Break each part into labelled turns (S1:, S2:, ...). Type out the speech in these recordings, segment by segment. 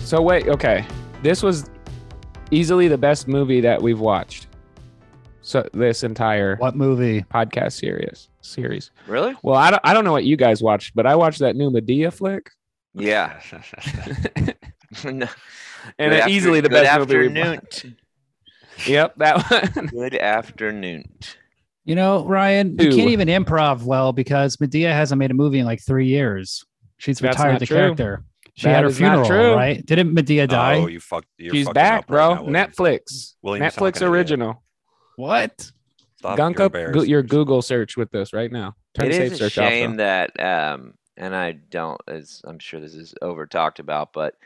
S1: So wait, okay. This was easily the best movie that we've watched. So this entire
S2: What movie?
S1: podcast series series.
S3: Really?
S1: Well, I don't, I don't know what you guys watched, but I watched that new Medea flick.
S3: Yeah. No.
S1: and
S3: Good
S1: it-
S3: after-
S1: easily the
S3: good
S1: best movie we've
S3: afternoon.
S1: watched. Yep, that one.
S3: Good afternoon.
S2: You know, Ryan, you
S1: Two.
S2: can't even improv well because Medea hasn't made a movie in like three years. She's
S1: That's
S2: retired
S1: not
S2: the
S1: true.
S2: character. She
S1: That
S2: had her
S1: is not
S2: funeral,
S1: true.
S2: right? Didn't Medea die?
S4: Oh, you fucked. You're
S1: She's
S4: fucking it
S1: back,
S4: up right
S1: bro.
S4: now, William.
S1: Netflix.
S4: William, you sound like
S1: Netflix
S4: an idiot.
S1: original.
S2: what?
S4: Stop
S1: Gunk
S4: your
S1: up
S4: bears.
S1: go- your Google search with this right now. Turn
S3: It
S1: safe
S3: is a
S1: search off,
S3: shame
S1: though.
S3: that, um, and I don't, as I'm sure this is over talked about, but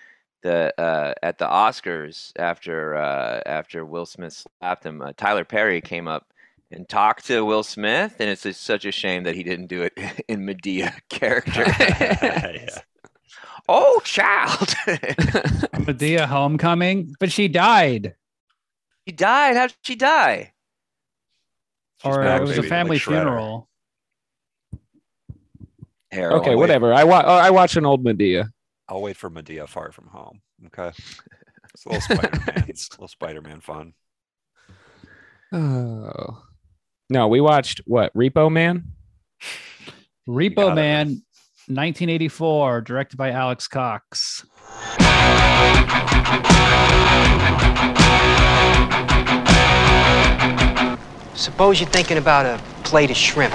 S3: the uh, at the Oscars after uh, after Will Smith slapped him, uh, Tyler Perry came up and talked to Will Smith, and it's just such a shame that he didn't do it in Medea character.
S4: Yeah.
S3: oh, child,
S2: Medea Homecoming? But she died.
S3: he died. How did she die?
S4: She's
S2: or
S4: back,
S2: it was a
S4: baby, like
S2: family
S4: Shredder.
S2: funeral.
S3: Heroin.
S1: Okay, whatever. I watch. I watch an old Medea.
S4: I'll wait for Medea Far From Home. Okay. It's a little Spider Man. it's a little Spider Man fun.
S1: Oh. No, we watched what Repo Man.
S2: Repo
S4: got it.
S2: Man, 1984, directed by Alex Cox.
S5: Suppose you're thinking about a plate of shrimp.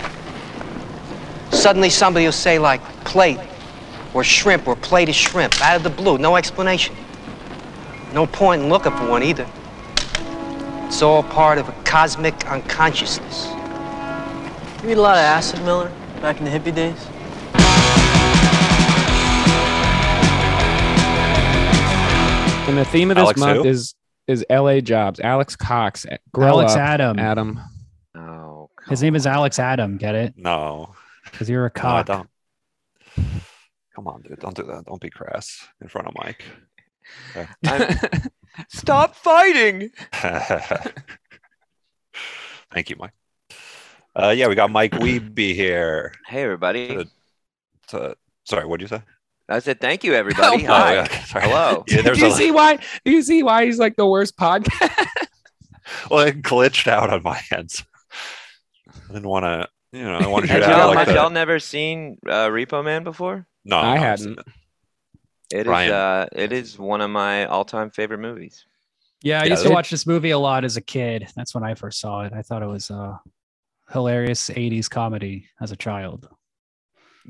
S5: Suddenly somebody will say like plate or shrimp or plate of shrimp out of the blue, no explanation. No point in looking for one either. It's all part of a cosmic unconsciousness.
S6: You eat a lot of acid, Miller, back in the hippie days?
S1: And the theme of this
S4: Alex
S1: month
S4: who?
S1: is is L.A. jobs. Alex Cox. Grow
S2: Alex
S1: up,
S2: Adam.
S1: Adam.
S3: Oh,
S2: His
S3: come
S2: name is Alex Adam. Get it?
S4: No.
S2: Because you're a
S4: No, I
S2: cock.
S4: don't. Come on, dude. Don't do that. Don't be crass in front of Mike.
S3: I'm- Stop fighting.
S4: Thank you, Mike. Uh, yeah, we got Mike Weeby here.
S3: Hey, everybody.
S4: Good. So- sorry, what did you say?
S3: I said thank you, everybody.
S1: Oh,
S4: Oh,
S3: Hi.
S4: yeah, okay, sorry.
S3: Hello.
S4: Yeah,
S1: do
S4: there's
S1: you
S4: a
S1: see why? Do you see why he's like the worst podcast?
S4: well, it glitched out on my end. so I didn't want to, you know, I wanted you
S3: Had
S4: to
S1: Yeah, I
S3: y'all,
S4: have like
S3: have
S4: the,
S3: y'all never seen uh, Repo Man before?
S4: no,
S1: I
S4: no,
S1: hadn't.
S3: It is.
S4: Ryan.
S3: Uh, it is one of my all-time favorite movies.
S2: Yeah, I
S4: Yeah,
S2: used to
S4: it-
S2: watch this movie a lot as a kid. That's when I first saw it. I thought it was a hilarious 80s comedy as a child.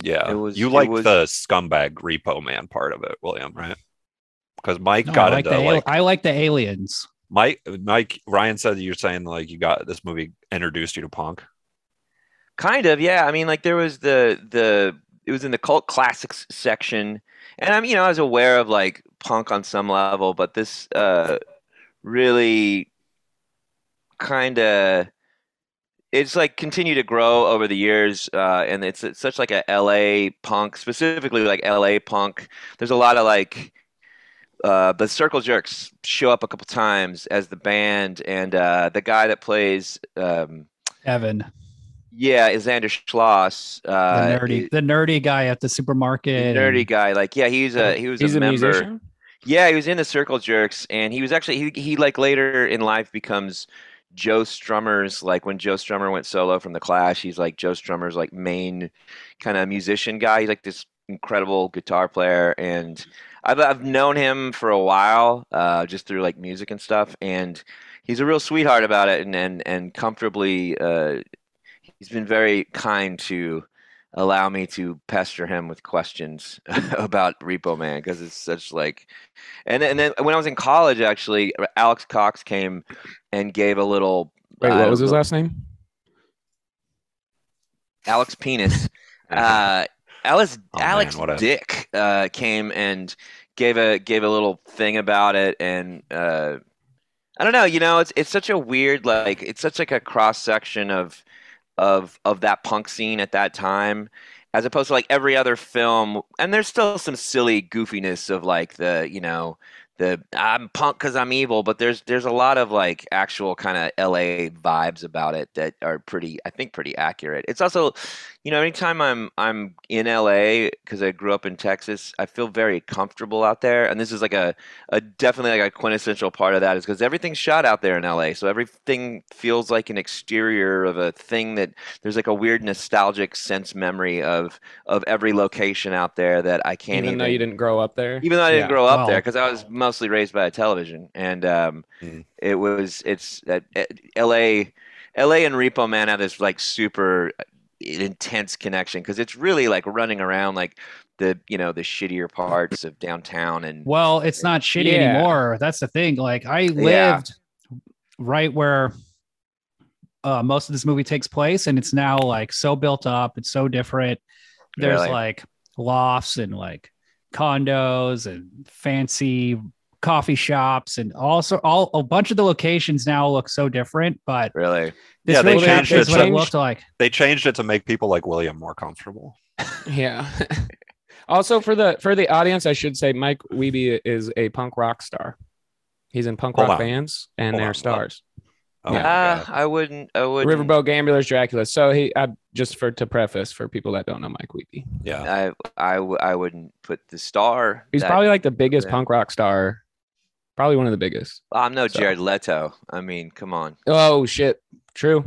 S4: Yeah,
S3: It was-
S4: you
S3: it
S4: like
S3: was-
S4: the scumbag repo man part of it, William, right? Because Mike
S2: No, I,
S4: got
S2: like the,
S4: into
S2: al-
S4: like
S2: I like the aliens.
S4: Mike. Mike Ryan said you're saying like you got this movie introduced you to punk.
S3: Kind of, yeah. I mean, like there was the the it was in the cult classics section, and I'm you know I was aware of like punk on some level, but this uh, really kind of it's like continued to grow over the years, uh, and it's, it's such like a LA punk, specifically like LA punk. There's a lot of like. Uh, the Circle Jerks show up a couple times as the band, and uh, the guy that plays um,
S2: Evan,
S3: yeah, is Xander Schloss,
S2: the
S3: uh,
S2: nerdy,
S3: i-
S2: the nerdy guy at the
S3: the
S2: supermarket.
S3: nerdy guy. Like, yeah, he's a he was
S1: He's
S3: a
S1: a
S3: member.
S1: musician.
S3: Yeah, he was in the Circle Jerks, and he was actually he he like later in life becomes Joe Strummer's like when Joe Strummer went solo from the Clash. He's like Joe Strummer's like main kind of musician guy. He's like this incredible guitar player, and I've I've known him for a while, uh, just through like music and stuff, and he's a real sweetheart about it, and and and comfortably, uh, he's been very kind to. Allow me to pester him with questions about Repo Man because it's such like and then- and then when I was in college, actually, Alex Cox came and gave a little.
S1: Wait,
S3: I
S1: what
S3: don't
S1: was his
S3: know,
S1: last name?
S3: Alex penis. uh, Alice
S4: Oh, man,
S3: Alex
S4: what a-
S3: Dick uh, came and gave a gave a little thing about it, and uh, I don't know. You know, it's it's such a weird like it's such like a cross section of of of that punk scene at that time, as opposed to like every other film. And there's still some silly goofiness of like the you know the I'm punk because I'm evil, but there's there's a lot of like actual kind of LA vibes about it that are pretty I think pretty accurate. It's also you know, anytime I'm I'm in LA because I grew up in Texas, I feel very comfortable out there. And this is like a, a definitely like a quintessential part of that is because everything's shot out there in LA, so everything feels like an exterior of a thing that there's like a weird nostalgic sense memory of of every location out there that I can't
S1: even,
S3: even
S1: though you didn't grow up there.
S3: even though I didn't
S2: Yeah,
S3: grow up
S2: well-
S3: there because I was mostly raised by a television, and um,
S4: Mm.
S3: it was it's uh, uh, L.A. L.A. and Repo Man have this like super eh, intense connection because it's really like running around like the you know the shittier parts of downtown and
S2: Well, it's not shitty
S1: Yeah.
S2: anymore. That's the thing. Like I lived
S3: Yeah.
S2: right where uh, most of this movie takes place, and it's now like so built up. It's so different. There's
S3: Really?
S2: like lofts and like condos and fancy coffee shops and also all a bunch of the locations now look so different. But
S3: really
S2: this
S4: Yeah, they
S2: really
S4: changed
S2: is
S4: it.
S2: what it
S1: Changed-
S2: looked like.
S4: They changed it to make people like William more comfortable.
S1: Yeah. also for the for the audience, I should say Mike Weeby is a punk rock star. He's in punk
S4: Hold
S1: rock
S4: on.
S1: bands and
S4: Hold
S1: their
S4: on.
S1: stars.
S4: Oh, my
S3: Ah,
S4: God.
S3: I wouldn't I wouldn't
S1: Riverboat Gamblers, Dracula. So he I, just for to preface for people that don't know Mike Weeby,
S4: yeah.
S3: I I, w- I wouldn't put the star
S1: he's
S3: that-
S1: probably like the biggest
S3: yeah.
S1: punk rock star, probably one of the biggest.
S3: I'm no
S1: so.
S3: Jared Leto I mean come on
S1: Oh shit, true.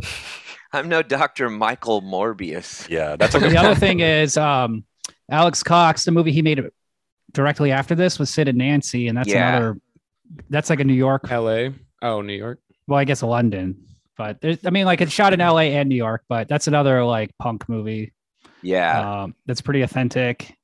S3: I'm no Dr Michael Morbius
S4: Yeah, that's a good
S2: the other
S4: point.
S2: thing is um, Alex Cox, the movie he made directly after this was Sid and Nancy, and that's
S3: Yeah.
S2: another. That's like a New York.
S1: L.A. Oh, New York.
S2: Well, I guess London, but there's, I mean, like it's shot in L.A. and New York, but that's another like punk movie.
S3: yeah
S2: Um, that's pretty authentic.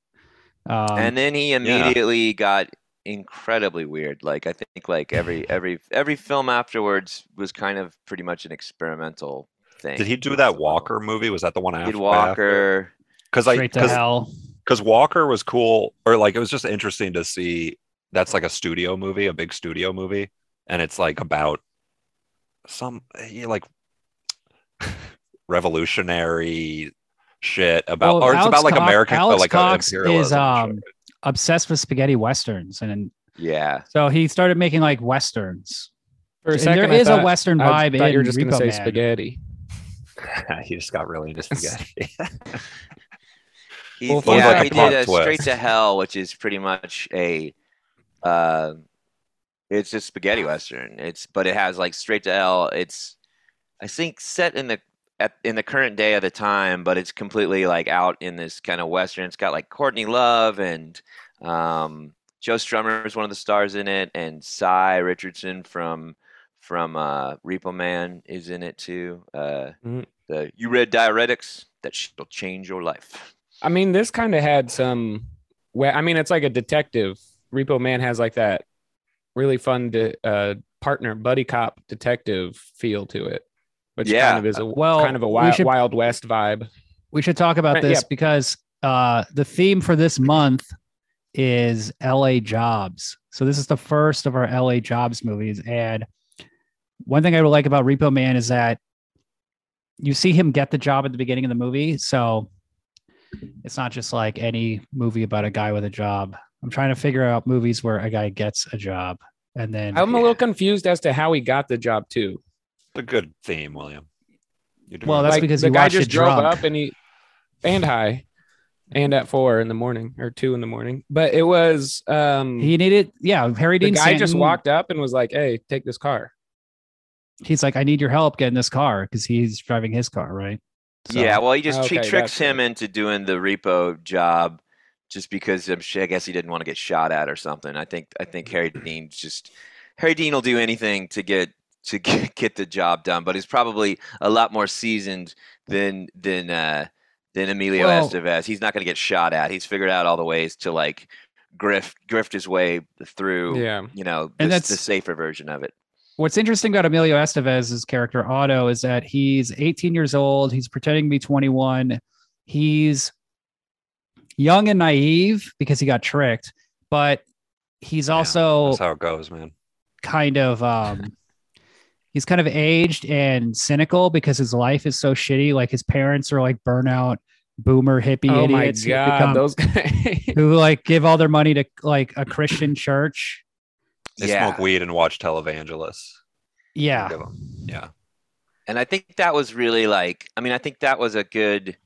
S2: Um,
S3: and
S2: and
S3: then he immediately got incredibly weird like i think like every every every film afterwards was kind of pretty much an experimental thing
S4: Did he do
S3: So-
S4: that Walker movie? Was that the one
S3: He
S4: after?
S3: did walker
S4: Because I
S2: straight to
S4: because
S2: hell.
S4: because Walker was cool, or like it was just interesting to see. That's like a studio movie, a big studio movie, and it's like about some eh, like revolutionary shit about,
S2: Well,
S4: or it's
S2: Alex
S4: about like
S2: Cox-
S4: American,
S2: Alex
S4: but like
S2: Cox is,
S4: imperialism. and
S2: um,
S4: shit.
S2: Obsessed with spaghetti westerns, and
S3: yeah
S2: so he started making like westerns.
S1: For a
S2: And
S1: second,
S2: there is
S1: I thought,
S2: a western
S1: I
S2: vibe
S1: thought
S2: in
S1: you were just gonna
S2: Repo
S1: say
S2: Man.
S1: spaghetti.
S4: he just got really into spaghetti.
S3: he,
S1: Well,
S4: fun
S3: yeah,
S4: fact-
S3: he
S4: Plot
S3: did a straight
S4: twist.
S3: to hell which is pretty much a uh, it's just spaghetti western it's but it has like straight to hell it's i think set in the at, in the current day of the time but it's completely like out in this kind of western it's got like courtney love and um, joe strummer is one of the stars in it and cy richardson from from uh, repo man is in it too uh,
S1: Mhm.
S3: the you read diuretics that shit'll change your life
S1: I mean, this kind of had some. Well, I mean, it's like a detective. Repo Man has like that really fun de- uh, partner buddy cop detective feel to it, which
S3: Yeah.
S1: kind of is a
S2: Well,
S1: kind of a
S2: we
S1: wild,
S2: should-
S1: wild west vibe.
S2: We should talk about
S1: Right,
S2: this
S1: yeah.
S2: because uh, the theme for this month is LA jobs. So this is the first of our LA jobs movies. And one thing I would like about Repo Man is that you see him get the job at the beginning of the movie. So it's not just like any movie about a guy with a job. I'm trying to figure out movies where a guy gets a job and then
S1: I'm a little confused as to how he got the job too.
S4: It's a good theme, William. You're doing
S2: Well, that's
S4: it.
S1: like
S2: because
S1: the
S2: he
S1: guy
S2: watched
S1: just
S2: it
S1: drove
S2: drunk.
S1: up and he and high and at four in the morning or two in the morning, but it was um
S2: he needed yeah, Harry
S1: the
S2: Dean
S1: guy just
S2: Stanton-
S1: walked up and was like, "Hey, take this car."
S2: he's like, I need your help getting this car because he's driving his car, right? So-
S3: yeah, well, he just he
S1: Okay, that's
S3: tricks him into doing the repo job just because I'm sure, I guess he didn't want to get shot at or something. I think I think Harry
S2: Mm-hmm.
S3: Dean just Harry Dean will do anything to get to get, get the job done, but he's probably a lot more seasoned than than uh, than Emilio
S2: Well-
S3: Estevez. He's not going to get shot at. He's figured out all the ways to like grift grift his way through.
S1: Yeah,
S3: You know,
S2: And
S3: this- the
S2: that's-
S3: safer version of it.
S2: What's interesting about Emilio Estevez's character Otto is that he's 18 years old. He's pretending to be 21. He's young and naive because he got tricked, but he's also
S4: that's how it goes, man.
S2: kind of um he's kind of aged and cynical because his life is so shitty. Like his parents are like burnout boomer hippie
S1: oh my
S2: idiots. who
S1: god,
S2: become-
S1: those guys.
S2: who like give all their money to like a Christian church
S4: They
S3: yeah.
S4: smoke weed and watch televangelists.
S2: Yeah.
S4: Give 'em- Yeah.
S3: And I think that was really like, I mean, I think that was a good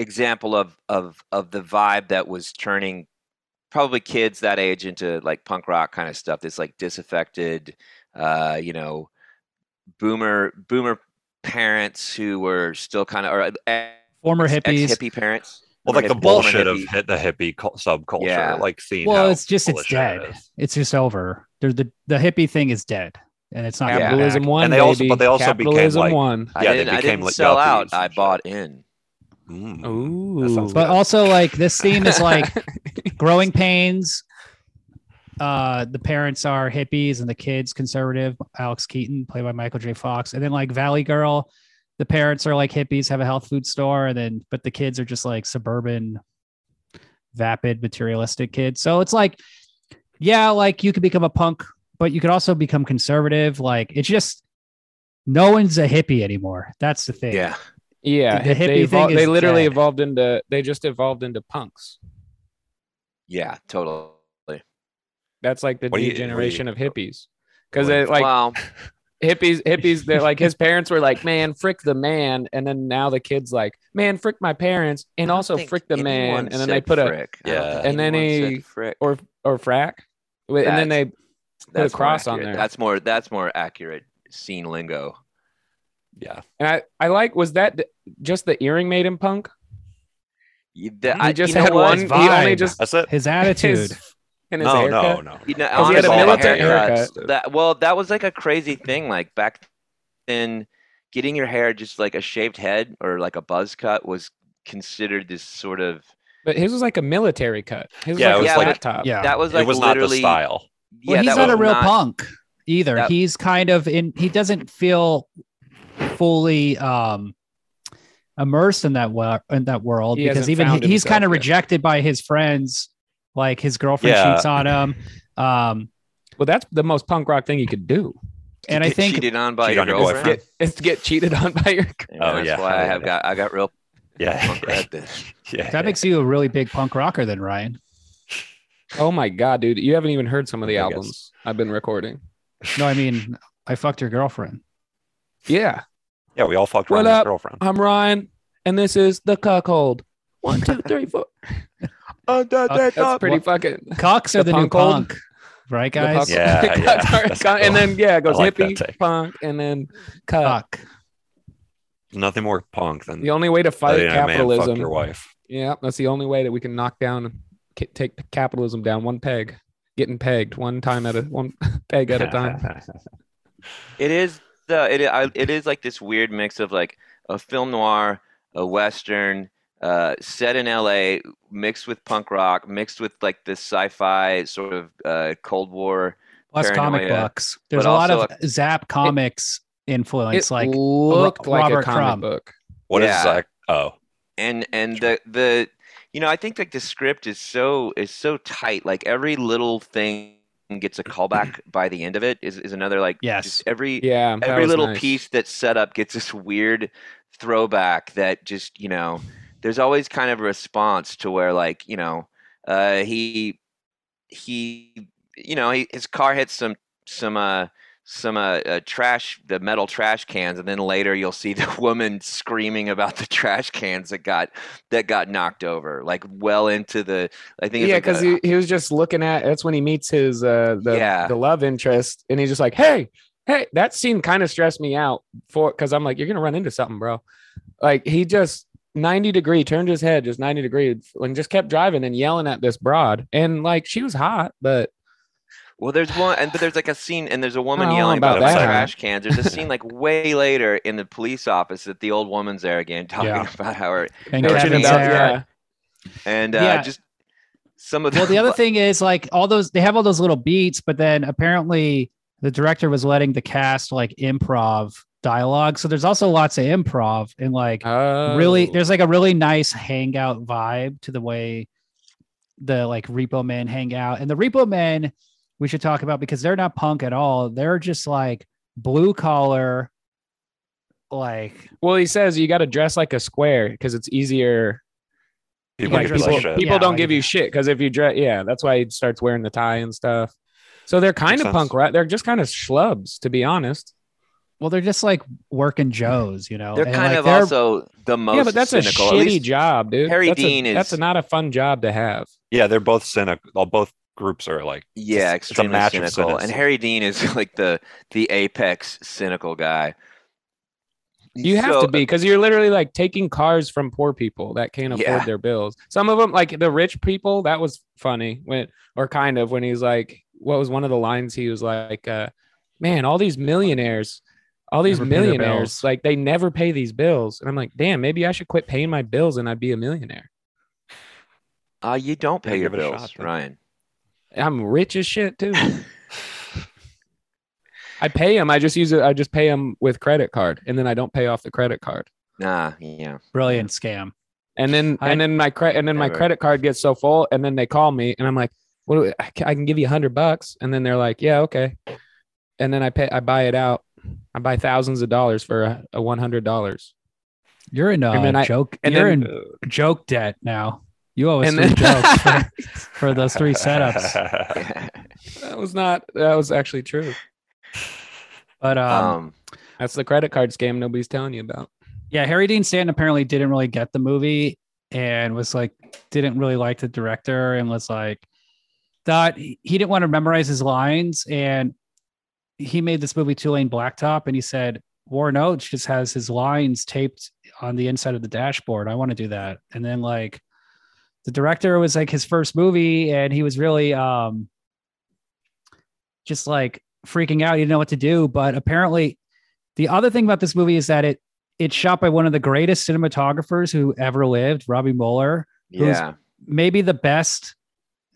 S3: example of of of the vibe that was turning probably kids that age into like punk rock kind of stuff. This like disaffected, uh, you know, boomer boomer parents who were still kind of or uh, ex-
S2: Former hippies.
S3: ex-hippie parents.
S4: Well, like the
S3: Former
S4: bullshit of
S3: hippies.
S4: hit the hippie cul- subculture,
S3: Yeah.
S4: like seeing.
S2: Well,
S4: how
S2: it's just- it's
S4: bullshit
S2: dead.
S4: it is.
S2: It's just over. There's the the hippie thing is dead, and it's not coming
S1: Capitalism
S2: back.
S1: won,
S4: And they also-
S1: baby.
S4: but they also became,
S1: Capitalism
S4: like-
S1: won.
S3: I
S4: Yeah, they
S3: didn't, I
S4: became
S3: didn't
S4: like
S3: sell out.
S4: yuppies
S3: I
S4: and shit.
S3: bought in.
S1: Oh,
S4: Mm.
S1: Ooh,
S4: sounds
S2: But also, like this theme is like growing pains. Uh, the parents are hippies and the kids conservative. Alex Keaton, played by Michael J. Fox, and then like Valley Girl, the parents are like hippies, have a health food store, and then but the kids are just like suburban, vapid, materialistic kids. So it's like, yeah, like you could become a punk, but you could also become conservative. Like it's just no one's a hippie anymore. That's the thing.
S3: Yeah.
S1: yeah, they
S2: The hippie
S1: evol-
S2: thing
S1: they
S2: is
S1: literally
S2: dead.
S1: evolved into they just evolved into punks.
S3: Yeah, totally.
S1: That's like the
S4: What do
S1: new
S4: you-
S1: generation of
S4: what do you-
S1: hippies. Because
S4: what do you-
S1: like
S3: wow.
S1: hippies, hippies, they're like his parents were like, "Man, frick the man," and then now the kid's like, "Man, frick my parents," and also frick the man, and then they put a
S4: Yeah.
S1: and then he- or or frack, Wait, and then they
S3: put
S1: cross on there.
S3: That's more. That's more accurate scene lingo.
S4: Yeah.
S1: and I I like was that th- just the earring made him punk?
S3: You,
S1: He
S3: the, I,
S1: just
S3: you know
S1: had
S3: what?
S1: one. He only
S2: Vibe.
S1: just
S4: That's it.
S2: His attitude.
S1: his and his
S4: no,
S1: haircut.
S4: no, no,
S3: You know,
S1: Because he had a
S3: honestly,
S1: military
S3: haircuts,
S1: haircut,
S4: dude.
S3: That, well, that was like a crazy thing. Like back then, getting your hair just like a shaved head or like a buzz cut was considered this sort of.
S1: But his was like a military cut. His was
S4: Yeah,
S1: like a
S4: it
S3: was
S1: flat
S3: like-
S1: top.
S2: yeah.
S3: That was like
S4: it was not the
S3: literally.
S4: style.
S2: Well,
S3: Yeah,
S2: he's
S3: that
S2: not a
S3: was
S2: real
S3: not-
S2: punk either.
S3: that-
S2: he's kind of in. He doesn't feel fully um, immersed in that well in that world
S1: He
S2: because
S1: hasn't
S2: even he-
S1: found
S2: he's
S1: himself
S2: kind of
S1: yet.
S2: rejected by his friends. Like his girlfriend
S4: Yeah.
S2: cheats on him, um,
S1: Well, that's the most punk rock thing you could do.
S2: and I
S3: get
S2: think
S3: cheated on by
S4: Cheat
S3: your
S4: on your
S3: girlfriend.
S4: boyfriend.
S1: Get, is to get cheated on by your.
S3: You
S4: Oh,
S3: know, that's
S4: yeah,
S3: why I
S4: I
S3: have
S4: get it.
S3: got I got real
S4: Yeah.
S3: punk at this.
S4: yeah.
S2: that makes you a really big punk rocker, then Ryan.
S1: Oh my god, dude! You haven't even heard some of the
S4: I guess.
S1: albums I've been recording.
S2: No, I mean, I fucked your girlfriend.
S1: Yeah,
S4: yeah, we all fucked
S1: What
S4: around with his
S1: up?
S4: girlfriend.
S1: I'm Ryan, and this is the cuckold. One, two, three, four.
S4: Oh,
S1: That's pretty fucking.
S2: Cocks are
S1: The
S2: the, new
S1: punk old?
S2: punk, right,
S1: the
S2: guys?
S1: punk-
S4: Yeah,
S1: Cucks
S4: yeah,
S1: are-
S4: that's
S1: cuck- And
S4: cool.
S1: then yeah, it goes
S4: I like that
S1: hippie,
S4: take.
S1: punk, and then cuck.
S2: Cuck.
S4: Nothing more punk than
S1: The only way to
S4: oh,
S1: fight
S4: yeah, man, fuck
S1: capitalism.
S4: your wife.
S1: yeah, that's the only way that we can knock down, ca- take capitalism down one peg, getting pegged one time at a one peg at a time.
S3: It is the it I, it is like this weird mix of like a film noir, a western, uh, set in L.A. mixed with punk rock, mixed with like this sci-fi sort of uh, Cold War.
S2: Plus comic
S3: Paranoia,
S2: books. There's a
S3: but
S2: lot of
S3: also
S2: Zap comics influence.
S1: It's
S2: Like
S1: looked like
S2: Robert
S1: a comic
S2: Crumb.
S1: book.
S4: What is
S3: Yeah.
S4: that? Oh,
S3: and and the the you know I think like the script is so is so tight. Like every little thing gets a callback by the end of it. Is is another like
S2: Yes.
S3: just every
S1: Yeah, that
S3: every
S1: was
S3: little
S1: nice.
S3: piece that's set up gets this weird throwback that just you know there's always kind of a response to where like you know uh he he you know he, his car hits some some uh some uh, uh trash the metal trash cans and then later you'll see the woman screaming about the trash cans that got that got knocked over like well into the i think it's
S1: yeah,
S3: like a-
S1: because he, he was just looking at. That's when he meets his uh the
S3: Yeah.
S1: the love interest, and he's just like, "Hey, hey!" That scene kind of stressed me out for because I'm like, "You're gonna run into something, bro." Like he just ninety degree turned his head just ninety degree and just kept driving and yelling at this broad, and like she was hot, but
S3: Well, there's one, and but there's like a scene, and there's a woman
S1: don't know
S3: yelling
S1: about
S3: about, the
S4: that.
S3: trash cans. There's a scene like way later in the police office that the old woman's there again, talking
S2: Yeah.
S3: about how her
S2: and
S3: Bitching
S2: Kevin's
S3: about-
S2: there.
S1: yeah,
S3: and uh,
S2: Yeah.
S3: just some of
S2: Well, the other thing is like all those they have all those little beats, but then apparently the director was letting the cast like improv dialogue. So there's also lots of improv and like really
S1: Oh.
S2: there's like a really nice hangout vibe to the way the like repo men hang out. And the repo men we should talk about because they're not punk at all. They're just like blue collar, like
S1: well, he says you got to dress like a square because it's easier.
S2: Yeah,
S4: people give
S1: like,
S4: you
S2: dress
S1: people,
S4: like
S2: like-
S4: shit.
S1: people
S2: Yeah,
S1: don't
S2: like-
S1: give you shit because if you dress, yeah, that's why he starts wearing the tie and stuff. So they're kind
S4: Makes
S1: of
S4: sense.
S1: punk, right? They're just kind of schlubs, to be honest.
S2: Well, they're just like working Joes, you know.
S3: They're
S2: and,
S3: kind
S2: like,
S3: of
S2: they're-
S3: also the most
S1: yeah, but that's
S3: cynical.
S1: a
S3: At
S1: shitty
S3: least
S1: job, dude.
S3: Harry
S1: that's a-
S3: Dean is-
S1: that's a- not a fun job to have.
S4: Yeah, they're both cynical. Well, both groups are like
S3: Yeah,
S4: It's- it's a
S3: extremely
S4: match of
S3: cynical. And
S4: cynicism.
S3: Harry Dean is like the the apex cynical guy.
S1: You have
S3: So-
S1: to be because you're literally like taking cars from poor people that can't afford
S3: Yeah.
S1: their bills. Some of them, like the rich people, that was funny when, or kind of when he's like, what was one of the lines? He was like, uh, "Man, all these millionaires, all these
S2: Never pay their
S1: millionaires,
S2: bills."
S1: like they never pay these bills." And I'm like, "Damn, maybe I should quit paying my bills and I'd be a millionaire.
S3: Uh, you don't
S4: Yeah,
S3: pay your
S4: give it a
S3: bills,
S4: shot, then.
S3: Ryan.
S1: I'm rich as shit too. I pay them. I just use it. I just pay them with credit card, and then I don't pay off the credit card."
S3: Nah, yeah.
S2: brilliant scam.
S1: and then
S2: I-
S1: and then my credit and then my
S3: Never.
S1: credit card gets so full and then they call me and i'm like what do I, ca- I can give you a hundred bucks and then they're like yeah okay and then i pay i buy it out i buy thousands of dollars for a, a one hundred dollars
S2: You're in uh,
S1: then I-
S2: joke.
S1: and
S2: you're
S1: then-
S2: in joke debt now. You owe us
S1: And
S2: three
S1: then-
S2: jokes for, for those three setups.
S1: that was not that was actually true
S2: But um,
S3: um,
S1: that's the credit card scam nobody's telling you about
S2: yeah, Harry Dean Stanton apparently didn't really get the movie and was like didn't really like the director and was like thought he he didn't want to memorize his lines and he made this movie Tulane Blacktop and he said Warren Oates just has his lines taped on the inside of the dashboard. I want to do that. And then like the director was like his first movie and he was really um just like freaking out. He didn't know what to do. But apparently the other thing about this movie is that it it's shot by one of the greatest cinematographers who ever lived, Robbie Mueller, Who's-
S3: yeah.
S2: maybe the best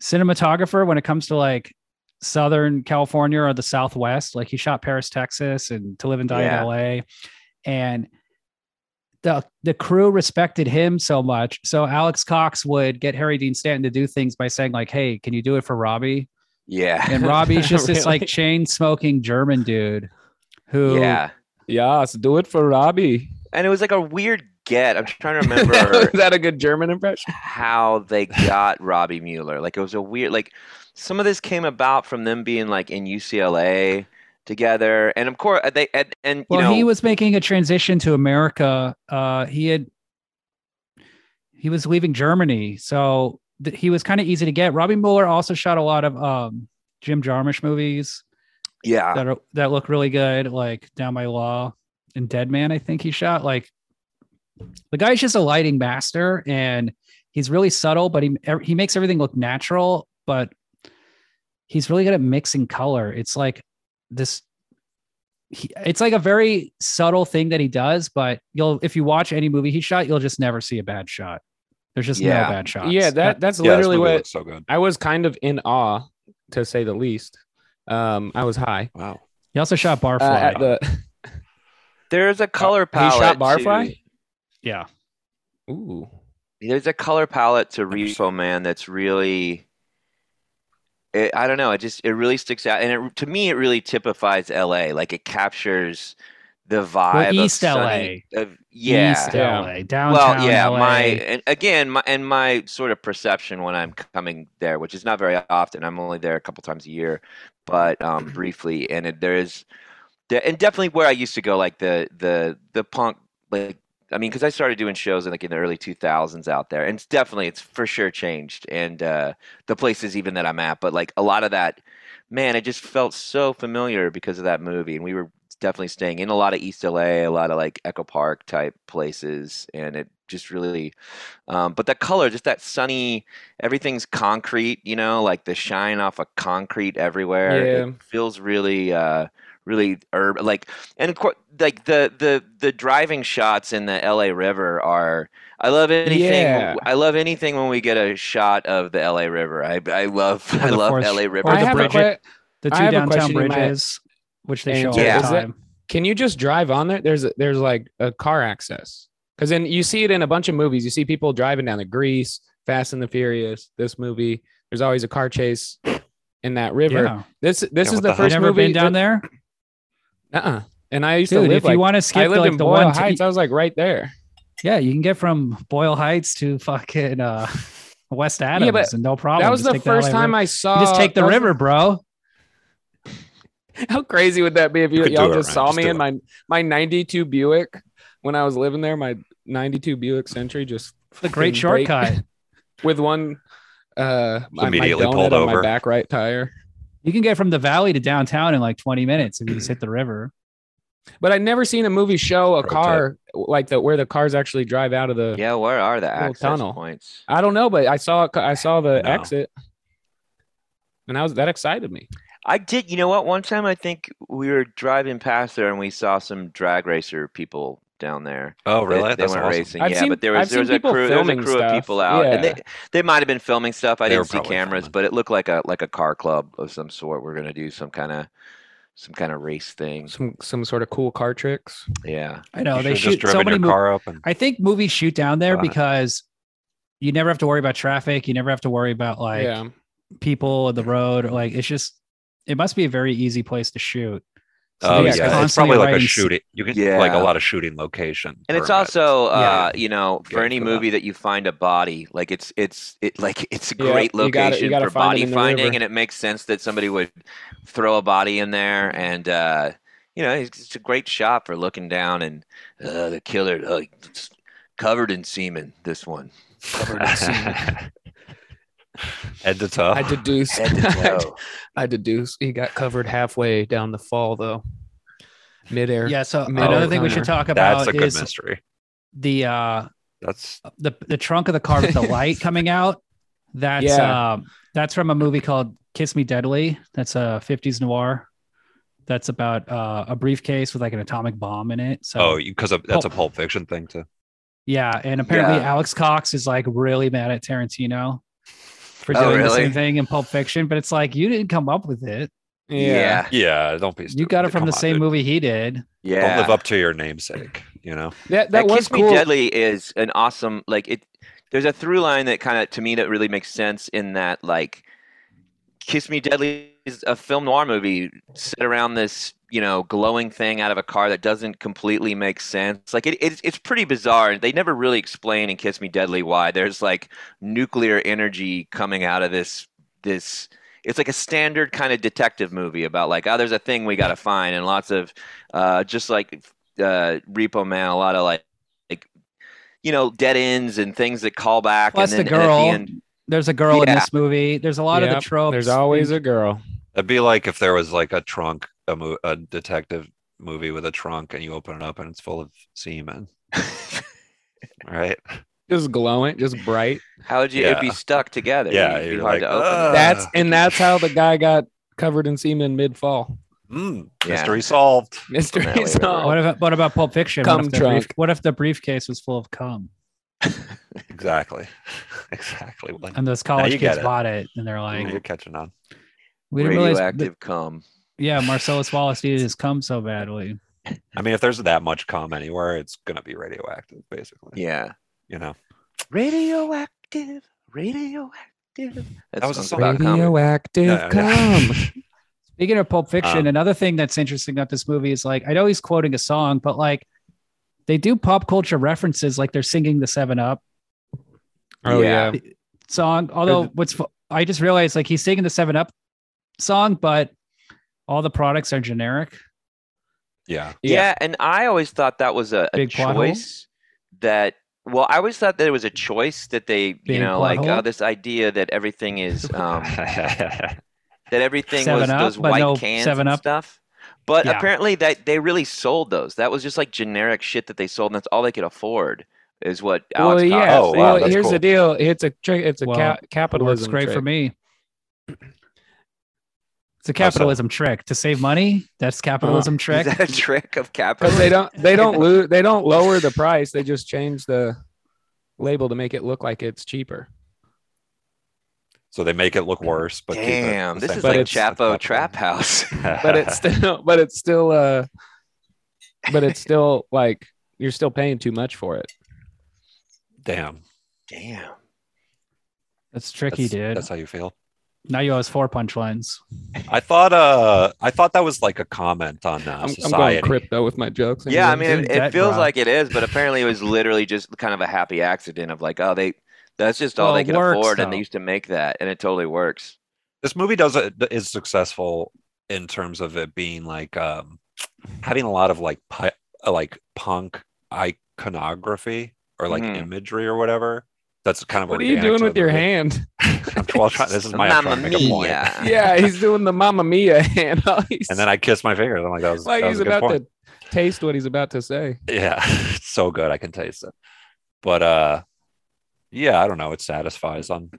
S2: cinematographer when it comes to like Southern California or the Southwest. Like he shot Paris, Texas, and To Live and Die
S3: Yeah.
S2: in LA, and the the crew respected him so much. So Alex Cox would get Harry Dean Stanton to do things by saying like, "Hey, can you do it for Robbie?"
S3: Yeah.
S2: And Robbie's just this like
S1: Really?
S2: chain smoking German dude who
S3: Yeah.
S1: yes do it for robbie
S3: And it was like a weird get. I'm trying to
S1: is
S3: remember
S1: that a good german impression
S3: how they got Robbie Mueller. Like it was a weird like some of this came about from them being like in UCLA together. And of course uh, they and, and you
S2: Well,
S3: know
S2: he was making a transition to America. Uh, he had he was leaving Germany, so th- he was kind of easy to get. Robbie Mueller also shot a lot of um, Jim Jarmusch movies
S3: yeah.
S2: that are that look really good, like Down by Law and Dead Man. I think he shot like the guy's just a lighting master, and he's really subtle, but he ev- he makes everything look natural. But he's really good at mixing color. It's like this. He, it's like a very subtle thing that he does, but you'll if you watch any movie he shot, you'll just never see a bad shot. There's just
S3: Yeah.
S2: no bad shots.
S1: yeah that that's
S4: Yeah, this
S1: literally
S4: movie
S1: what
S4: looks so good.
S1: i was kind of in awe to say the least um i was high
S4: Wow.
S2: he also shot Barfly.
S1: uh, at the
S3: There's a color
S1: he
S3: palette.
S1: shot
S3: to-
S1: barfly
S2: yeah,
S1: ooh
S3: there's a color palette to
S4: Interesting.
S3: Repo Man that's really it, I don't know, it just it really sticks out and it to me it really typifies LA like it captures the vibe of
S2: East
S3: sunny- of, yeah.
S2: East
S1: Yeah.
S2: LA, downtown
S3: well, yeah,
S2: LA.
S3: my and again, my and my sort of perception when I'm coming there, which is not very often. I'm only there a couple times a year, but um, briefly, and it, there is, there, and definitely where I used to go, like the the the punk, like I mean, because I started doing shows in like in the early 2000s out there, and it's definitely it's for sure changed, and uh, the places even that I'm at, but like a lot of that, man, it just felt so familiar because of that movie, and we were definitely staying in a lot of East LA, a lot of like Echo Park type places, and it just really. Um, but that color, just that sunny, everything's concrete, you know, like the shine off of concrete everywhere.
S1: Yeah.
S3: It feels really, uh, really urban. Like, and of course, like the the the driving shots in the LA River are. I love anything.
S1: Yeah.
S3: I love anything when we get a shot of the LA River. I I love
S2: Or
S3: I
S2: the
S3: love
S2: forest-
S3: LA
S2: or
S3: River.
S2: the
S1: I have a
S2: bridge.
S1: que-
S2: the
S1: I
S2: two
S1: have a
S2: downtown
S1: question in my-
S2: bridges, which they show all
S3: Yeah.
S2: the
S1: Is that-
S2: time.
S1: can you just drive on there? There's there's like a car access because then you see it in a bunch of movies. You see people driving down the Grease, Fast and the Furious. This movie, there's always a car chase in that river.
S2: Yeah.
S1: This this
S4: Yeah,
S1: is
S4: what
S1: the
S4: the hell?
S2: You've
S1: first
S2: never
S1: movie
S2: been down there,
S1: there. Uh-uh. And I used to
S2: dude.
S1: live
S2: If you
S1: like
S2: want to
S1: I
S2: skip
S1: lived
S2: like
S1: in
S2: the
S1: Boyle
S2: one,
S1: Heights. I was like right there.
S2: yeah, you can get from Boyle Heights to fucking uh, West Adams,
S1: but
S2: and no problem.
S1: that was
S2: Just
S1: the
S2: take
S1: first
S2: LA
S1: time
S2: river.
S1: I
S2: You
S1: saw.
S2: just take the
S1: that was-
S2: river, bro.
S1: How crazy would that be if you,
S4: could do
S1: y'all
S4: it,
S1: just
S4: Ryan.
S1: saw
S4: Just
S1: me
S4: do
S1: in
S4: it.
S1: my my '92 Buick when I was living there? My '92 Buick Century just
S2: The great
S1: fucking break
S2: shortcut.
S1: with one uh my,
S4: Immediately
S1: my donut
S4: pulled
S1: on my
S4: over.
S1: back right tire.
S2: You can get from the valley to downtown in like 20 minutes if you just hit the river.
S1: But I'd never seen a movie show a
S4: Rotate.
S1: car like that where the cars actually drive out of the.
S3: Yeah, where are the
S1: Little
S3: access
S1: tunnel.
S3: points?
S1: I don't know, but I saw it- I saw the
S4: No.
S1: exit, and I was that excited me.
S3: I did. You know what? One time I think we were driving past there and we saw some drag racer people down there.
S4: Oh,
S3: They-
S4: really?
S3: They,
S4: That's
S3: went
S4: awesome.
S3: racing.
S1: I've
S3: yeah,
S1: seen-
S3: but there was
S1: I've
S3: there was
S1: seen
S3: a
S1: people
S3: crew. There was a
S1: filming
S3: crew of
S1: stuff.
S3: people out, and
S1: Yeah.
S3: they they might have been filming stuff. I
S4: They were
S3: didn't see
S4: probably
S3: cameras,
S4: filming.
S3: but it looked like a like a car club of some sort. We're gonna do some kind of some kind of race thing.
S1: Some some sort of cool car tricks.
S3: Yeah.
S2: I know
S4: You
S2: they
S4: should've just
S2: shoot so
S4: driven
S2: many.
S4: your
S2: mo-
S4: car up and
S2: I think movies shoot down there
S4: Got it.
S2: because you never have to worry about traffic. You never have to worry about like
S1: yeah,
S2: people on the road. or, Like it's just, it must be a very easy place to shoot.
S4: Oh
S1: they're
S4: yeah,
S1: just
S4: it's
S2: constantly
S4: probably like a
S2: writing s-
S4: shooting. You can yeah. like a
S3: Yeah.
S4: lot of shooting location.
S3: And it's
S4: permits.
S3: also,
S2: Yeah.
S3: uh, you know, for
S4: Yeah,
S3: any
S4: for that.
S3: movie that you find a body, like it's it's it like it's a
S1: Yeah,
S3: great
S1: you gotta- you
S3: location
S1: gotta
S3: for
S1: find 'em
S3: body
S1: in the
S3: finding,
S1: river.
S3: and it makes sense that somebody would throw a body in there, and uh, you know, it's, it's a great shot for looking down and uh, the killer uh, it's covered in semen. This one, covered in semen.
S4: head to toe.
S1: I deduce.
S3: Head to toe.
S1: I deduce he got covered halfway down the fall though, midair.
S2: Yeah. So
S1: Middle
S2: another thing we
S1: Connor.
S2: should talk
S4: Oh, That's a
S2: about
S4: good
S2: is
S4: mystery.
S2: the uh,
S4: That's
S2: the the trunk of the car with the light coming out. That's
S1: Yeah.
S2: um, that's from a movie called Kiss Me Deadly. That's a 50s noir. That's about uh, a briefcase with like an atomic bomb in it. So
S4: oh, because that's a Pulp Fiction thing too.
S2: yeah, and apparently
S3: Yeah.
S2: Alex Cox is like really mad at Tarantino for
S3: Oh,
S2: doing the
S3: really?
S2: same thing in Pulp Fiction, but it's like you didn't come up with it.
S1: yeah.
S4: Yeah, don't be.
S2: You got it from
S4: stupid. Come
S2: the
S4: on,
S2: same
S4: dude.
S2: movie he did.
S3: yeah.
S4: Don't live up to your namesake. You know.
S1: That
S3: that,
S1: that, was
S3: Kiss Me
S1: cool.
S3: Deadly is an awesome like it. There's a through line that kind of to me that really makes sense in that like Kiss Me Deadly is a film noir movie set around this you know glowing thing out of a car that doesn't completely make sense. Like it, it's it's pretty bizarre. They never really explain in Kiss Me Deadly why there's like nuclear energy coming out of this this. It's like a standard kind of detective movie about like oh there's a thing we gotta find and lots of uh, just like uh, Repo Man, a lot of like, like you know, dead ends and things that call back.
S2: Plus
S3: and then
S2: the
S3: and at
S2: girl.
S3: end-
S2: There's a girl in
S3: Yeah.
S2: this movie. There's a lot of the
S1: Yep,
S2: tropes.
S1: There's always a girl.
S4: That'd be like if there was like a trunk, a, mo- a detective movie with a trunk, and you open it up and it's full of semen. right?
S1: Just glowing, just bright.
S3: how would you? It'd be
S4: Yeah.
S3: stuck together.
S4: Yeah,
S3: it'd be
S4: you're
S3: hard
S4: like,
S3: to open.
S4: "Ugh."
S1: That's
S4: Ah.
S1: and that's how the guy got covered in semen mid fall.
S4: Mm,
S3: Yeah.
S4: Mystery solved.
S3: Finale,
S1: Mystery
S3: right, right.
S1: solved.
S2: What if, what about Pulp Fiction? What
S1: Cum
S2: if, the brief-
S1: trunk.
S2: what if the briefcase was full of cum?
S4: Exactly. exactly. Well,
S2: and those college
S4: you
S2: kids
S4: get it.
S2: bought it and they're like
S4: you're catching on.
S2: we didn't realize
S3: radioactive
S2: that-
S3: cum.
S2: yeah marcellus wallace needed his cum so badly
S4: I mean, if there's that much cum anywhere, it's gonna be radioactive, basically.
S3: Yeah,
S4: You know.
S3: radioactive, radioactive. That,
S4: was a
S3: sounds
S4: song.
S3: about cum.
S1: Radioactive
S4: Yeah, yeah.
S1: cum.
S2: speaking of pulp fiction
S4: Um,
S2: another thing that's interesting about this movie is like i know he's quoting a song but like they do pop culture references like they're singing the seven up
S1: Oh yeah.
S3: Yeah.
S2: song although
S1: the-
S2: what's fu- i just realized like he's singing the seven up song but all the products are generic
S4: Yeah.
S3: Yeah.
S1: Yeah.
S3: and I always thought that was a, a
S2: Big plot hole?
S3: choice that. Well, I always thought that it was a choice that they,
S2: Big
S3: you know,
S2: plot
S3: like
S2: hole?
S3: oh, this idea that everything is um, that everything
S2: Seven
S3: was
S2: Up,
S3: those
S2: but
S3: white
S2: no
S3: cans
S2: Seven
S3: and
S2: Up.
S3: stuff. But
S2: Yeah.
S3: apparently that they really sold those. That was just like generic shit that they sold, and that's all they could afford. Is what Alex
S1: Well,
S3: Cox
S1: yeah.
S4: Oh,
S3: said.
S4: wow,
S1: well,
S4: that's
S1: here's
S4: cool.
S1: the deal. It's a trick. It's a
S2: Well,
S1: ca-
S2: it works
S1: capitalism.
S2: great
S1: trick.
S2: for me it's a capitalism trick to save money that's capitalism trick
S3: Is that a trick of
S1: because they
S3: capitalism?
S1: don't they don't lose they don't lower the price they just change the label to make it look like it's cheaper
S4: so they make it look worse, but keep it
S3: Damn,
S4: the
S3: this
S4: same
S3: is
S1: But
S3: like
S4: price.
S3: Chapo
S4: That's
S3: Trap House.
S4: capitalism.
S1: but it's still but it's still uh but it's still like you're still paying too much for it
S4: damn.
S3: Damn.
S2: that's tricky
S4: that's,
S2: dude
S4: That's how you feel.
S2: now you owe us four punchlines
S4: I thought uh I thought that was like a comment on uh,
S1: I'm, I'm going
S4: society.
S1: crypto with my jokes
S3: Yeah, I
S1: anyway.
S3: mean, it,
S2: Dude,
S3: it
S2: that
S3: feels
S2: rock.
S3: like it is, but apparently it was literally just kind of a happy accident of like, oh, they that's just all
S2: Well,
S3: they
S2: it
S3: could
S2: works,
S3: afford, and
S2: though.
S3: they used to make that, and it totally works.
S4: this movie does a, is successful in terms of it being like um, having a lot of like pi- uh, like punk iconography or like
S3: Mhm.
S4: imagery or whatever. That's kind of
S1: What are
S4: organic
S1: you doing
S4: to
S1: with
S4: the
S1: your
S4: movie.
S1: hand?
S4: I'm tr- well, try- this is my I'm trying to
S3: Mamma
S4: make a point.
S3: mia.
S1: yeah, he's doing the Mamma Mia hand. He's-
S4: And then I kiss my fingers. I'm like, that was,
S1: like
S4: that was
S1: he's
S4: a good
S1: about
S4: point.
S1: to taste what he's about to say.
S4: yeah it's so good i can taste it but uh yeah i don't know it satisfies on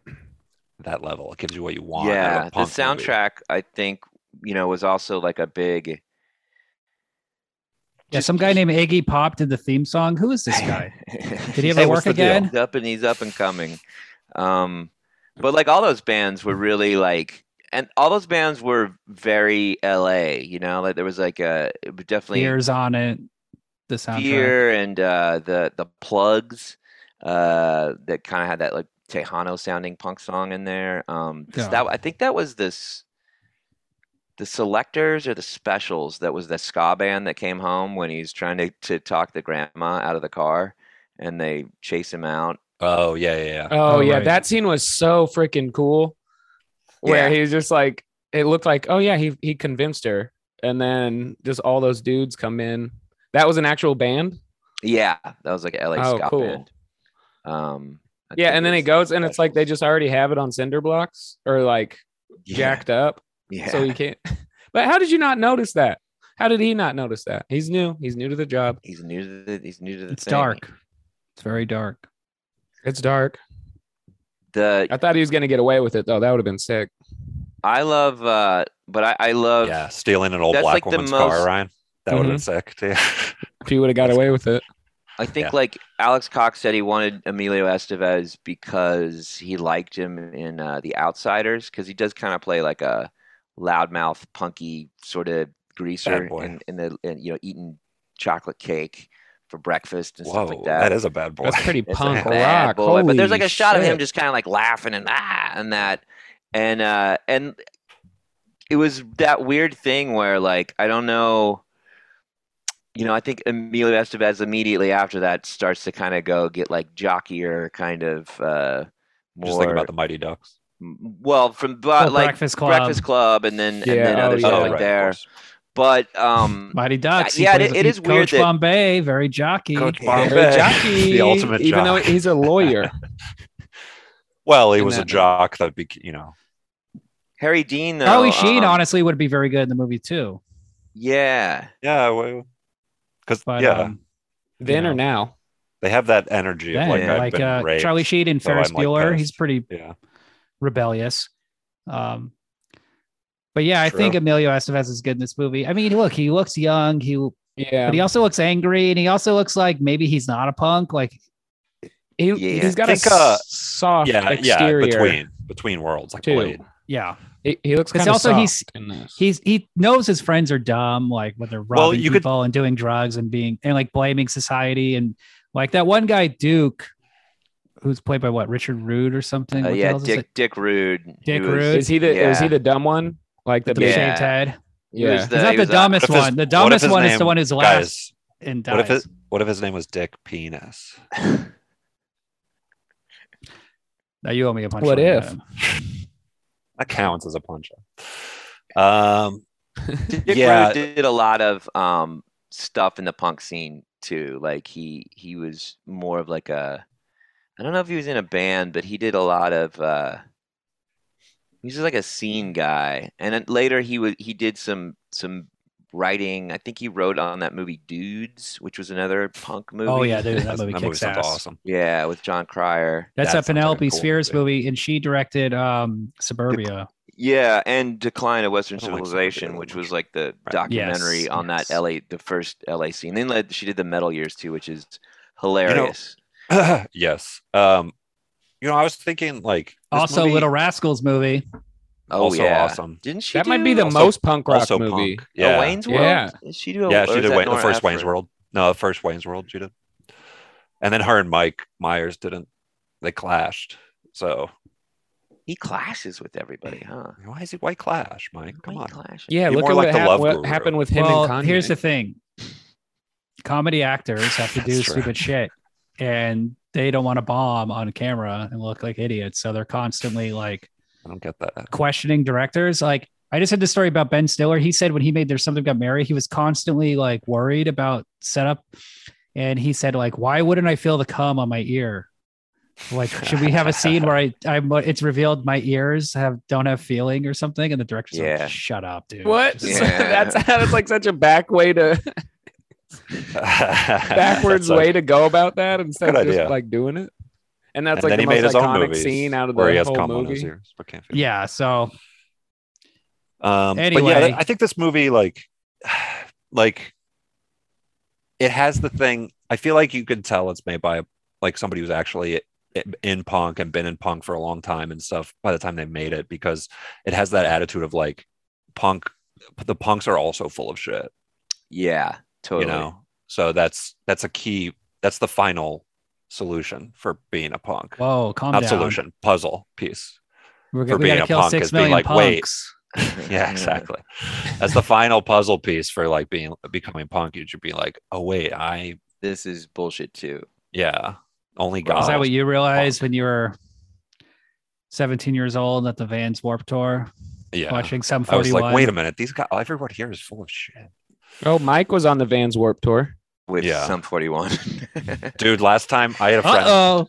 S4: that level it gives you what you want out of a
S3: Yeah, the
S4: punk movie.
S3: soundtrack I think you know was also like a big.
S2: Yeah, some guy named Iggy Pop did the theme song. Who is this guy? Did he
S4: Hey,
S2: ever work
S4: what's the deal?
S2: again?
S3: he's up and he's up and coming. Um, but like all those bands were really like, and all those bands were very LA. You know, like there was like a it was definitely
S2: Years on it. The soundtrack.
S3: Fear and uh, the the plugs uh, that kind of had that like Tejano sounding punk song in there. Um, this-
S2: Yeah.
S3: That I think that was this the selectors or the specials that was the ska band that came home when he's trying to, to talk the grandma out of the car and they chase him out.
S4: oh yeah yeah yeah
S1: Oh,
S2: Oh,
S1: yeah,
S2: right.
S1: that scene was so freaking cool. Where
S3: Yeah.
S1: he was just like, it looked like, oh yeah, he he convinced her, and then just all those dudes come in. That was an actual band.
S3: Yeah, that was like a LA
S1: Oh,
S3: ska
S1: cool.
S3: band. Um, I
S1: Yeah,
S3: think
S1: and then
S3: was
S1: it goes, and it's like they
S3: Specials.
S1: just already have it on cinder blocks or like
S3: Yeah,
S1: jacked up,
S3: Yeah.
S1: so you can't. But how did you not notice that? How did he not notice that? He's new. He's new to the job.
S3: he's new to the he's new to the
S2: It's
S3: thing.
S2: dark. It's very dark.
S1: It's dark.
S3: The
S1: I thought he was gonna get away with it though. That would have been sick.
S3: I love, uh, but I, I love.
S4: yeah stealing an old
S3: That's,
S4: black
S3: like, the
S4: woman's
S3: most-
S4: car ryan that would have
S1: Mm-hmm.
S4: been sick too
S1: If he would have got away with it.
S3: I think
S4: Yeah.
S3: like Alex Cox said he wanted Emilio Estevez because he liked him in uh, The Outsiders because he does kind of play like a loudmouth, punky sort of greaser
S4: boy.
S3: in, in the in, you know eating chocolate cake for breakfast and
S4: whoa
S3: stuff like that.
S4: that is a bad boy
S1: That's pretty
S3: It's a
S1: punk
S3: bad
S1: rock.
S3: boy, but there's
S1: Holy
S3: like a shot of him
S1: shit.
S3: just kind of like laughing and ah and that and uh and it was that weird thing where like I don't know you know I think Emilio Estevez immediately after that starts to kind of go get like jockier kind of uh more
S4: just think about the mighty ducks
S3: m- well from but
S2: Oh,
S3: like
S2: Breakfast Club.
S3: Breakfast Club and then and
S1: Yeah,
S3: then
S1: oh,
S3: other
S1: yeah.
S3: stuff
S1: Oh,
S3: like
S1: right,
S4: of
S3: there
S4: course.
S3: but um
S2: Mighty Ducks. he
S3: yeah, it
S2: plays-
S3: is- it
S2: he-
S3: is weird
S2: Coach
S3: that-
S2: Bombay, very jockey.
S4: Coach
S1: Very
S4: Bombay,
S1: jockey,
S4: the ultimate
S1: even though
S4: jock.
S1: he's a lawyer.
S4: well he
S1: in
S4: was a
S1: that-
S4: jock that bec you know
S3: Harry Dean though
S2: Charlie Sheen,
S3: um,
S2: honestly, would be very good in the movie too.
S3: yeah
S4: yeah well because
S2: But
S4: yeah
S2: um,
S1: then
S2: Yeah.
S1: or now.
S4: they have that energy
S2: yeah,
S4: of like,
S2: like,
S4: I've been
S2: uh,
S4: raped.
S2: Charlie Sheen and
S4: so
S2: Ferris
S4: I'm, like,
S2: Bueller,
S4: pissed.
S2: he's pretty
S4: yeah
S2: rebellious. Um, but yeah, I think
S4: True.
S2: Emilio Estevez is good in this movie. I mean, look, he looks young. He
S1: Yeah.
S2: but he also looks angry, and he also looks like maybe he's not a punk. Like
S1: He,
S3: Yeah.
S1: He's got
S4: Think,
S1: a
S4: uh,
S1: s- soft
S4: yeah yeah
S1: exterior.
S4: between between worlds like
S1: too.
S4: Blade.
S2: yeah,
S1: He, he looks
S2: 'Cause
S1: kind of
S2: also
S1: soft
S2: he's-
S1: in this.
S2: he's he knows his friends are dumb, like when they're robbing
S4: Well, you could-
S2: people and doing drugs and being and like blaming society and like that one guy Duke, who's played by what Richard Rude or something.
S3: Uh,
S2: What the
S3: yeah,
S2: hell is his-
S3: Dick Dick Rude.
S2: Dick
S3: who
S2: Rude?
S1: is he the is he
S3: yeah.
S1: the dumb one? Like the
S2: the
S1: big
S2: big
S3: Yeah.
S2: shaved head.
S3: he was
S1: yeah.
S3: the-
S2: He's not
S3: he
S2: the
S3: was the-
S2: dumbest
S4: What if his-
S2: one. The
S4: what if
S2: dumbest
S4: his
S2: one is
S4: name-
S2: the one who's last
S4: guys
S2: and dies.
S4: What if his What if his name was Dick Penis?
S2: now you owe me a punch.
S1: What
S2: line,
S1: if?
S2: Adam.
S4: That counts as a punch up. Um,
S3: Dick
S4: Yeah.
S3: Rude did a lot of um, stuff in the punk scene too. Like he he was more of like a I don't know if he was in a band, but he did a lot of uh, he was just like a scene guy. And then later he was he did some some writing. I think he wrote on that movie Dudes, which was another punk movie.
S2: Oh yeah, dude, that
S4: that's-
S2: movie
S4: that movie
S2: kicks
S4: sounds
S2: ass.
S4: awesome.
S3: yeah, with John Cryer.
S2: That's
S4: That
S2: a
S4: sounds like a
S2: Penelope
S4: cool
S2: Spheres
S4: movie.
S2: movie. and she directed um Suburbia.
S3: Yeah, and Decline of Western
S4: I don't like
S3: Civilization,
S4: Suburbia
S3: which
S4: much.
S3: was like the
S4: Right.
S3: documentary
S2: Yes,
S3: on
S2: yes.
S3: that LA, the first LA scene. Then like, she did the Metal Years too, which is hilarious.
S4: yes. Um, you know, I was thinking like this
S2: Also,
S4: movie-
S2: Little Rascals movie.
S3: oh
S4: also
S3: yeah,
S4: awesome.
S3: didn't she?
S1: that might be the
S3: do
S4: Also-
S1: most punk rock
S4: also
S1: movie.
S4: punk.
S3: a
S4: Yeah,
S3: Wayne's World.
S1: Yeah.
S3: Did she do? A,
S4: yeah.
S3: or
S4: She
S3: is
S4: did
S3: that
S4: Wayne, the
S3: Nora
S4: first Wayne's
S3: Ephron?
S4: World. No, the first Wayne's World. She did, and then her and Mike Myers didn't. They clashed. So
S3: He clashes with everybody, huh?
S4: why is it? Why clash, Mike? Come
S3: Why
S4: on.
S3: he clashes?
S1: Yeah,
S4: You're
S1: look
S4: more
S1: at
S4: like
S1: what,
S4: the
S1: hap-
S4: love
S1: what
S4: guru.
S1: happened with him
S2: well,
S1: and Kanye.
S2: here's the thing: comedy actors have to do
S4: That's true.
S2: stupid shit, and they don't want to bomb on camera and look like idiots. So they're constantly like
S4: I don't get that.
S2: questioning directors. Like I just had this story about Ben Stiller. He said when he made There's Something Got Mary, he was constantly like worried about setup. And he said, like, why wouldn't I feel the cum on my ear? Like, should we have a scene where I, I it's revealed my ears have don't have feeling or something? And the director's
S3: Yeah.
S2: like, shut up, dude.
S1: What?
S3: Yeah.
S1: So that's that's like such a back way to backwards
S4: That's a-
S1: way to go about that instead
S4: Good
S1: of just
S4: idea.
S1: like doing it. And that's like
S4: and then
S1: the
S4: he made
S1: most
S4: his own
S1: iconic
S4: movies
S1: scene out of
S4: where he
S1: the
S4: has
S1: whole
S4: cum on his
S1: movie.
S4: ears, but can't feel it.
S2: Yeah. So
S4: Um, but yeah,
S2: Anyway.
S4: that- I think this movie, like, like, it has the thing. I feel like you can tell it's made by like somebody who's actually i- in punk and been in punk for a long time and stuff. By the time they made it, because it has that attitude of like punk. The punks are also full of shit,
S3: Yeah, totally.
S4: you know. So that's that's a key. That's the final solution for being a punk.
S2: whoa, calm
S4: Not
S2: down.
S4: solution, puzzle piece.
S2: We're,
S4: for
S2: we
S4: being
S2: gotta
S4: a
S2: kill
S4: punk
S2: six
S4: is being
S2: million
S4: like, wait.
S2: punks.
S4: yeah, exactly. That's the final puzzle piece for like being becoming punk. You should be like, oh wait, I
S3: This is bullshit too.
S4: yeah, only God.
S2: Is that what you realized when you were 17 years old at the Vans Warp Tour,
S4: yeah.
S2: watching some
S4: I was
S2: 41?
S4: like, wait a minute, these guys, everyone here is full of shit,
S1: Oh, Mike was on the Vans Warp Tour.
S3: With
S4: Yeah.
S3: some 41.
S4: dude. Last time I had a friend.
S2: Uh-oh.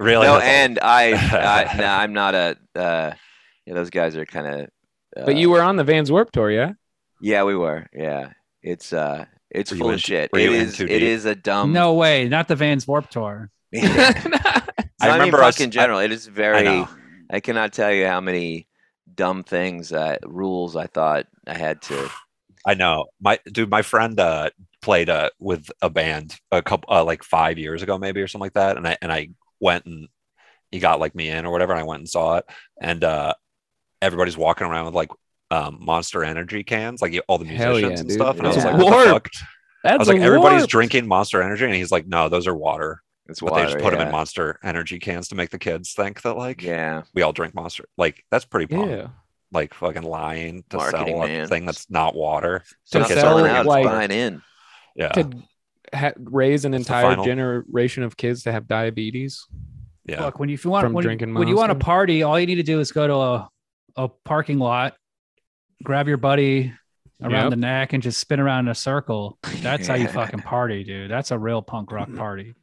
S4: Really?
S3: no,
S4: that's all.
S3: and I, I no, I'm not a. Uh, yeah, those guys are kind of. Uh,
S1: But you were on the Vans Warp Tour, yeah?
S3: Yeah, we were. Yeah, it's uh, it's
S4: Were you
S3: full
S4: in
S3: of
S4: t-
S3: shit.
S4: were
S3: It
S4: you in
S3: is.
S4: too
S3: It
S4: deep?
S3: is a dumb.
S2: No way, not the Vans Warp Tour.
S3: it's
S4: I
S3: not even
S4: remember
S3: punk
S4: us-
S3: in general. it is
S4: I
S3: very.
S4: know.
S3: I cannot tell you how many dumb things, uh, rules I thought I had to.
S4: I know. My dude, my friend uh played uh with a band a couple uh, like five years ago maybe or something like that. And I and I went and he got like me in or whatever, and I went and saw it. And uh everybody's walking around with like um monster energy cans, like all the
S1: Hell
S4: musicians
S1: yeah,
S4: and
S1: dude.
S4: stuff. And I was
S1: That's
S4: like, what the fuck?
S1: warped. That's
S4: I was like, everybody's
S1: warped.
S4: drinking monster energy, and he's like, No, those are water.
S3: It's
S4: But
S3: water,
S4: they just put
S3: yeah.
S4: them in monster energy cans to make the kids think that like
S3: Yeah,
S4: we all drink monster. Like that's pretty punk.
S1: Yeah.
S4: Like fucking lying to
S3: Marketing,
S4: sell a
S3: man.
S4: thing that's not water.
S1: To
S4: the
S3: It's
S4: kids
S1: sell,
S4: are
S3: selling
S4: drinking
S3: out,
S1: like-
S3: it's
S4: water.
S3: buying in.
S4: yeah.
S1: To ha- raise an
S4: It's the
S1: entire
S4: final.
S1: generation of kids to have diabetes.
S4: Yeah.
S2: Look, when you, if you want
S1: From
S2: when,
S1: drinking
S2: when you want to
S1: Monster.
S2: party, all you need to do is go to a, a parking lot, grab your buddy around
S1: Yep.
S2: the neck, and just spin around in a circle. That's how you fucking party, dude. That's a real punk rock party.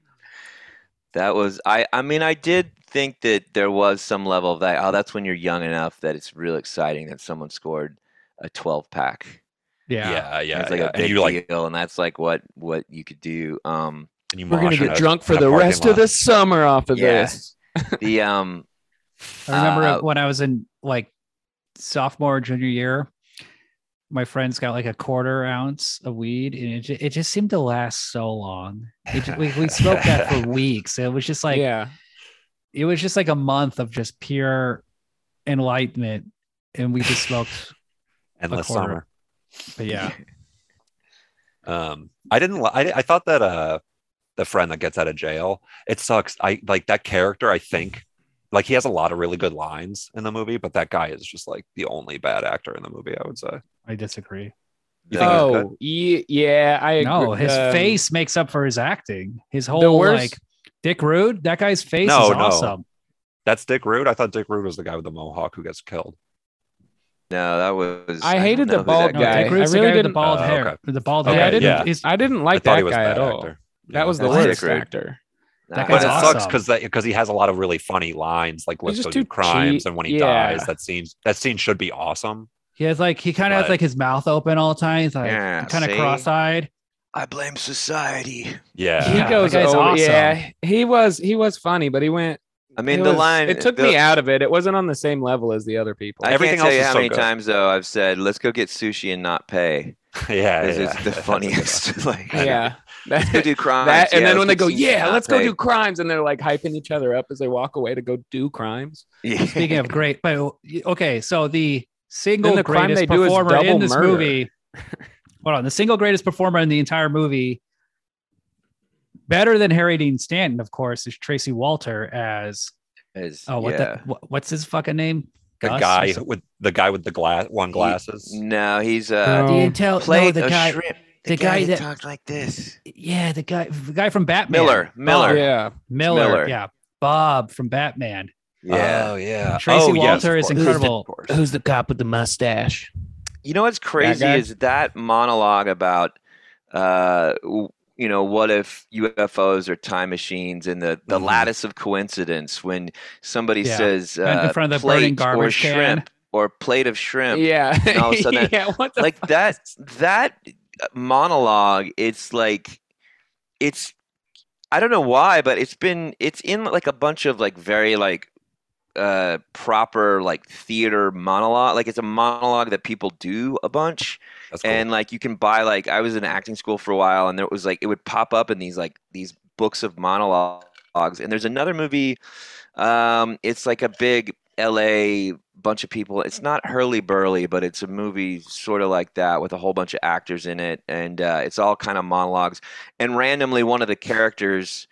S3: That was I I mean I did think that there was some level of that. Oh, that's when you're young enough that it's real exciting that someone scored a 12 pack.
S2: Yeah.
S4: yeah, yeah.
S3: it's like
S4: yeah.
S3: a big
S4: and you like
S3: deal and that's like what what you could do. Um
S4: and you
S1: We're going
S4: mosh
S1: to
S4: in
S1: get
S4: a-
S1: drunk for
S4: in a
S1: the
S4: parking
S1: rest
S4: lot.
S1: of the summer off of
S3: Yeah.
S1: this.
S3: the um
S2: I remember
S3: Uh,
S2: when I was in like sophomore, junior year, my friends got like a quarter ounce of weed, and it, ju- it just seemed to last so long. It ju- we, we smoked that for weeks. It was just like
S1: yeah.
S2: it was just like a month of just pure enlightenment, and we just smoked.
S4: endless
S2: quarter.
S4: summer.
S2: But yeah,
S4: Um, I didn't. li- I di- I thought that uh, the friend that gets out of jail. It sucks. I like that character. I think like he has a lot of really good lines in the movie, but that guy is just like the only bad actor in the movie. I would say.
S2: I disagree.
S4: You think it was good?
S1: Oh, ye- yeah. I agree.
S2: No, his
S1: Um,
S2: face makes up for his acting. His whole
S1: worst-
S2: like Dick Rude, that guy's face
S4: No,
S2: is
S4: no.
S2: awesome.
S4: That's Dick Rude. I thought Dick Rude was the guy with the mohawk who gets killed.
S3: no, that was
S1: I
S3: don't
S1: hated the
S3: know who
S1: bald
S3: that
S2: No,
S1: guy.
S2: Dick Rude's
S1: I really
S2: the guy with the
S1: didn't-
S2: bald
S4: Oh,
S2: hair.
S4: okay.
S2: The bald
S4: Okay,
S2: hair.
S1: I didn't-
S4: yeah.
S2: He's-
S1: I didn't
S4: I
S1: like
S4: thought
S1: that
S4: he was
S1: guy
S4: a
S1: at
S4: bad
S1: all.
S4: actor.
S1: That was the
S3: That's
S1: worst
S3: Dick Rude.
S1: actor.
S3: Nah,
S2: That
S4: But
S2: guy's
S4: it
S2: awesome.
S4: sucks because because he has a lot of really funny lines, like
S1: He's
S4: let's
S1: just
S4: go do
S1: too
S4: crimes,
S1: cheap.
S4: and when he
S1: Yeah.
S4: dies, that scene that scene should be awesome.
S2: He has like he kind of has
S4: But-
S2: like his mouth open all the time. He's like
S3: Yeah,
S2: kind of
S3: see?
S2: cross-eyed.
S3: I blame society.
S4: Yeah,
S1: he
S2: Yeah,
S1: goes
S2: that guy's
S1: over.
S2: awesome.
S1: Yeah, he was he was funny, but he went.
S3: I mean
S1: it
S3: the
S1: was-
S3: line
S1: It took
S3: the-
S1: me out of it. It wasn't on the same level as the other people.
S3: I
S4: Everything
S3: can't tell
S4: else
S3: you
S4: is
S3: how
S4: so
S3: many
S4: good.
S3: times though I've said let's go get sushi and not pay
S4: yeah,
S3: because
S4: yeah.
S3: it's the funniest. like
S1: yeah.
S3: let's go do crimes.
S1: That, and
S3: yeah,
S1: then
S3: let's
S1: when they
S3: get
S1: go,
S3: sushi and
S1: yeah,
S3: not
S1: let's go
S3: pay."
S1: do crimes, and they're like hyping each other up as they walk away to go do crimes.
S3: Yeah.
S2: Speaking of great, but okay, so the single
S1: Then the crime
S2: greatest
S1: they do is
S2: performer in
S1: double
S2: this
S1: murder.
S2: movie. Hold on, the single greatest performer in the entire movie, better than Harry Dean Stanton, of course, is Tracy Walter as
S3: Is-
S2: oh what
S3: yeah.
S2: the what, what's his fucking name?
S4: the
S2: Gus or
S4: guy
S2: something?
S4: with the guy with the glass one glasses.
S3: No, he's uh
S1: No.
S2: The intel,
S3: played
S2: no, the
S3: a
S2: guy,
S3: shrimp.
S2: the guy that-
S3: talked like this.
S2: yeah, the guy, the guy from Batman,
S3: Miller.
S1: Oh,
S3: Miller.
S1: yeah,
S2: Miller,
S3: Miller.
S2: yeah, Bob from Batman.
S3: Yeah.
S4: Oh yeah.
S2: Tracy
S4: oh, yes,
S2: Walter
S4: of
S2: is
S4: course, of
S2: incredible.
S4: course.
S1: who's the cop with the mustache?
S3: You know what's crazy
S1: guy?
S3: is that monologue about, uh, w- you know, what if UFOs are time machines and the, the
S4: Mhm.
S3: lattice of coincidence when somebody
S2: Mm-hmm. Yeah.
S3: says
S2: in
S3: uh,
S2: front of the burning
S3: plate or
S2: garbage can.
S3: shrimp or plate of shrimp.
S1: Yeah.
S3: And all of a sudden that-
S1: yeah. What the
S3: like that that uh, monologue it's like it's i don't know why but it's been it's in like a bunch of like very like uh proper like theater monologue like it's a monologue that people do a bunch
S4: That's cool.
S3: and like you can buy like i was in acting school for a while and there was like it would pop up in these like these books of monologues and there's another movie um it's like a big la bunch of people it's not hurly burly but it's a movie sort of like that with a whole bunch of actors in it and uh, it's all kind of monologues and randomly one of the characters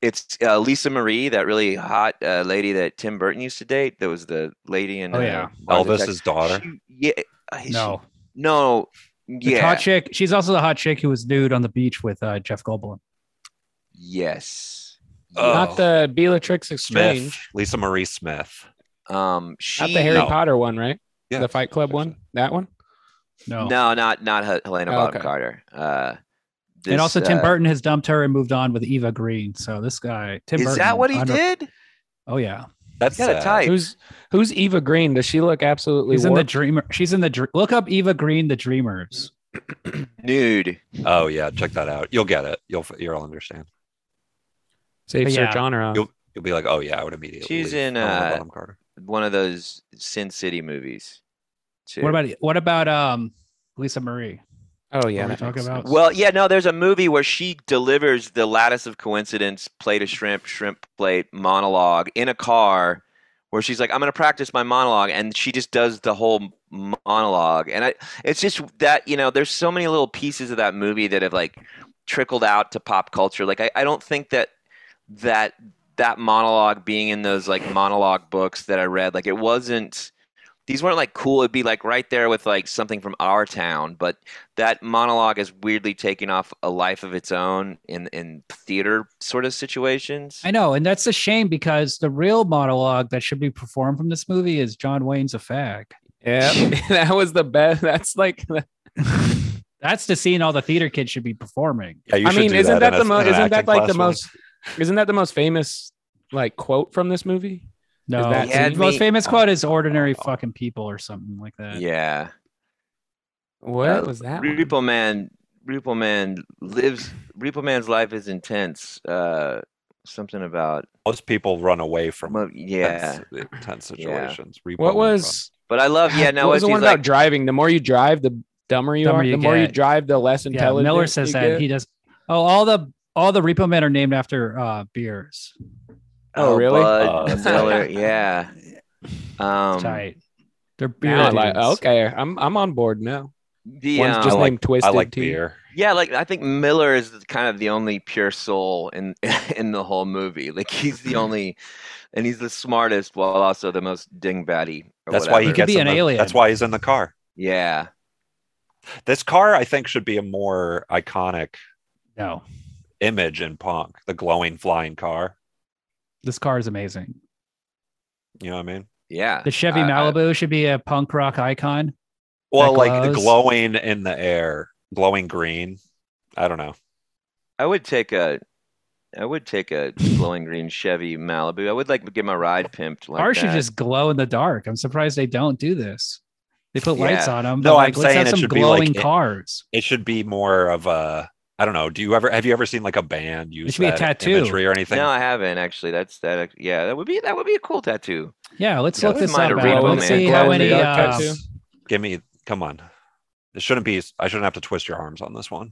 S3: it's uh, lisa marie that really hot uh, lady that tim burton used to date that was the lady in
S2: Oh,
S3: uh,
S2: yeah.
S3: Mars Attacks.
S4: Elvis's daughter.
S3: She- yeah uh, she-
S2: No,
S3: no.
S2: the
S3: Yeah.
S2: hot chick. She's also the hot chick who was nude on the beach with uh, Jeff Goldblum.
S3: yes.
S4: Oh.
S1: Not the Bellatrix
S4: Smith.
S1: Exchange.
S4: Lisa Marie Smith.
S3: Um. She.
S1: Not the Harry
S4: No.
S1: Potter one, right?
S4: Yeah.
S1: The Fight Club one. That one.
S2: No,
S3: No. not not Hel- Helena
S1: Oh,
S3: Bonham
S1: okay.
S3: Carter.
S2: and
S3: Uh. this,
S2: also Tim
S3: uh,
S2: Burton has dumped her and moved on with Eva Green. So this guy, Tim
S3: Is
S2: Burton,
S3: that what he
S2: under-
S3: did?
S2: Oh yeah,
S4: That's
S3: He's got a
S4: sad.
S3: type.
S1: Who's Who's Eva Green? Does she look absolutely?
S2: he's in the
S1: warped?
S2: Dreamer. She's in the Dr- look up Eva Green, the Dreamers.
S3: Nude.
S4: Oh yeah, check that out. You'll get it. You'll you'll understand.
S1: Save
S2: But
S1: search
S2: yeah.
S1: on her own.
S4: You'll you'll be like, oh yeah, I would immediately.
S3: She's in,
S4: leave. I love
S3: uh,
S4: Bonham Carter.
S3: One of those Sin City movies. too.
S2: What about what about um Lisa Marie?
S1: Oh
S2: What
S1: yeah.
S2: were we
S1: that
S2: talking
S1: makes
S2: about?
S1: sense.
S3: Well, yeah, no, there's a movie where she delivers the lattice of coincidence, plate of shrimp, shrimp plate monologue in a car where she's like, I'm going to practice my monologue. And she just does the whole m- monologue. And I, it's just that, you know, there's so many little pieces of that movie that have like trickled out to pop culture. Like, I, I don't think that that that monologue being in those like monologue books that I read, like, it wasn't. These weren't like cool. It'd be like right there with like something from our town, but that monologue is weirdly taking off a life of its own in in theater sort of situations.
S2: I know, and that's a shame because the real monologue that should be performed from this movie is John Wayne's a fag.
S1: Yeah. that was the best. That's like.
S2: That's the scene all the theater kids should be performing.
S4: Yeah, you
S1: I
S4: should
S1: mean,
S4: do
S1: isn't that,
S4: in
S1: the
S4: a-
S1: most?
S4: in an
S1: Isn't that
S4: acting
S1: like
S4: class
S1: the
S4: one.
S1: most? Isn't that the most famous like quote from this movie?
S2: No,
S1: that
S2: the
S3: scene?
S2: most famous quote is "ordinary fucking people" or something like that.
S3: Oh. yeah,
S1: What
S3: Uh,
S1: was that? one?
S3: Repo Man, Repo Man lives. Repo Man's life is intense. Uh, something about
S4: Most people run away from
S3: mo- yeah.
S4: tense, tense
S3: Yeah.
S4: situations. Repo
S1: What
S4: Man
S1: was?
S3: But I love yeah. No,
S1: what was
S3: it's
S1: the
S3: he's
S1: one
S3: like,
S1: about driving? The more you drive, the dumber you
S2: Dumber
S1: are.
S2: you
S1: the more you
S2: get.
S1: drive, the less
S2: Yeah,
S1: intelligent.
S2: Miller says
S1: you
S2: that
S1: get.
S2: he does. Oh, all the all the Repo Men are named after uh, beers.
S1: Oh, really?
S3: Bud
S4: Oh, that's
S3: Miller, yeah. Um,
S2: Tight. They're beer.
S1: Now I like-
S2: dudes.
S1: okay, I'm I'm on board now.
S3: the,
S1: One's just
S3: um,
S4: like-
S1: named
S4: from. I
S1: Twisted
S4: like
S1: Tea.
S4: beer.
S3: yeah, like I think Miller is kind of the only pure soul in in the whole movie. Like he's the only, and he's the smartest while also the most dingbatty. or
S4: That's why he
S3: whatever.
S4: gets
S2: be
S4: in
S2: an
S4: the-
S2: alien.
S4: That's why he's in the car.
S3: Yeah.
S4: This car, I think, should be a more iconic
S2: No,
S4: image in punk. The glowing flying car.
S2: this car is amazing.
S4: You know what I mean?
S3: Yeah.
S2: The Chevy
S3: I- I-
S2: Malibu should be a punk rock icon.
S4: Well, like the
S2: glows.
S4: glowing in the air, glowing green. I don't know.
S3: I would take a I would take a glowing green Chevy Malibu. I would like to get my ride pimped like
S2: Cars should
S3: that.
S2: just glow in the dark. I'm surprised they don't do this. They put lights
S3: Yeah.
S2: on them.
S4: No,
S2: like, let's
S4: I'm saying
S2: have
S4: it
S2: some
S4: should be like
S2: glowing
S4: it-
S2: cars.
S4: It should be more of a. I don't know. Do you ever have you ever seen like a band use
S2: should be a
S4: that
S2: tattoo.
S4: imagery or anything?
S3: No, I haven't actually. That's that act- yeah, that would be that would be a cool tattoo.
S2: Yeah, let's
S3: Yeah,
S2: look
S3: that's
S2: this
S3: mine
S2: up.
S3: to
S2: Adam.
S3: read,
S2: Let's
S3: man.
S2: see
S3: Glow
S2: how
S3: in the
S2: many.
S1: dark
S2: uh,
S1: tattoo.
S4: Give me. Come on. It shouldn't be. I shouldn't have to twist your arms on this one.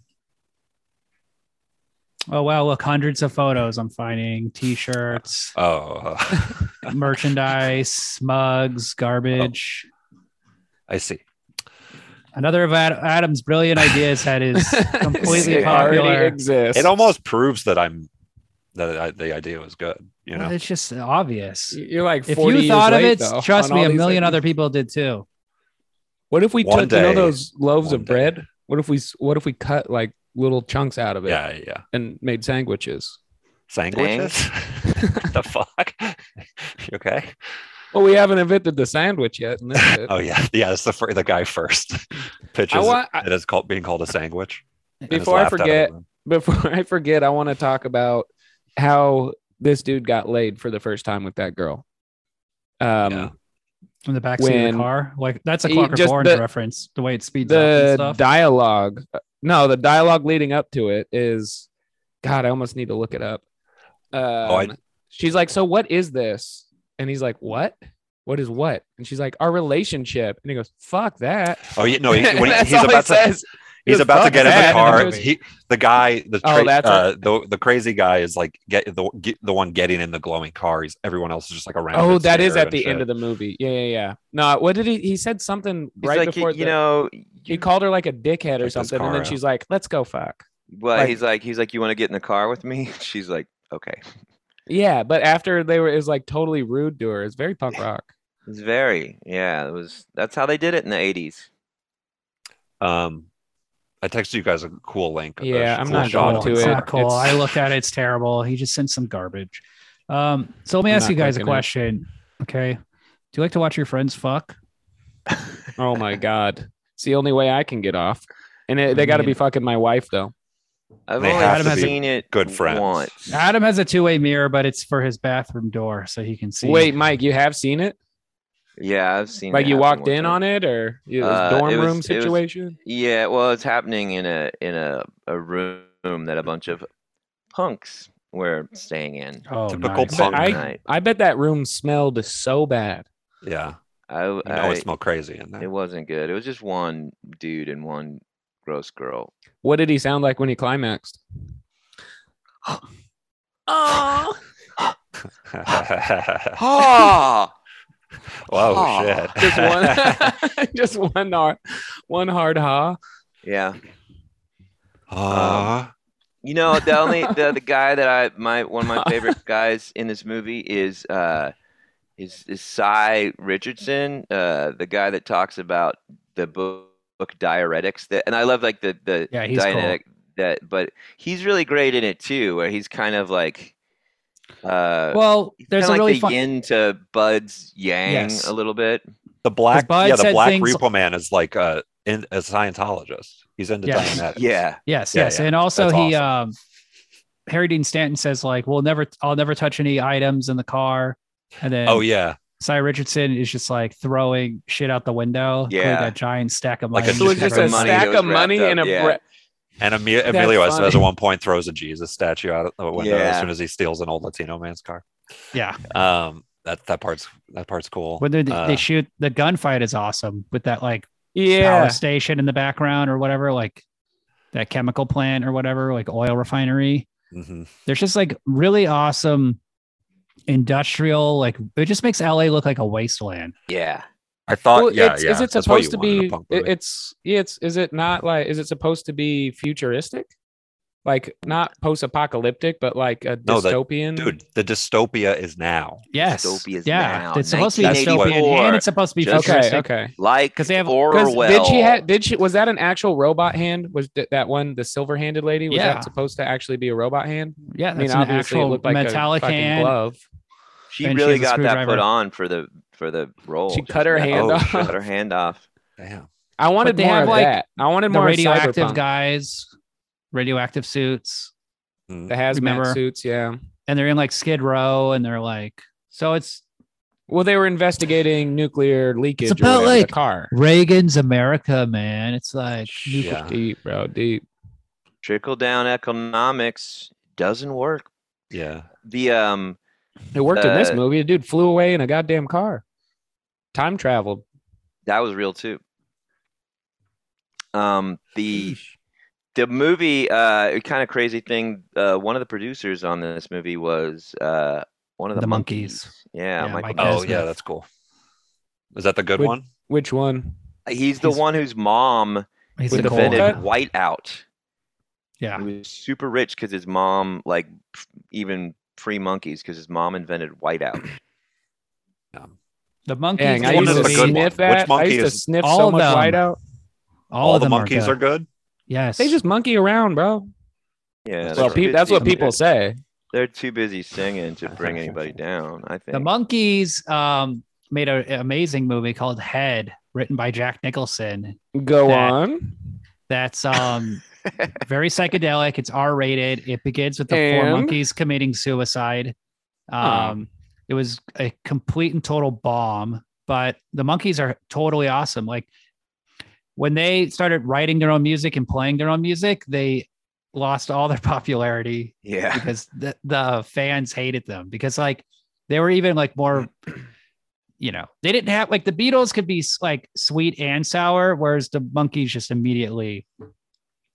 S2: oh wow, look, hundreds of photos. I'm finding T-shirts,
S4: Oh, uh,
S2: merchandise, mugs, garbage.
S3: Oh.
S4: I see.
S2: Another of Ad- Adam's brilliant ideas that is completely
S1: It already
S2: popular.
S1: exists.
S4: It almost proves that I'm that I, the idea was good. You know,
S2: It's just obvious.
S1: You're like
S2: If
S1: 40
S2: you
S1: years
S2: thought of
S1: late,
S2: it,
S1: though,
S2: trust
S1: on
S2: me,
S1: all
S2: a
S1: these
S2: million
S1: things.
S2: other people did too.
S1: What if we
S4: One
S1: took you know
S4: day-
S1: those loaves
S4: one
S1: of
S4: day.
S1: bread? What if we s- what if we cut like little chunks out of it
S4: yeah, yeah.
S1: and made sandwiches?
S4: Sandwiches. the fuck. You okay.
S1: Well, we haven't invented the sandwich yet. And that's it.
S4: Oh yeah, yeah. It's the fir- the guy first pitches.
S1: I want, I-
S4: it is called being called a sandwich. and is
S1: Before I
S4: laughed at
S1: forget-
S4: everyone.
S1: before I forget, I want to talk about how this dude got laid for the first time with that girl. Um,
S4: Yeah.
S2: from the backseat of
S1: When-
S2: the car. Like that's a
S1: He-
S2: Clockwork
S1: just
S2: Orange
S1: the-
S2: reference. The way it speeds up and
S1: the
S2: stuff.
S1: dialogue uh, no the dialogue leading up to it is god i almost need to look it up um,
S4: Oh, I-
S1: she's like so what is this and he's like what what is what and she's like our relationship and he goes fuck that
S4: Oh yeah, no. He,
S1: And
S4: when he-
S1: that's
S4: he's
S1: all he
S4: about to
S1: says.
S4: he's
S1: Just
S4: about to
S1: fuck
S4: get in
S1: that.
S4: the car.
S1: And
S4: He, the guy, the,
S1: Oh,
S4: tra-
S1: that's
S4: uh, the the crazy guy is like get the get, the one getting in the glowing car. He's everyone else is just like around.
S1: oh
S4: and
S1: that is at
S4: scared and
S1: the
S4: shit.
S1: end of the movie yeah yeah yeah no what did he he said something
S3: He's
S1: right
S3: like,
S1: before
S3: you, you
S1: the-
S3: know,
S1: he
S3: Oh, you-
S1: called her like a dickhead
S4: Check
S1: or
S4: this
S1: something and
S4: car
S1: then
S4: out.
S1: she's like let's go fuck
S3: well,
S1: like-
S3: he's like, he's like, you want to get in the car with me? She's like, okay.
S1: yeah but after they were it was like totally rude to her it's very punk rock
S3: It's very, yeah. It was. That's how they did it in the '80s.
S4: Um, I texted you guys a cool link. a
S1: Yeah,
S4: sh-
S1: I'm
S4: cool
S1: not
S4: shot
S1: going
S4: of
S1: to
S2: it's
S1: it.
S2: Not cool.
S1: It's-
S2: I looked at it. It's terrible. He just sent some garbage. Um, so let me
S1: I'm
S2: ask you
S1: not
S2: guys a
S1: liking it.
S2: question. Okay. Do you like to watch your friends fuck?
S1: Oh my god, it's the only way I can get off. And it, they got to be
S2: mean-
S1: fucking my wife though.
S3: I've
S4: They
S3: only
S4: have
S2: to be
S3: seen it
S4: good friends.
S3: once.
S2: Adam has a two-way mirror, but it's for his bathroom door, so he can see.
S1: Wait, Mike, you have seen it?
S3: Yeah, I've seen.
S1: Like
S3: it
S1: you
S3: happen
S1: walked
S3: one
S1: in
S3: time.
S1: on it, or it was
S3: Uh,
S1: dorm
S3: it was- it
S1: room
S3: was-
S1: situation?
S3: Yeah, well, it's happening in a in a, a room that a bunch of punks were staying in.
S2: Oh,
S4: Typical
S2: nice.
S4: punk.
S1: I-
S3: Night.
S1: I bet that room smelled so bad.
S4: Yeah,
S3: I,
S4: you know
S3: I-
S4: it smelled crazy in
S3: it
S4: there.
S3: wasn't good. It was just one dude and one gross girl.
S1: What did he sound like when he climaxed?
S3: Oh,
S4: wow, Ah!
S3: ha! Oh.
S4: shit!
S1: Just one, just one hard, one hard ha.
S3: Yeah,
S4: Um, Aw.
S3: you know the only the, the guy that I my one of my favorite guys in this movie is uh is is Cy Richardson, uh the guy that talks about the book, book diuretics that, and I love like the the
S2: Yeah, he's cool.
S3: diuretic that, but he's really great in it too, where he's kind of like. Uh,
S2: Well,
S3: He's
S2: there's a
S3: kinda like
S2: really
S3: the
S2: fun.
S3: yin to Bud's yang
S2: Yes.
S3: a little bit.
S4: the black,
S2: Bud
S4: yeah, the
S2: said
S4: black
S2: things-
S4: repo man is like uh, in, a Scientologist. He's into
S2: Yes.
S4: Dianetics.
S3: Yeah,
S2: Yes,
S4: Yeah,
S2: yes,
S4: yeah.
S2: and also
S4: That's
S2: he um, Harry Dean Stanton says like, "We'll never, I'll never touch any items in the car," and then
S4: Oh yeah,
S2: Cy Richardson is just like throwing shit out the window. including
S3: Yeah.
S2: that giant stack of
S4: Like
S2: money.
S4: a-
S1: So it's just
S4: Stack
S1: a
S4: of money that
S1: stack
S3: was
S1: of money
S3: wrapped up,
S1: and a
S3: yeah.
S1: bre-
S4: and Emi- Emilio
S1: funny.
S4: Estevez at one point throws a Jesus statue out of the window as
S3: Yeah.
S4: soon as he steals an old Latino man's car.
S2: yeah.
S4: Um, that that part's that part's cool.
S2: When they,
S4: Uh,
S2: they shoot, the gunfight is awesome with that like power
S1: yeah.
S2: station in the background or whatever, like that chemical plant or whatever, like oil refinery.
S4: mhm.
S2: There's just like really awesome industrial, like it just makes LA look like a wasteland.
S3: yeah.
S4: I thought,
S1: Well,
S4: Uh, yeah,
S1: it's,
S4: yeah.
S1: is it
S4: that's what you
S1: supposed to
S4: want in a
S1: be?
S4: punk
S1: it-
S4: movie.
S1: It's it's is it not like is it supposed to be futuristic, like not post-apocalyptic, but like a
S4: No, that-
S1: dystopian?
S4: dudy the dystopia is now.
S2: Yes.
S3: Dystopias
S2: yeah.
S3: now,
S2: It's supposed to be dystopian
S3: 1984.
S2: and it's supposed to be
S3: Just-
S1: okay,
S2: futuristic.
S1: okay.
S3: Like
S2: 'Cause they have-
S1: 'Cause
S3: Orwell.
S1: Did she had? Did she? Was that an actual robot hand? Was th- that one the silver-handed lady? Was
S2: Yeah.
S1: that supposed to actually be a robot hand? I
S2: Yeah.
S1: mean,
S2: That's an
S1: obviously it
S2: actual
S1: looked like
S2: metallic
S1: a fucking
S2: hand.
S1: glove.
S3: She
S2: and she
S3: really
S2: has a
S3: got that put
S2: screwdriver.
S3: on for the for the role.
S1: She cut her
S3: Yeah.
S1: hand
S3: Oh,
S1: off.
S3: she Cut her hand off.
S4: Damn.
S1: I wanted
S2: they
S1: more
S2: have,
S1: of
S2: like,
S1: that. I wanted
S2: The
S1: more
S2: radioactive
S1: cyberpunk.
S2: guys, radioactive suits,
S1: the hazmat
S2: remember.
S1: suits. Yeah.
S2: and they're in like Skid Row and they're like, so it's
S1: Well, they were investigating nuclear leakage.
S2: about,
S1: or whatever,
S2: like,
S1: the car.
S2: Reagan's America, man. It's like nuclear-
S4: Yeah.
S1: Deep, bro. Deep.
S3: Trickle down economics doesn't work.
S4: Yeah.
S3: The um
S1: It worked in this
S3: Uh,
S1: movie. The dude flew away in a goddamn car. Time traveled.
S3: that was real too. Um the the movie uh kind of crazy thing uh one of the producers on this movie was uh one of the,
S2: The Monkees.
S3: Yeah,
S2: Yeah,
S3: Michael.
S2: Mike
S4: Oh
S2: Nesmith.
S4: yeah, that's cool. Is that the good
S1: Would-
S4: one?
S1: Which one?
S3: He's the
S2: He's-
S3: one whose mom
S2: He's
S1: With the
S2: the gold.
S3: defended
S1: cut?
S2: one.
S3: whiteout.
S2: Yeah.
S3: He was super rich because his mom, like, f- even free monkeys, because his mom invented whiteout.
S2: The monkeys.
S1: Dang, I
S4: one
S2: in
S1: used
S4: is
S1: to
S2: the
S4: the good
S2: movie,
S4: one.
S1: sniff
S4: Which
S1: that. I
S4: monkey
S1: used to
S4: is-
S1: sniff
S2: All
S1: so
S2: of
S1: much
S2: them.
S1: white out.
S2: all, of
S4: the
S2: them
S4: monkeys
S2: good.
S4: are good.
S2: Yes.
S1: They just monkey around, bro.
S3: Yeah, they're
S4: That's
S1: well,
S4: right.
S3: too
S1: pe- that's what
S3: busy-
S1: people say.
S3: They're too busy singing to bring anybody down. I think.
S2: the monkeys. Um, made an amazing movie called Head, written by Jack Nicholson.
S1: Go
S2: That-
S1: on.
S2: That's um very psychedelic. It's R rated. It begins with the four
S1: And?
S2: monkeys committing suicide. Um, it was a complete and total bomb, but the monkeys are totally awesome. Like when they started writing their own music and playing their own music, they lost all their popularity
S3: Yeah.
S2: because the, the fans hated them because like they were even like more you know they didn't have like the beatles could be s- like sweet and sour whereas the monkeys just immediately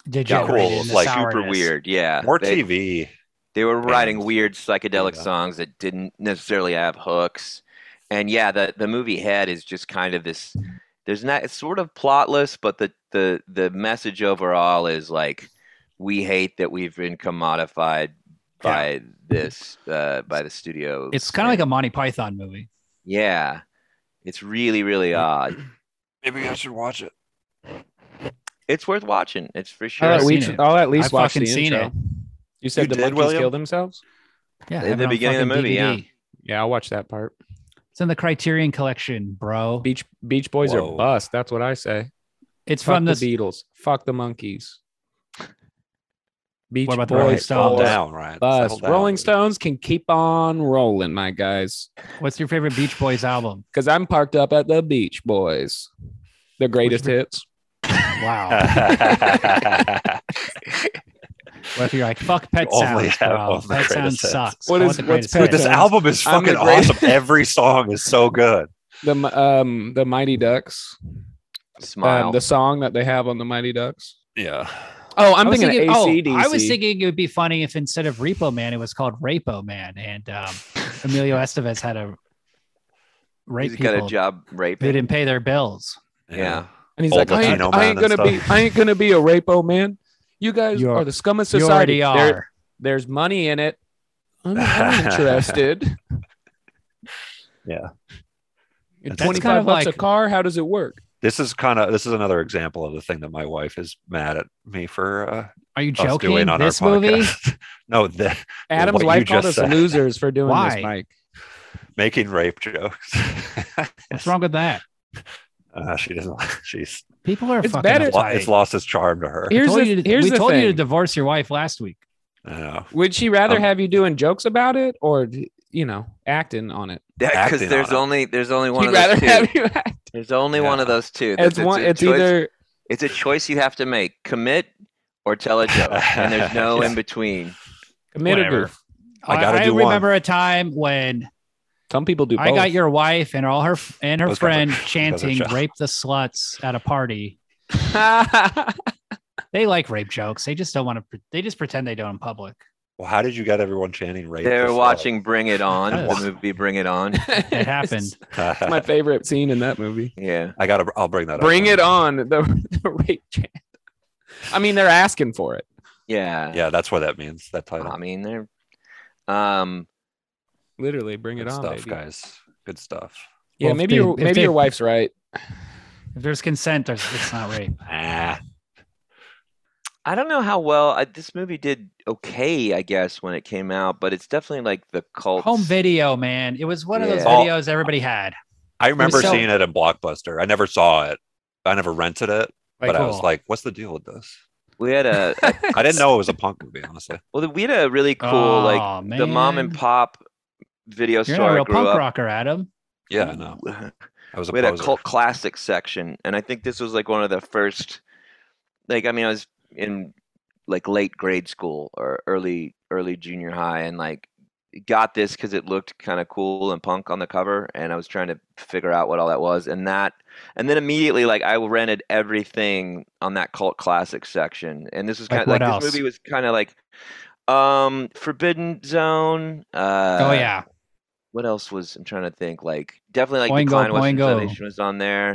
S2: degenerated
S4: cool,
S2: into
S4: like,
S3: Super
S2: sourness.
S3: weird. Yeah.
S4: More
S3: They-
S4: TV.
S3: They were writing
S4: bands.
S3: weird psychedelic
S4: Yeah.
S3: songs that didn't necessarily have hooks. And yeah, the the movie Head is just kind of this there's not it's sort of plotless, but the the the message overall is like we hate that we've been commodified by this uh by the studio.
S2: it's kind of like a monty python movie
S3: Yeah. It's really really odd.
S4: Maybe I should watch it.
S3: It's worth watching. It's for
S1: I'll
S3: sure.
S1: at
S2: I've
S1: least,
S2: seen it.
S1: I'll at least
S2: I've
S1: watch the
S2: fucking seen
S1: intro.
S2: it.
S1: You said
S4: You
S1: the
S4: did,
S1: monkeys
S4: William?
S1: killed themselves.
S2: yeah
S3: At
S2: I have
S3: the
S2: it on
S3: beginning of the
S2: fucking
S3: movie, yeah.
S2: DVD.
S1: Yeah, I'll watch that part.
S2: it's in the criterion collection bro
S1: Beach Beach Boys
S4: Whoa.
S1: are bust. That's what I say.
S2: it's
S1: Fuck
S2: from
S1: the
S2: this
S1: Beatles. Fuck the monkeys. Beach
S2: What about the Rolling
S1: Boys
S2: Stones?
S4: Settle
S1: Stones.
S4: down, Ryan. Settle
S1: Bust.
S4: down.
S1: Rolling Stones can keep on rolling, my guys,
S2: what's your favorite beach boys album
S1: because I'm parked up at the Beach Boys. The greatest hits.
S2: wow what if you're like fuck pet
S4: You only
S2: sounds
S4: have
S2: bro.
S4: on
S2: pet
S4: the
S2: sounds
S4: greatest hits.
S2: sucks
S1: What
S2: I
S1: is-
S2: want the
S1: what's
S2: greatest
S1: Pet
S4: Dude,
S2: hits.
S4: this album is
S1: I'm the
S4: fucking
S1: greatest-
S4: awesome. Every song is so good.
S1: The m- um the Mighty Ducks.
S3: Smile.
S1: Um, the song that they have on the Mighty Ducks.
S4: Yeah.
S1: Oh, I'm
S2: I was
S1: thinking,
S2: thinking-
S1: of
S2: oh,
S1: ACDC.
S2: I was thinking it would be funny if instead of Repo Man, it was called Rapo Man, and um, Emilio Estevez had a rape
S3: He's
S2: people
S3: got a job
S2: who
S3: raping.
S2: didn't pay their bills.
S3: Yeah.
S1: And he's
S4: Old
S1: like, I ain't,
S4: Latino
S1: I
S4: man
S1: ain't
S4: and
S1: gonna be,
S4: stuff.
S1: I ain't gonna be a rapo man. You guys
S2: You're-
S1: are the scum of
S2: You
S1: society.
S2: already
S1: There-
S2: are.
S1: there's money in it. I'm not interested.
S4: Yeah.
S1: You're
S4: That's kind
S1: 25
S2: of
S1: bucks
S2: like-
S1: a car. How does it work?
S4: This is kind of this is another example of the thing that my wife is mad at me for uh,
S2: Are you
S4: us
S2: joking?
S4: doing on
S2: This
S4: our
S2: movie?
S4: podcast. no, the,
S1: Adam's
S4: what you
S1: wife called us
S4: just said.
S1: losers for doing
S2: Why?
S1: this, Mike.
S4: making rape jokes.
S2: What's wrong with that?
S4: Uh, she doesn't. like- She's
S2: People are
S1: It's
S2: fucking.
S1: better-
S4: lo- it's
S2: uptight.
S4: lost its charm to her.
S2: We
S1: Here's
S2: told
S1: the,
S2: you to-
S1: here's
S2: we
S1: the
S2: told
S1: thing.
S2: you to divorce your wife last week.
S4: I don't know.
S1: Would she rather
S4: Um,
S1: have you doing jokes about it or you know acting on it?
S3: Yeah, because
S4: acting
S3: there's
S4: on it.
S3: only there's only one
S1: She'd
S3: of those
S1: rather
S3: two.
S1: have you.
S3: There's only one of
S4: Yeah.
S3: those two. That's-
S1: It's one.
S3: a
S1: It's
S3: choice-
S1: either
S3: it's a choice you have to make: commit or tell a joke, and there's no in between.
S1: commit or
S2: Whatever.
S1: goof.
S4: I gotta do one.
S2: remember a time when
S1: Some people do. Both.
S2: I got your wife and all her and her
S4: Those guys are-
S2: friend
S4: those guys are
S2: chanting
S4: jokes.
S2: "rape the sluts" at a party. They like rape jokes. They just don't want to. They just pretend they don't in public.
S4: Well, how did you get everyone chanting rape?
S3: They're
S4: this loud?
S3: watching Bring It On,
S2: uh, Yes.
S3: the movie Bring It On.
S2: It happened.
S1: It's my favorite scene in that movie.
S3: Yeah,
S4: I gotta. I'll bring that.
S1: Bring
S4: up.
S1: it on the, the rape chant. I mean, they're asking for it.
S3: yeah.
S4: Yeah, that's what that means. That title.
S3: I mean, they're. Um.
S1: Literally, bring
S4: Good
S1: it on,
S4: stuff,
S1: baby.
S4: guys. Good stuff.
S1: Yeah,
S2: Well, if
S1: maybe
S2: they-
S1: your
S2: if
S1: maybe
S2: they-
S1: your wife's right.
S2: If there's consent, there's it's not rape.
S4: Ah,
S3: I don't know how well I, this movie did. Okay, I guess when it came out, but it's definitely like the cult.
S2: Home video, man. It was one of those
S3: Yeah.
S4: All-
S2: videos everybody had.
S4: I remember
S2: so-
S4: seeing it in Blockbuster. I never saw it. I never rented it,
S2: Like,
S4: but I was
S2: cool.
S4: like, "What's the deal with this?"
S3: We had a, a
S4: I didn't know it was a punk movie, honestly.
S3: well, we had a really cool like
S2: Aw,
S3: the mom and
S2: Oh, man.
S3: pop video
S2: You're
S3: store
S2: not a
S3: I
S2: real
S3: grew
S2: punk
S3: up.
S2: rocker, Adam.
S4: Yeah, I know. I was a
S3: we had a
S4: poser.
S3: cult classic section and i think this was like one of the first like i mean i was in like late grade school or early early junior high and like got this because it looked kind of cool and punk on the cover and i was trying to figure out what all that was and that and then immediately like i rented everything on that cult classic section and this was
S2: Like
S3: kind of like,
S2: what
S3: this
S2: else?
S3: movie was kind of like um forbidden zone uh
S2: oh yeah,
S3: what else was I'm trying to think? Like definitely like
S2: Boingo,
S3: Decline Western
S2: Boingo.
S3: Salvation was on there.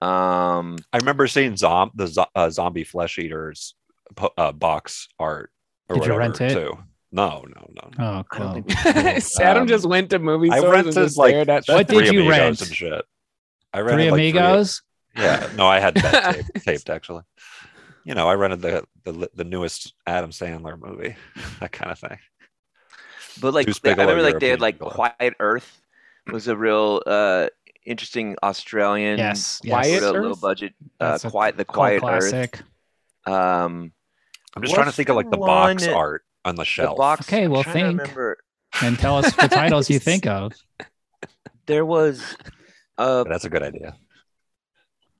S3: Um,
S4: I remember seeing zom- the zo- uh, zombie flesh eaters po- uh, box art. Or
S2: Did you
S4: whatever,
S2: rent it?
S4: Too. No, no, no.
S2: oh
S3: I don't
S2: cool.
S3: think
S1: Adam
S3: Um,
S1: just went to movie
S4: I
S1: stores and
S4: rented
S1: just
S4: like
S1: stared at
S2: What
S4: three
S2: did you
S4: amigos
S2: rent?
S4: and shit. I rented
S2: Three
S4: like,
S2: amigos.
S4: yeah, no, I had that taped, taped actually. You know, I rented the, the the newest Adam Sandler movie, that kind of thing.
S3: but like
S4: Deuce
S3: they- I
S4: Bigelow,
S3: remember like they had
S4: European
S3: like
S4: Bigelow.
S3: Quiet Earth was a real uh interesting Australian
S2: Yes. yes.
S1: Wyatt?
S3: sort of
S1: Earth?
S3: low budget uh,
S2: That's a
S3: quiet the
S2: cult
S3: quiet earth.
S2: classic.
S3: Um,
S4: I'm just trying to
S3: What's
S4: think of like the
S3: the
S4: box
S3: one-
S4: art on the
S3: the
S4: shelf.
S3: box.
S2: Okay,
S3: I'm
S2: well,
S3: trying to
S2: think.
S3: remember.
S2: And tell us the titles you think of.
S3: there was uh,
S4: That's a good idea.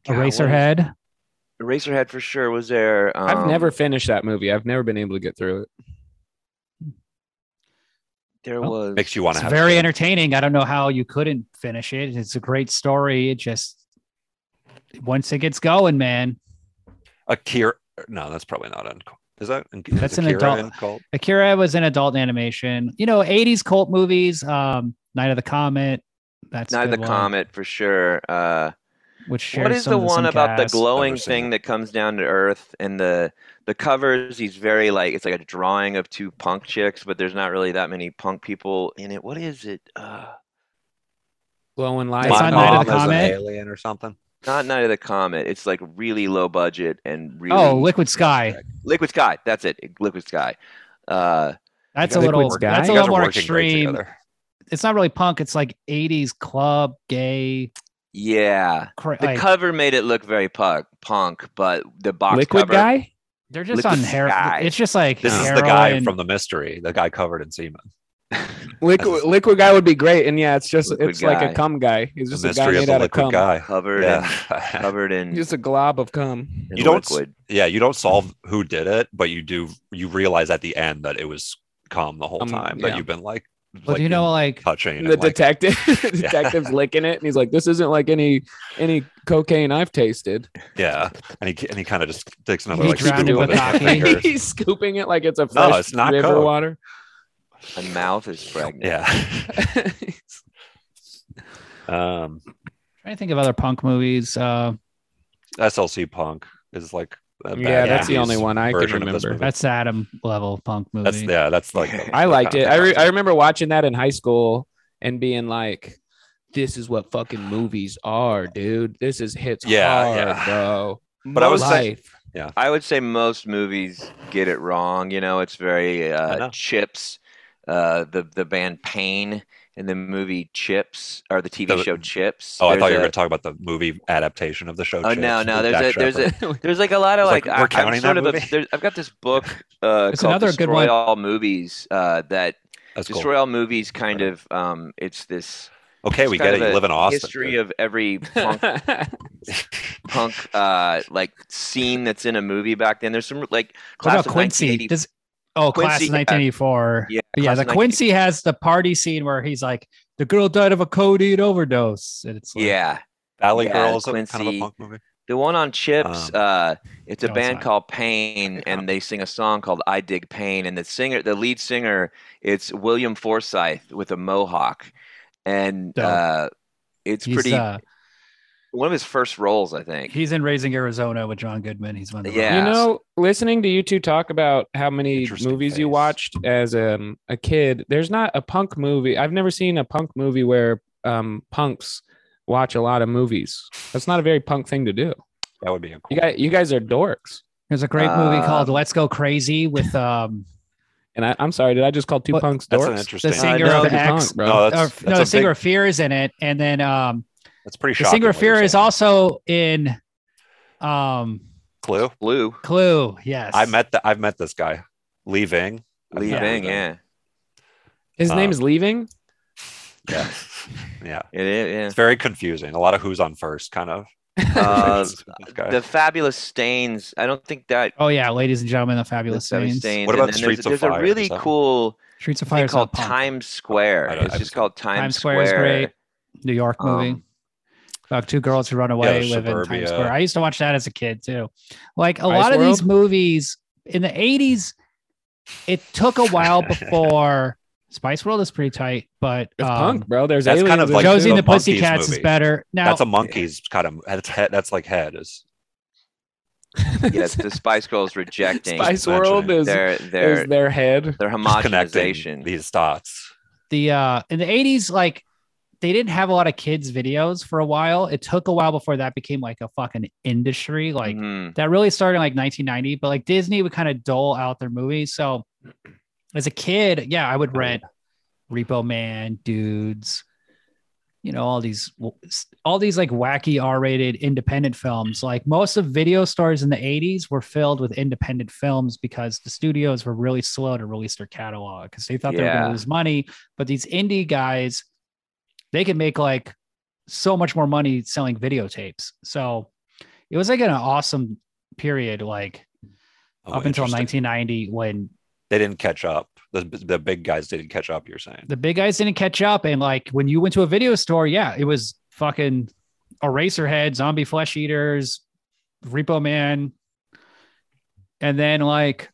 S3: God, what is-
S2: Eraserhead.
S3: Eraserhead for sure was there. Um,
S1: I've never finished that movie. I've never been able to get through it.
S3: There
S2: Well,
S3: was.
S4: Makes you want
S2: It's
S4: to have
S2: very
S4: kids.
S2: entertaining. I don't know how you couldn't finish it. It's a great story. It just once it gets going, man.
S4: Akira. No, that's probably not in. Is that in,
S2: That's
S4: is
S2: an
S4: Akira
S2: adult-
S4: in cult?
S2: Akira was an adult animation. You know, 80s cult movies, um, Night of the Comet. That's a
S3: Night of the
S2: good one,
S3: Comet for sure. Uh,
S2: Which shares
S3: what is
S2: some
S3: the
S2: of
S3: one
S2: same
S3: about
S2: cast.
S3: the glowing
S4: Never seen
S3: thing
S4: it.
S3: that comes down to earth and the the covers? He's very like it's like a drawing of two punk chicks, but there's not really that many punk people in it. What is it? Uh,
S1: Glowing lights.
S2: It's on
S4: Mom
S2: Night of the
S4: is an
S2: Comet.
S4: alien or something.
S3: not Night of the Comet. It's like really low budget and really
S2: Oh, Liquid Sky.
S3: Liquid Sky. That's it. Liquid Sky. Uh,
S2: That's
S1: You guys
S2: a
S1: are
S2: little.
S1: working-
S2: That's a
S1: you
S2: little
S4: guys are
S2: more
S4: working great
S2: extreme.
S4: together.
S2: It's not really punk. It's like 80s club gay.
S3: yeah.
S2: Cra-
S3: The
S2: like,
S3: cover made it look very punk, punk, but the box
S1: Liquid
S3: cover,
S1: guy?
S2: they're just
S3: Liquid
S2: on hair.
S3: Sky.
S2: It's just like
S4: This is
S2: heroin.
S4: the guy from the mystery, the guy covered in semen.
S1: Liquid liquid guy would be great. And yeah, it's just
S3: Liquid
S1: it's like
S3: guy.
S1: a cum guy. He's
S4: The
S1: just a guy
S4: mystery of
S1: made
S4: the
S1: out of cum.
S4: liquid guy.
S3: covered in
S4: Yeah.
S3: covered in,
S1: Just a glob of cum.
S3: in
S4: You don't s-
S3: liquid.
S4: yeah, you don't solve who did it, but you do you realize at the end that it was calm the whole
S1: Um,
S4: time
S1: yeah.
S4: that you've been like,
S2: Well,
S4: like
S2: do you know, like
S4: touching
S1: the
S4: and, like,
S1: detective the detective's licking it and he's like, This isn't like any any cocaine I've tasted.
S4: yeah. And he and he kind of just takes another
S2: He
S4: like
S2: drowned
S4: scoop
S2: it
S4: of
S2: with
S4: it in the
S2: hockey.
S4: fingers.
S1: he's scooping it like it's a
S4: No,
S1: fresh
S4: it's not
S1: river
S4: coke.
S1: water.
S3: A mouth is pregnant.
S4: Yeah. um
S2: trying to think of other punk movies. Uh,
S4: SLC Punk is like a
S1: yeah,
S4: bad
S1: that's the
S4: 80s
S1: only one I can
S4: version of this
S1: remember.
S4: movie.
S2: that's the Adam level punk movie.
S4: That's yeah, that's like
S1: I liked it. I, re- I remember watching that in high school and being like, this is what fucking movies are, dude. This is hits
S4: Yeah,
S1: hard,
S4: yeah.
S1: bro.
S4: But I was
S1: Life.
S4: saying-
S3: I would say most movies get it wrong. You know, it's very
S4: I know.
S3: uh, Chips, uh, the the band Pain, and the movie Chips or the TV
S4: The-
S3: show Chips.
S4: Oh, I thought you were going
S3: There's
S4: to talk about the movie adaptation of the show.
S3: Oh,
S4: Chips
S3: no, no,
S4: with
S3: there's
S4: Dak
S3: a- there's a-
S4: Shepard.
S3: a- There's like a lot of
S4: It's
S3: like,
S4: like, we're
S3: I, am
S4: counting
S3: sort
S4: that
S3: of
S4: movie?
S3: A, there's, I've got this book uh,
S2: It's
S3: called
S2: another good
S3: Destroy
S2: one.
S3: All Movies uh, that
S4: That's cool.
S3: Destroy All Movies kind of um, it's this
S4: Okay,
S3: it's
S4: we
S3: kind
S4: get it.
S3: of a
S4: You live in Austin.
S3: history of every punk punk uh like scene that's in a movie back then. There's some like
S2: what
S3: class
S2: about
S3: of
S2: Quincy?
S3: 1980
S2: Does, oh, class
S3: Quincy,
S2: of
S3: yeah.
S2: 1984.
S3: yeah,
S2: But yeah,
S3: class
S2: the
S3: of 1980
S2: Quincy has the party scene where he's like, the girl died of a codeine overdose. And it's like,
S3: Yeah,
S4: Valley
S3: Yeah,
S4: Girls, kind of a
S3: Quincy.
S4: punk movie.
S3: the one on Chips.
S4: Um,
S3: uh, it's a
S2: no, it's
S3: band
S2: not.
S3: called Pain, and they sing a song called "I Dig Pain." And the singer, the lead singer, it's William Forsythe with a mohawk, and
S2: Dope.
S3: uh, it's
S2: he's,
S3: pretty
S2: uh,
S3: one of his first roles, I think.
S2: he's in Raising Arizona with John Goodman. He's one of the
S3: Yeah.
S1: You know, listening to you two talk about how many
S4: Interesting
S1: movies you
S4: face.
S1: watched as um, a kid, there's not a punk movie. I've never seen a punk movie where um, punks watch a lot of movies. That's not a very punk thing to do.
S4: That would be a cool.
S1: You guys, you guys are dorks.
S2: There's a great movie
S3: Uh,
S2: called Let's Go Crazy with um,
S1: And I, I'm sorry, did I just call two
S2: What-
S1: punks
S4: that's an
S1: dorks?
S4: interesting.
S2: The singer
S1: no,
S2: of
S1: you're
S2: X.
S1: punk, bro.
S4: no,
S2: or,
S4: that's,
S2: no, the
S4: that's, a
S2: singer
S4: big,
S2: of Fear is in it. And then um,
S4: that's pretty
S2: the
S4: shocking.
S2: singer
S4: what
S2: of
S4: you're
S2: Fear is
S4: saying.
S2: also in um,
S4: Clue.
S3: Blue,
S2: Clue. Yes.
S4: I met the, I've met this guy, Lee Ving. I've
S3: Lee
S4: met
S3: Ving,
S4: Ving.
S3: yeah,
S1: His
S4: Um,
S1: name's Leaving.
S4: Yeah, yeah.
S3: it is.
S4: It's very confusing. A lot of who's on first, kind of.
S3: Yeah. Uh,
S4: This guy.
S3: the Fabulous Stains. I don't think that
S2: Oh yeah, ladies and gentlemen, the
S3: the
S2: fabulous
S3: Fabulous
S2: Stains.
S3: Stains.
S4: What
S3: and
S4: about
S3: then
S4: Streets
S3: there's,
S4: of
S3: there's
S4: Fire?
S3: a
S4: Is
S3: really
S4: that-
S3: cool
S2: Streets of Fire
S3: thing
S2: is not
S3: called
S2: punk.
S3: Times
S4: I
S3: Square.
S4: don't-
S3: It's
S4: I
S3: just
S4: just-
S3: called Times,
S2: Times Square is great. New York movie
S3: Um,
S2: about two girls who run away live in
S4: suburbia.
S2: Times Square. I used to watch that as a kid too. Like a
S1: Spice
S2: lot of these
S1: World?
S2: movies in the eighties, it took a while before Spice World is pretty tight, but
S1: It's
S2: um,
S1: punk, bro. There's
S4: that's
S1: aliens.
S4: kind of
S1: in
S4: like-
S1: it,
S2: Josie
S1: too.
S2: and
S4: the
S2: the
S4: Monkees
S2: Pussycats is
S4: movie.
S2: better. Now
S4: that's a monkey's kind of. That's head. That's like head is.
S3: Yes, the Spice Girls rejecting
S1: Spice World is,
S3: their
S1: is
S3: their
S1: their head.
S3: their
S4: Just connecting
S3: homogenization.
S4: these dots.
S2: the uh in the eighties, like they didn't have a lot of kids videos for a while. It took a while before that became like a fucking industry. Like
S3: Mhm.
S2: that really started in like 1990 but like disney would kind of dole out their movies so as a kid yeah i would
S4: Oh, yeah.
S2: rent repo man dudes you know all these all these like wacky r-rated independent films like most of video stores in the 80s were filled with independent films because the studios were really slow to release their catalog because they thought they were going
S3: Yeah.
S2: to lose money but these indie guys they could make like so much more money selling videotapes so it was like an awesome period like
S4: Oh,
S2: up until
S4: interesting.
S2: 1990 when
S4: They didn't catch up. The, the big guys didn't catch up, you're saying.
S2: the big guys didn't catch up. And like when you went to a video store, yeah, it was fucking Eraserhead, Zombie Flesh Eaters, Repo Man. And then like,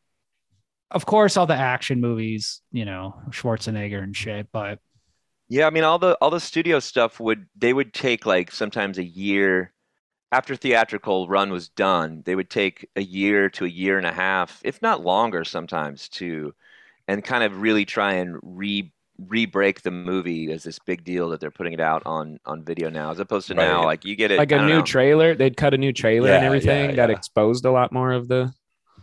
S2: of course, all the action movies, you know, Schwarzenegger and shit. But
S3: Yeah, I mean all the all the studio stuff would they would take like sometimes a year after theatrical run was done, they would take a year to a year and a half, if not longer sometimes too, and kind of really try and re re-break the movie as this big deal that they're putting it out on on video now as opposed to now
S4: Right.
S3: like you get it
S1: like
S3: I
S1: a
S3: don't
S1: new
S3: know.
S1: trailer. They'd cut a new trailer and
S4: Yeah,
S1: everything
S4: yeah,
S1: that
S4: yeah.
S1: exposed a lot more of the.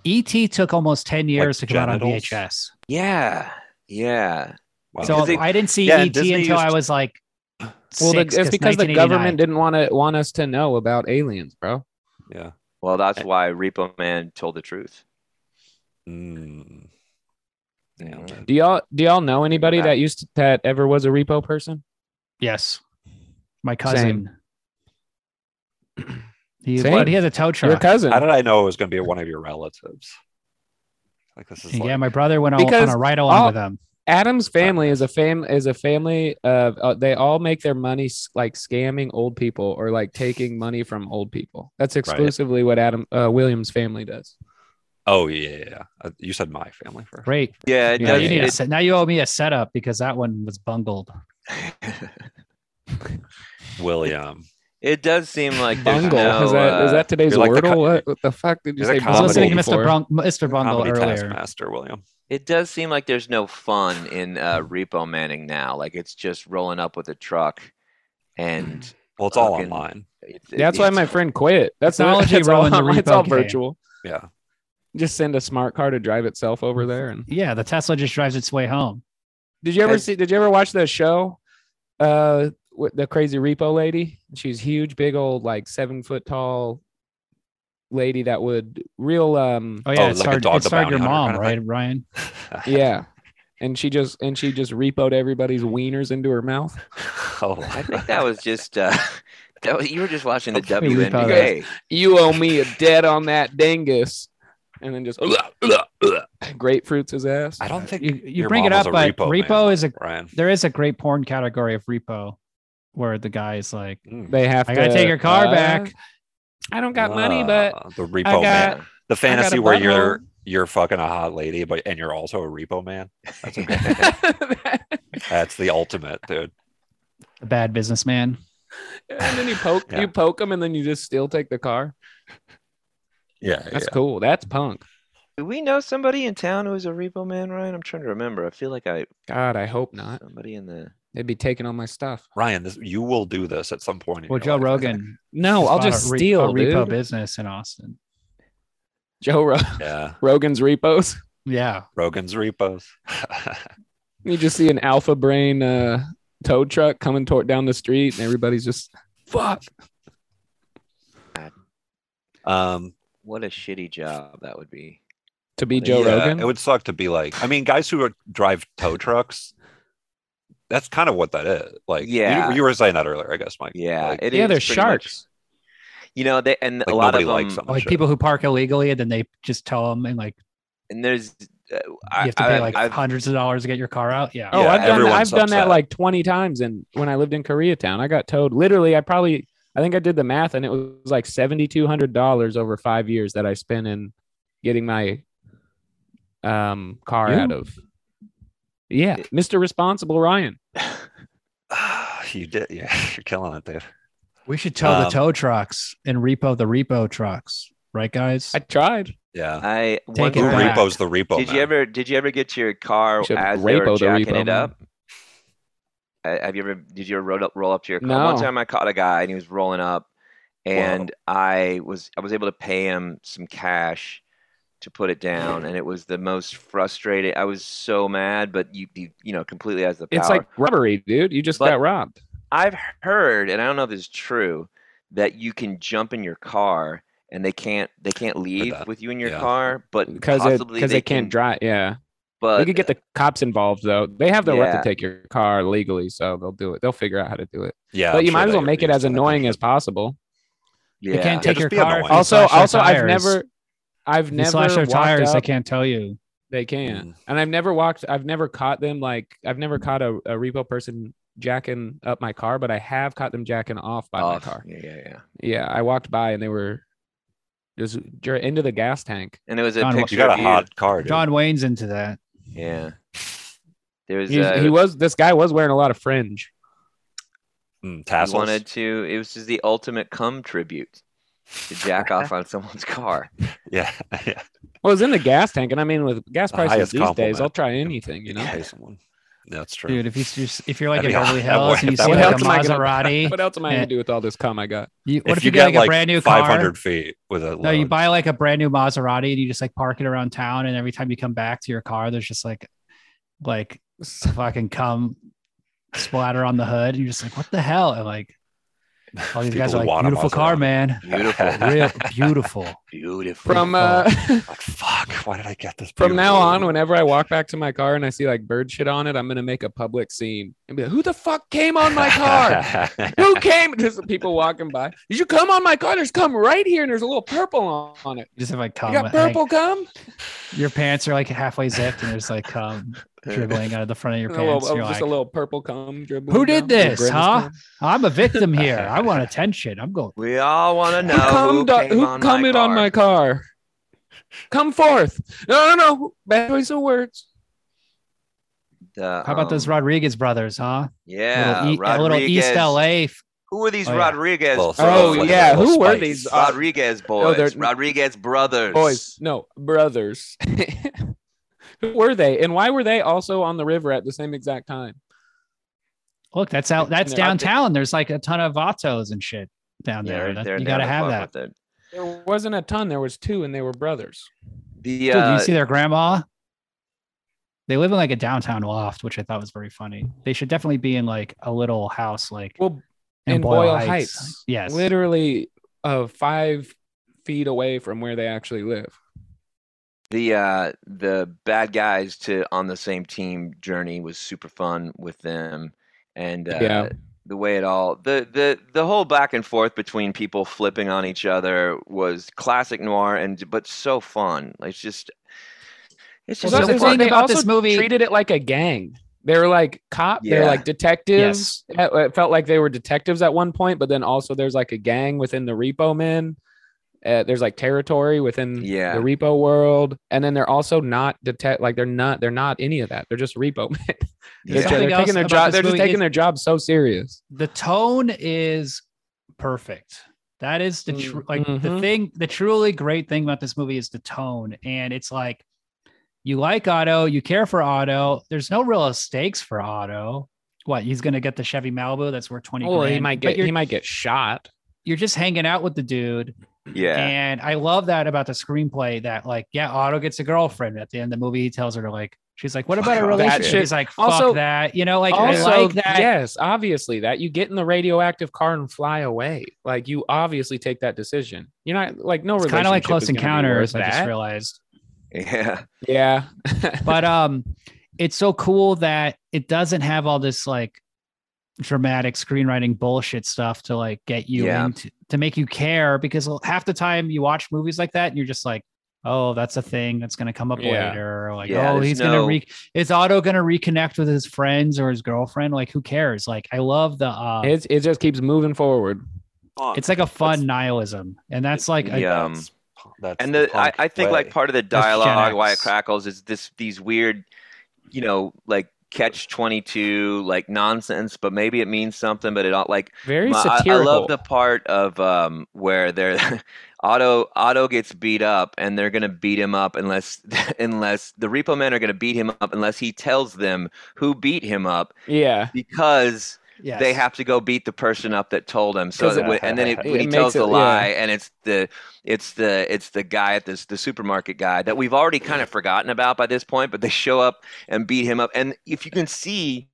S2: ET E took almost 10 years
S4: Like
S2: to come out on
S4: genitals?
S2: VHS.
S3: Yeah. Yeah.
S4: Wow.
S2: So
S3: Because they-
S2: I didn't see
S4: Yeah,
S2: ET
S4: Disney
S2: until
S4: used-
S2: I was like,
S1: Well, the,
S2: six,
S1: it's because the
S2: 1989.
S1: government didn't want to want us to know about aliens, bro.
S4: yeah.
S3: Well, that's why Repo Man told the truth.
S4: Mm. Damn.
S3: Mhm.
S1: Do y'all do y'all know anybody
S3: Yeah.
S1: that used to, that ever was a repo person?
S2: Yes. My cousin. He,
S1: Same.
S2: but he has a tow
S1: Your
S2: truck.
S1: cousin.
S4: How did I know it was going to be one of your relatives? Like this is
S2: Yeah,
S4: like,
S2: my brother went on, on
S1: Because
S2: a ride along
S1: all-
S2: with him.
S1: Adam's family is a fam is a family of uh, they all make their money s- like scamming old people or like taking money from old people. That's exclusively what Adam uh, Williams family does.
S4: oh yeah, yeah, yeah. Uh, You said my family first.
S2: Great.
S3: Yeah, it
S1: Yeah,
S2: Now
S3: does
S2: you, need
S3: it-
S2: a set, now you owe me a setup because that one was bungled.
S4: William.
S3: It does seem like there's
S1: Bungle
S3: no,
S1: is that is
S3: uh,
S1: that today's
S4: you're like the
S1: wordle?
S4: co-
S1: what, what the fuck did you
S4: you're
S1: say?
S4: the
S2: I was listening to
S1: bungle
S2: Mr.
S1: for?
S2: Brung, Mr. Bungle
S4: Comedy
S2: earlier.
S4: taskmaster, William.
S3: it does seem like there's no fun in uh, repo manning now. Like it's just rolling up with a truck, and
S4: Well, it's all
S3: Fucking-
S4: online.
S3: it's,
S1: That's why
S3: it's-
S1: my friend quit. That's not
S2: Technology
S1: that's all,
S2: ruined the
S1: online. it's all
S2: repo game.
S1: virtual.
S4: Yeah.
S1: Just send a smart car to drive itself over there. And
S2: Yeah, the Tesla just drives its way home.
S1: did you ever
S3: Has-
S1: see? Did you ever watch the show? Uh, with the crazy repo lady. She's huge, big old, like seven foot tall lady that would real um
S2: Oh yeah,
S4: Oh,
S2: it
S4: like a
S2: started,
S4: dog
S2: it
S4: the
S2: started your
S4: bounty
S2: mom,
S4: hunter
S2: right,
S4: kind
S2: Ryan?
S1: yeah. And she just and she just repoed everybody's wieners into her mouth.
S4: oh,
S3: I think that was just uh, that was you were just watching the
S2: Okay, we thought
S3: WNBA.
S1: You owe me a debt on that dingus. And then just grapefruits his ass.
S4: I don't think
S2: You, you
S4: your
S2: bring it
S4: mom was
S2: up,
S4: a
S2: but repo,
S4: man,
S2: is a
S4: Ryan.
S2: there is a great porn category of repo where the guy is like,
S4: Mm.
S1: They have
S2: I
S1: to
S2: gotta take your car
S1: uh,
S2: back.
S1: I don't got money, but
S4: Ah, the repo
S1: got-
S4: man.
S3: Yeah.
S4: The fantasy
S1: a
S4: where
S1: butthole.
S4: you're you're fucking a hot lady, but and you're also a repo man. That's the ultimate, dude.
S2: The bad businessman.
S1: and then you poke
S4: Yeah.
S1: you poke him and then you just still take the car.
S4: Yeah,
S1: That's cool. That's punk.
S3: Do we know somebody in town who is a repo man, Ryan? I'm trying to remember. I feel like I
S1: God, I hope not.
S3: somebody in the
S1: They'd be taking all my stuff.
S4: Ryan, this you will do this at some point. in
S2: Well,
S4: your
S2: Joe
S4: life, I think.
S2: Rogan.
S1: No,
S2: just
S1: I'll
S2: bought a
S1: just
S2: re- a
S1: steal,
S2: repo
S1: dude.
S2: business in Austin.
S1: Joe Ro-
S4: Yeah,
S1: Rogan's repos.
S2: Yeah,
S4: Rogan's repos.
S1: You just see an alpha brain uh, tow truck coming toward down the street, and everybody's just fuck.
S4: um,
S3: what a shitty job that would be.
S1: To be Joe
S4: yeah,
S1: Rogan,
S4: It would suck to be like. I mean, guys who are- drive tow trucks. That's kind of what that is. Like, you-
S3: Yeah.
S4: you, were saying that earlier, I guess, Mike.
S3: Yeah,
S4: Like,
S3: it
S1: yeah,
S3: is
S1: they're
S3: pretty much-
S1: sharks.
S3: you know, they and
S4: like
S3: a lot
S4: nobody
S3: of
S4: likes
S3: them,
S4: them.
S2: like people who park illegally and then they just tow them and like
S3: and there's uh,
S2: you
S3: I,
S2: have to pay
S3: I-
S2: like
S3: I've-
S2: hundreds of dollars to get your car out. Yeah.
S1: Oh,
S4: Yeah,
S1: I've done that. I've
S4: everyone's
S1: done that
S4: upset.
S1: like 20 times. And when I lived in Koreatown, I got towed. Literally, I probably, I think I did the math and it was like $7,200 over five years that I spent in getting my um, car
S2: Yeah.
S1: out of. Yeah. Mr. Responsible Ryan.
S4: you did. Yeah, you're killing it, dude.
S2: We should tow the
S4: Um,
S2: tow trucks and repo the repo trucks, right, guys?
S1: I tried.
S4: Yeah.
S3: I one
S2: Take
S4: Who
S2: it
S3: time-
S2: back.
S4: repos the repo?
S3: Did
S4: man?
S3: you ever? Did you ever get your car
S1: You should
S3: as they were
S1: rapo the
S3: jacking
S1: repo
S3: it
S1: man.
S3: up? Uh, Have you ever? Did you ever roll up, roll up to your car?
S1: No.
S3: One time I caught a guy and he was rolling up, and I was I was able to pay him some cash to put it down, and it was the most frustrated. I was so mad, but you you, you know completely has the power.
S1: It's like robbery, dude. You just
S3: But-
S1: got robbed.
S3: I've heard, and I don't know if this is true, that you can jump in your car and they can't they can't leave
S4: that.
S3: with you in your
S4: Yeah.
S3: car, but
S1: because
S3: possibly
S1: because they, can't
S3: can-
S1: drive. Yeah,
S3: But
S1: they could get the cops involved though. They have the right
S3: Yeah.
S1: to take your car legally, so they'll do it. They'll figure out how to do it.
S4: Yeah,
S1: but
S4: I'm
S1: you
S4: sure
S1: might as
S4: they
S1: well make it
S4: reduced
S1: as
S4: that.
S1: annoying as possible.
S3: yeah,
S2: They can't
S4: Yeah,
S2: take
S4: just
S2: your
S4: be
S2: car.
S4: annoying.
S2: if you
S1: Also,
S2: slash their
S1: also, I've
S2: tires.
S1: never, I've
S2: If you
S1: never
S2: slash their
S1: walked
S2: tires. They
S1: up-
S2: can't tell you.
S1: They can.
S4: Mm.
S1: And I've never walked, I've never caught them like, I've never caught a, a repo person jacking up my car, but I have caught them jacking off by
S3: off.
S1: my car.
S3: Yeah, yeah, yeah.
S1: Yeah. I walked by and they were just dr- into the gas tank.
S3: And there was a
S2: John, what-
S3: picture
S4: mm, You got
S3: of
S4: a
S3: you.
S4: hot car, dude.
S2: John Wayne's into that.
S3: Yeah. There was
S1: He's-
S3: uh,
S1: he was, this guy was wearing a lot of fringe.
S4: Mm,
S3: he
S4: tassels.
S3: wanted to it was just the ultimate cum tribute to jack off on someone's car.
S4: Yeah, yeah.
S1: Well, it was in the gas tank. And I mean, with gas
S4: The
S1: prices
S4: highest
S1: these days,
S4: compliment.
S1: I'll try anything, you know?
S4: Pay someone. That's true.
S2: Dude, if you just if you're like
S4: That'd
S2: in Beverly
S4: be- that
S2: Hills
S4: would-
S2: and you
S4: that
S2: see
S4: would-
S2: like a
S1: What else am I gonna-
S2: Maserati,
S1: What else am I going
S2: Yeah.
S1: to do with all this cum I got?
S2: you, what if,
S4: if you
S2: get like
S4: get,
S2: a brand new car?
S4: 500 feet with a
S2: No, you
S4: load.
S2: buy like a brand new Maserati and you just like park it around town, and every time you come back to your car, there's just like, like fucking cum splatter on the hood, and you're just like, what the hell? And like, all these guys
S4: People
S2: are like,
S4: want a
S2: beautiful car,
S4: Maserati.
S2: man,
S3: Beautiful.
S2: real beautiful.
S3: Beautiful.
S1: From, uh,
S4: like fuck why did i get this
S1: From now
S4: beautiful-
S1: on, whenever I walk back to my car and I see like bird shit on it, I'm gonna make a public scene and be like, "Who the fuck came on my car? Who came?" Just people walking by. Did you come on my car? There's cum right here, and there's a little purple on, on it.
S2: You just have like
S1: You
S2: cum.
S1: got
S2: hang-
S1: purple cum?
S2: your pants are like halfway zipped, and there's like cum dribbling out of the front of your
S1: A
S2: pants.
S1: little-
S2: You're
S1: Oh, just
S2: like,
S1: a little purple cum dribbling.
S2: Who did
S1: down. Little
S2: this,
S1: grimace
S2: huh?
S1: cum.
S2: I'm a victim here. I want attention. I'm going.
S3: we all want to know
S1: Who
S3: who,
S1: cummed on-
S3: came
S1: who
S3: on,
S1: cummed
S3: my
S1: on my car? Come forth. No, no, no. Bad choice of words.
S3: The,
S2: How about those
S3: um,
S2: Rodriguez brothers, huh?
S3: Yeah,
S2: little, e- a little East
S3: Rodriguez.
S2: LA
S3: Who are these
S2: Oh, yeah.
S3: Rodriguez?
S4: Well,
S3: bros?
S1: Oh
S4: Little
S1: yeah, who were
S4: spice.
S1: these uh,
S3: Rodriguez
S1: no,
S2: Oh,
S3: boys.
S1: they're-
S3: Rodriguez brothers.
S1: boys no brothers who were they and why were they also on the river at the same exact time
S2: Look, that's out. That's
S1: they're-
S2: downtown. There's like a ton of Vatos and shit down
S3: Yeah,
S2: there.
S3: they're-
S2: That-
S3: they're
S2: you gotta
S3: down
S2: have
S3: the
S2: that.
S3: block with it.
S1: there wasn't a ton there was two and they were brothers
S3: The
S2: Dude, do
S3: uh,
S2: you see their grandma? They live in like a downtown loft, which I thought was very funny. They should definitely be in like a little house, like
S1: well
S2: in, Boyle Heights. Yes,
S1: literally uh five feet away from where they actually live
S3: the uh the bad guys to on the same team journey was super fun with them and uh,
S1: Yeah.
S3: the way it all the the the whole back and forth between people flipping on each other was classic noir and but so fun Like, it's just it's
S2: Well, that's
S3: just so
S2: the
S3: fun.
S2: thing about
S1: also
S2: this movie-
S1: treated it like a gang they were like cop they're
S3: Yeah.
S1: like detectives it it felt like they were detectives at one point but then also there's like a gang within the repo men uh, there's like territory within
S3: Yeah.
S1: the repo world and then they're also not detect like they're not they're not any of that they're just repo men they're,
S3: Yeah.
S1: ju- they're
S2: Something else
S1: taking their
S2: about
S1: job
S2: this
S1: they're just
S2: movie
S1: taking
S2: is-
S1: their job so serious
S2: the tone is perfect. That is the tr-
S1: Mm,
S2: like the
S1: mhm.
S2: thing. The truly great thing about this movie is the tone, and it's like you like Otto, you care for Otto. There's no real stakes for Otto. What he's gonna get the Chevy Malibu that's worth twenty.
S1: well
S2: grand,
S1: he might
S2: but
S1: get
S2: You're,
S1: he might get shot
S2: you're just hanging out with the dude,
S3: yeah
S2: and I love that about the screenplay. That like, yeah, Otto gets a girlfriend at the end of the movie. He tells her to like. She's like, "What
S3: Fuck
S2: about a
S3: off. That
S2: relationship?"
S1: shit-
S2: He's like, "Fuck
S1: Also-
S2: that," you know. Like,
S1: also,
S2: I like that.
S1: yes obviously that you get in the radioactive car and fly away like you obviously take that decision you're not like no
S2: it's
S1: relationship
S2: kind of like Close
S1: is gonna be
S2: Encounters.
S1: worth
S2: I just
S1: that.
S2: realized.
S3: yeah
S1: yeah
S2: but um it's so cool that it doesn't have all this like dramatic screenwriting bullshit stuff to like get you
S3: Yeah.
S2: into to make you care because half the time you watch movies like that and you're just like oh that's a thing that's going to come up
S1: Yeah.
S2: later or like
S3: Yeah,
S2: oh
S3: there's
S2: he's going to
S3: no-
S2: re is otto going to reconnect with his friends or his girlfriend like who cares like i love the uh
S1: It's, it just keeps moving forward.
S2: it's like a fun nihilism and that's like a,
S3: Yeah.
S4: That's- that's
S3: um, and the, I,
S4: punk
S3: I think
S4: way.
S3: like part of the
S2: That's Gen
S3: dialogue why it
S2: X.
S3: crackles is this these weird you know like catch 22 like nonsense but maybe it means something but it all like
S1: Very
S3: My- I-
S1: satirical.
S3: I, love the part of um, where they're Otto Otto gets beat up, and they're gonna beat him up unless unless the Repo Men are gonna beat him up unless he tells them who beat him up
S1: yeah.
S3: because
S2: yes.
S3: they have to go beat the person up that told him. So
S1: 'Cause it-
S3: that when- and then it,
S1: uh, it
S3: when he
S1: makes
S3: tells
S1: it-
S3: the
S1: yeah.
S3: lie, and it's the it's the it's the guy at this the supermarket guy that we've already kind of forgotten about by this point, but they show up and beat him up, and if you can see.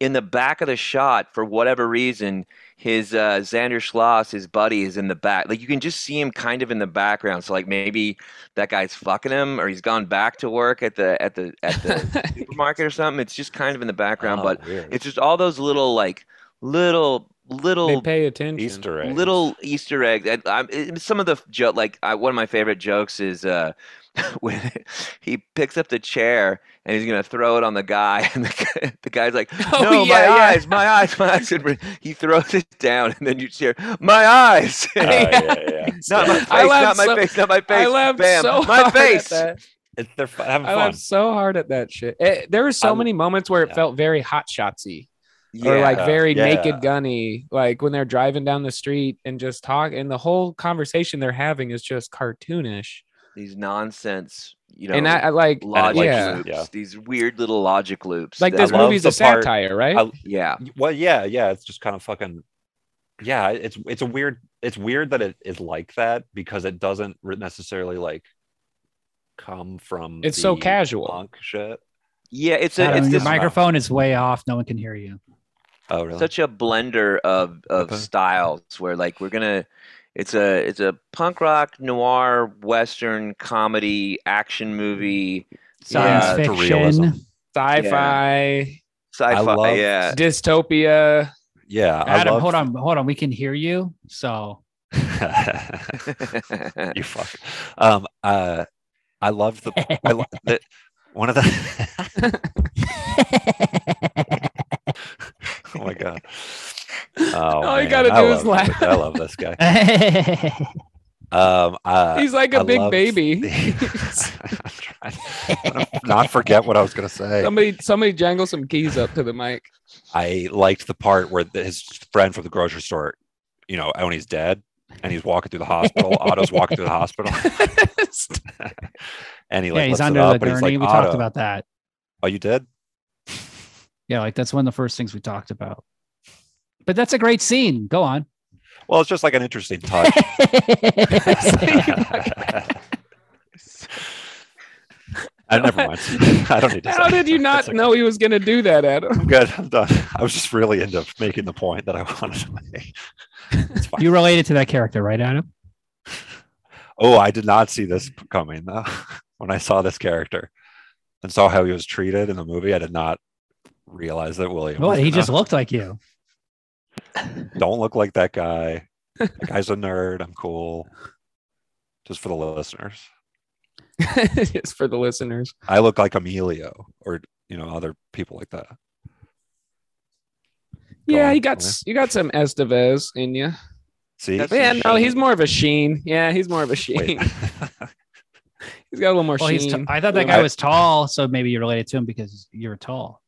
S3: in the back of the shot for whatever reason his uh, xander schloss his buddy is in the back like you can just see him kind of in the background so like maybe that guy's fucking him or he's gone back to work at the at the at the supermarket or something it's just kind of in the background
S4: Oh,
S3: but
S4: weird.
S3: it's just all those little like little
S1: They
S3: little
S1: pay attention.
S4: Easter eggs.
S3: little Easter egg. I, I, it- some of the jo- like I, one of my favorite jokes is uh, when he picks up the chair and he's gonna throw it on the guy, and the, guy- the guy's like,
S1: Oh,
S3: "No, my
S1: yeah, yeah.
S3: eyes, my eyes, my eyes!" And he throws it down, and then you cheer, "My eyes!"
S1: Uh,
S4: Oh, yeah, yeah.
S3: Not my face,
S1: I laughed
S3: not my
S1: so-
S3: face, not my
S1: I
S3: face.
S1: laughed
S3: Bam,
S1: so
S3: my
S1: hard
S3: face.
S1: At that.
S4: It- they're fu- having
S1: I
S4: fun.
S1: laughed so hard at that shit. Eh, there were so
S4: I-
S1: many moments where it
S4: yeah.
S1: felt very hot shotsy
S3: Yeah.
S1: or like very
S4: yeah.
S1: naked gunny, like when they're driving down the street and just talk and the whole conversation they're having is just cartoonish.
S3: these nonsense, you know,
S1: and I, I like
S3: logic
S1: yeah.
S3: loops,
S4: Yeah.
S3: these weird little logic loops.
S1: Like
S3: that-
S1: this
S4: I love
S1: movie's
S4: the
S1: a
S4: part-
S1: satire, right?
S4: I-
S3: yeah,
S4: Well, yeah, yeah. It's just kind of fucking. Yeah, it's it's a weird. It's weird that it is like that because it doesn't re- necessarily like come from.
S1: It's so
S4: the
S1: casual.
S4: punk shit.
S3: yeah. It's a,
S2: Adam,
S3: it's
S2: your
S3: this
S4: mic-
S2: microphone is way off. No one can hear you.
S4: Oh really?
S3: such a blender of of
S4: Okay.
S3: styles where like we're gonna it's a it's a punk rock noir western comedy action movie
S2: Science
S3: Yeah,
S4: it's a realism.
S2: fiction.
S1: Sci-fi,
S3: sci-fi
S4: love-
S3: yeah
S1: dystopia.
S4: yeah,
S2: Adam, hold on, hold on. We can hear you. So
S4: on. you fuck. Um. Uh. I love the. I lo- the one of the. oh my god. Oh,
S1: All you
S4: man,
S1: gotta
S4: I
S1: do is
S4: love-
S1: laugh.
S4: I love this guy.
S2: I
S4: Um. Uh,
S1: He's like a
S4: a
S1: big baby.
S4: I'm trying to not forget what I was going to say.
S1: somebody, somebody jangle some keys up to the mic.
S4: I liked the part where the, his friend from the grocery store, you know, when he's dead and he's walking through the hospital. Otto's walking through the hospital. and he like
S2: yeah, he's
S4: lifts it
S2: under
S4: up
S2: the
S4: and he's
S2: gurney. we
S4: like, "Otto."
S2: talked about that.
S4: Oh, you did?
S2: Yeah, like that's one of the first things we talked about. But that's a great scene. Go on.
S4: Well, it's just like an interesting touch. I Uh, never mind. I don't need to.
S1: How
S4: say
S1: did you
S4: it.
S1: not
S4: It's okay.
S1: know he was going to do that, Adam?
S4: I'm good. I'm done. I was just really into making the point that I wanted to make. It's fine.
S2: you related to that character, right, Adam?
S4: Oh, I did not see this p- coming though. when I saw this character and saw how he was treated in the movie, I did not realize that William.
S2: Well,
S4: was
S2: he
S4: gonna-
S2: just looked like you.
S4: don't look like that guy. That guy's a nerd. I'm cool. Just for the listeners,
S1: Just for the listeners.
S4: I look like Emilio or you know other people like that. Go
S1: Yeah,
S4: on,
S1: he got
S4: William.
S1: s- you got some Estevez in you.
S4: See,
S3: That's-
S1: Yeah, no,
S3: Sheen.
S1: he's more of a Sheen. Yeah, he's more of a Sheen.
S4: Wait.
S1: He's got a little more
S2: Well,
S1: Sheen.
S2: Oh, he's t- I thought that guy was tall, so maybe you related to him because you're tall.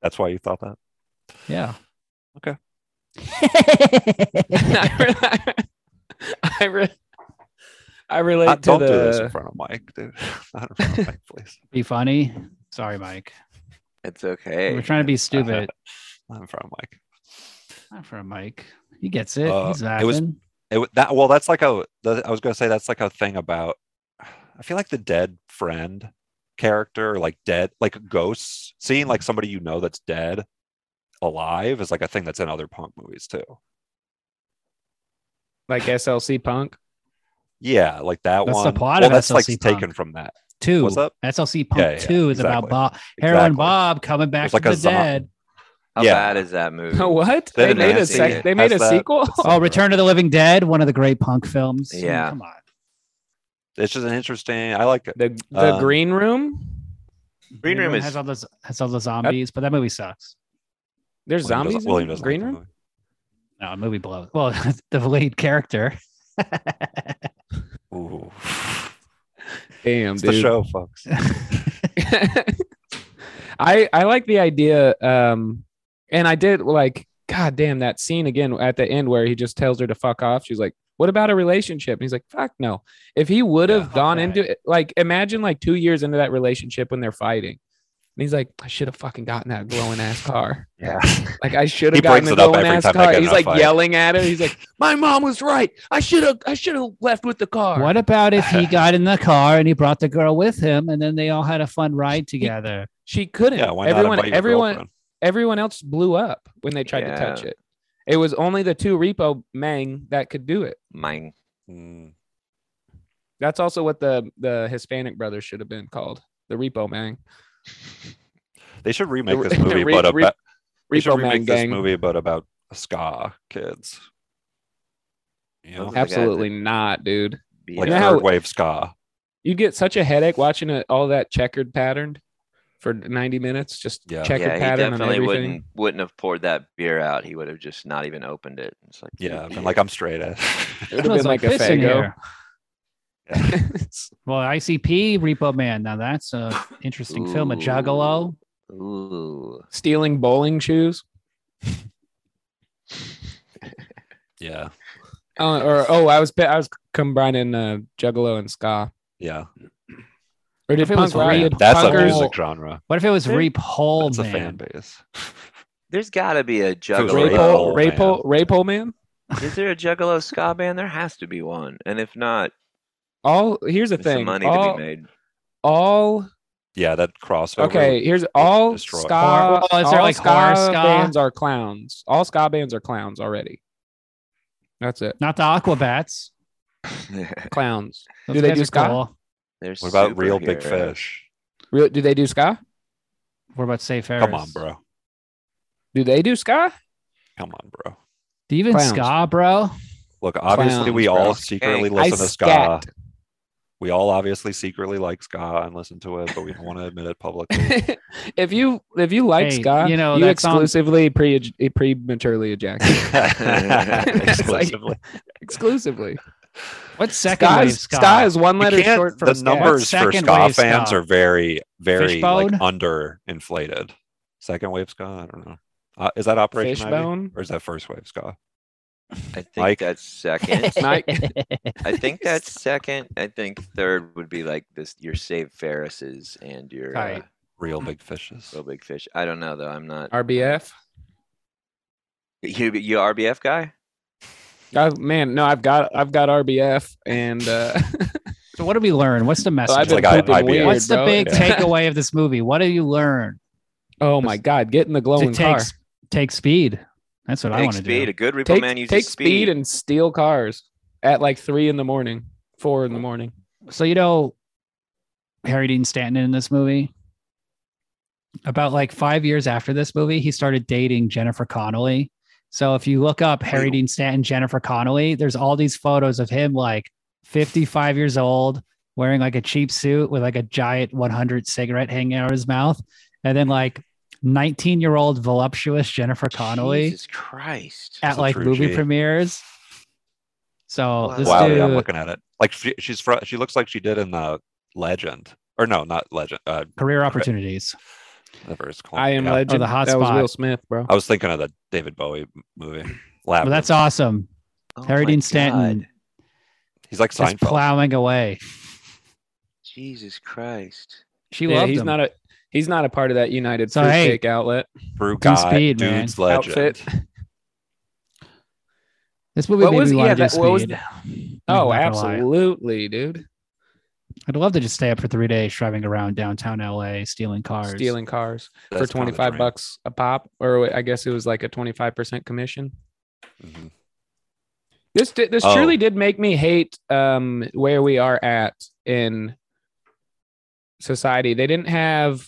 S4: that's why you thought that.
S2: Yeah.
S4: Okay.
S1: I, re- I, re- I relate
S4: Not,
S1: to
S4: don't
S1: the.
S4: do this in front of Mike, dude. Not in front of Mike, please.
S2: be funny. Sorry, Mike.
S3: it's okay
S2: We're trying to be stupid.
S4: Not in front of Mike.
S2: Not for Mike. He gets it.
S4: Uh,
S2: He's
S4: it was-
S2: laughing.
S4: it w- that well that's like a the, i was going to say that's like a thing about i feel like the dead friend character like dead like ghosts seeing like somebody you know that's dead alive is like a thing that's in other punk movies too
S1: like SLC Punk.
S4: yeah like that
S2: That's the
S4: one
S2: plot
S4: well,
S2: of
S4: that's like
S2: SLC
S4: taken
S2: Punk.
S4: from that
S2: Two.
S4: what's up
S2: SLC Punk
S4: Yeah, yeah,
S2: Two is
S4: exactly.
S2: about Bob, Heroin
S4: Exactly.
S2: Bob coming back
S4: It's like
S2: from
S4: a
S2: the
S4: zombie.
S2: dead.
S3: how
S4: yeah.
S3: bad is that movie
S1: what?
S4: They
S1: They
S4: didn't
S1: made a
S4: have
S1: sec-
S3: it.
S1: they made a
S4: Has that-
S1: sequel.
S4: it's
S2: Oh,
S4: like-
S2: Return of the Living Dead, one of the great punk films. I mean,
S3: Yeah.
S2: come on.
S4: it's just an interesting i like it
S1: The the
S4: Um,
S1: Green Room.
S3: Green Room is-
S2: has all those has all the zombies, but that movie sucks.
S1: There's
S4: William doesn't-
S1: zombies
S4: William
S1: in the
S4: doesn't
S1: Green
S4: like
S1: Room.
S4: the movie.
S2: No, the movie blows. Well, the lead character.
S4: Ooh.
S1: Damn,
S4: it's
S1: dude.
S4: the show folks
S1: I I like the idea. Um, and I did like, god damn, that scene again at the end where he just tells her to fuck off. She's like, "What about a relationship?" And he's like, "Fuck no." If he would have
S2: Yeah.
S1: gone
S2: Okay.
S1: into it, like, imagine like two years into that relationship when they're fighting, and he's like, "I should have fucking gotten that glowing ass car.
S4: yeah
S1: Like, I should
S4: He
S1: have gotten
S4: brings
S1: the
S4: it up
S1: glowing
S4: every
S1: ass
S4: time they
S1: car."
S4: get in
S1: He's
S4: a
S1: like
S4: fight.
S1: yelling at her. He's like, "My mom was right. I should have. I should have left with the car."
S2: What about if he got in the car and he brought the girl with him, and then they all had a fun ride together?
S1: She couldn't.
S4: yeah why not
S1: everyone,
S4: invite your
S1: everyone,
S4: girlfriend?
S1: Everyone else blew up when they tried
S3: Yeah.
S1: to touch it. It was only the two repo mang that could do it.
S3: Mine.
S4: Mm.
S1: That's also what the the Hispanic brothers should have been called, the repo mang.
S4: They should remake
S1: re-
S4: this movie,
S1: re-
S4: but
S1: re-
S4: about, they should
S1: Repo mang
S4: remake this
S1: gang.
S4: movie, but about ska kids. You
S3: Those are
S4: know,
S3: the guys that-
S1: Absolutely not, dude.
S3: Yeah.
S4: like
S1: You know how-
S4: third wave ska.
S1: You get such a headache watching it, all that checkered patterned for 90 minutes, just
S4: Yeah.
S1: checkered
S3: yeah, he
S1: pattern on
S3: definitely
S1: everything.
S3: wouldn't wouldn't have poured that beer out. He would have just not even opened it. It's like
S4: Yeah, and like I'm straight at.
S1: It would have
S2: Smells
S1: been like,
S2: like
S1: a
S2: piss in
S1: fago.
S2: here. Well, ICP Repo Man. Now that's an interesting film. A Juggalo.
S3: Ooh.
S1: Stealing bowling shoes.
S4: yeah,
S1: Uh, or oh, I was I was combining uh, Juggalo and ska.
S4: yeah.
S1: Or did
S2: If it was
S1: punk rock?
S2: rap,
S1: did
S4: That's
S1: punkers-
S4: a music genre.
S2: What if it was
S1: Hey,
S2: Repole
S4: That's a fan
S2: Man?
S4: base.
S3: There's got to be a
S4: was
S3: juggalo.
S1: Rapo,
S4: Rapo, Oh, man.
S1: Rapo, Rapo man.
S3: Is there a juggalo ska band? There has to be one. And if not,
S1: All here's the
S3: there's some
S1: thing. Oh.
S3: money to
S1: all,
S3: be made.
S1: all
S4: Yeah, that crossover.
S1: okay. Here's all
S4: destroy-
S1: ska.
S2: Horror- well, is there
S1: all
S2: like
S1: ska,
S2: horror ska?
S1: bands are clowns. All ska bands are clowns already. That's it.
S2: Not the Aquabats.
S1: Clowns.
S2: Those
S1: Do they
S2: guys
S1: do
S2: are
S1: ska?
S2: cool.
S3: There's
S4: What about real big
S3: superheroes.
S4: fish?
S1: Real, do they do ska?
S2: What about Safe Ferris?
S4: Come on, bro.
S1: Do they do ska?
S4: Come on, bro.
S2: Do you even
S1: Clowns.
S2: ska, bro?
S4: Look, obviously we
S1: Clowns,
S4: all
S1: bro.
S4: secretly
S3: Hey,
S1: I
S4: listen to ska.
S1: scat.
S4: We all obviously secretly like ska and listen to it, but we don't want to admit it publicly.
S1: if you if you like
S2: Hey,
S1: ska,
S2: you
S1: you
S2: know,
S1: know you
S2: that song-
S1: exclusively pre prematurely ejaculate
S4: Exclusively.
S1: exclusively.
S2: What's second
S1: Ska
S2: wave
S1: is,
S2: ska?
S1: ska is one
S4: You
S1: letter
S4: can't-
S1: short for
S4: the
S1: scat.
S4: numbers for
S2: Second
S4: ska
S2: wave
S4: fans
S2: ska.
S4: are very, very
S2: Fishbone?
S4: like underinflated. Second wave ska, I don't know. Uh, is that Operation Ivy?
S1: Fishbone.
S4: or is that first wave ska?
S3: I think
S4: Mike?
S3: that's second.
S1: Mike.
S3: I think that's second. I think third would be like this your Save Ferris's and your uh,
S2: Tight.
S4: Real big fishes.
S3: Real Big Fish. I don't know though. I'm not.
S1: RBF.
S3: You, you RBF guy?
S1: Oh, man, no, I've got I've got RBF and uh,
S2: So what did we learn? What's the
S1: so I've
S2: message?
S1: been
S4: like I-
S1: pooping
S4: IBS.
S1: weird,
S2: What's the
S1: bro.
S2: big
S4: Yeah.
S2: takeaway of this movie? What do you learn?
S1: Oh my god, get in the glowing
S2: It
S1: car.
S2: takes take speed. That's what I
S3: Take
S2: want to
S3: speed.
S2: do.
S3: A good repo
S1: Take,
S3: man uses
S1: take speed. and steal cars at like three in the morning, four in the morning.
S2: So you know, Harry Dean Stanton in this movie. About like five years after this movie, he started dating Jennifer Connolly. So if you look up Harry Dean Stanton, Jennifer Connolly, there's all these photos of him like 55 years old, wearing like a cheap suit with like a giant 100 cigarette hanging out of his mouth, and then like 19 year old voluptuous Jennifer Connolly.
S3: Jesus Christ.
S2: at
S4: That's a
S2: like
S4: true
S2: movie
S4: G.
S2: premieres. So
S6: Wow.
S2: this
S4: Wow,
S2: dude,
S4: yeah, I'm looking at it. Like she, she's fr- she looks like she did in the Legend, or no, not Legend. Uh,
S2: career opportunities.
S4: the Oh, first Clone-
S1: I am
S4: yeah.
S1: legend.
S2: the hot
S1: that was
S2: spot.
S1: Will Smith, bro.
S4: I was thinking of the David Bowie m- movie. Lab.
S2: Well, that's awesome.
S3: Oh
S2: Harry
S3: my
S2: Dean Stanton
S3: God.
S4: He's like
S2: just
S4: Seinfeld.
S2: plowing away.
S3: Jesus Christ.
S2: She
S1: yeah,
S2: loved
S1: he's
S2: him.
S1: not a he's not a part of that United
S2: So,
S1: Fruit
S2: hey,
S1: Cake outlet.
S4: Brew
S2: Dean
S4: guy,
S2: Speed, man.
S4: dude's legend.
S1: Outfit.
S2: this movie made me want to do
S1: that-
S2: speed.
S1: what was the-
S2: not
S1: Oh,
S2: gonna lie.
S1: absolutely, dude.
S2: I'd love to just stay up for three days driving around downtown LA, stealing cars.
S1: Stealing cars
S4: That's
S1: for
S4: kinda the
S1: 25
S4: dream.
S1: bucks a pop or I guess it was like a 25% commission.
S4: Mhm.
S1: This di- this
S4: Oh.
S1: truly did make me hate um where we are at in society. They didn't have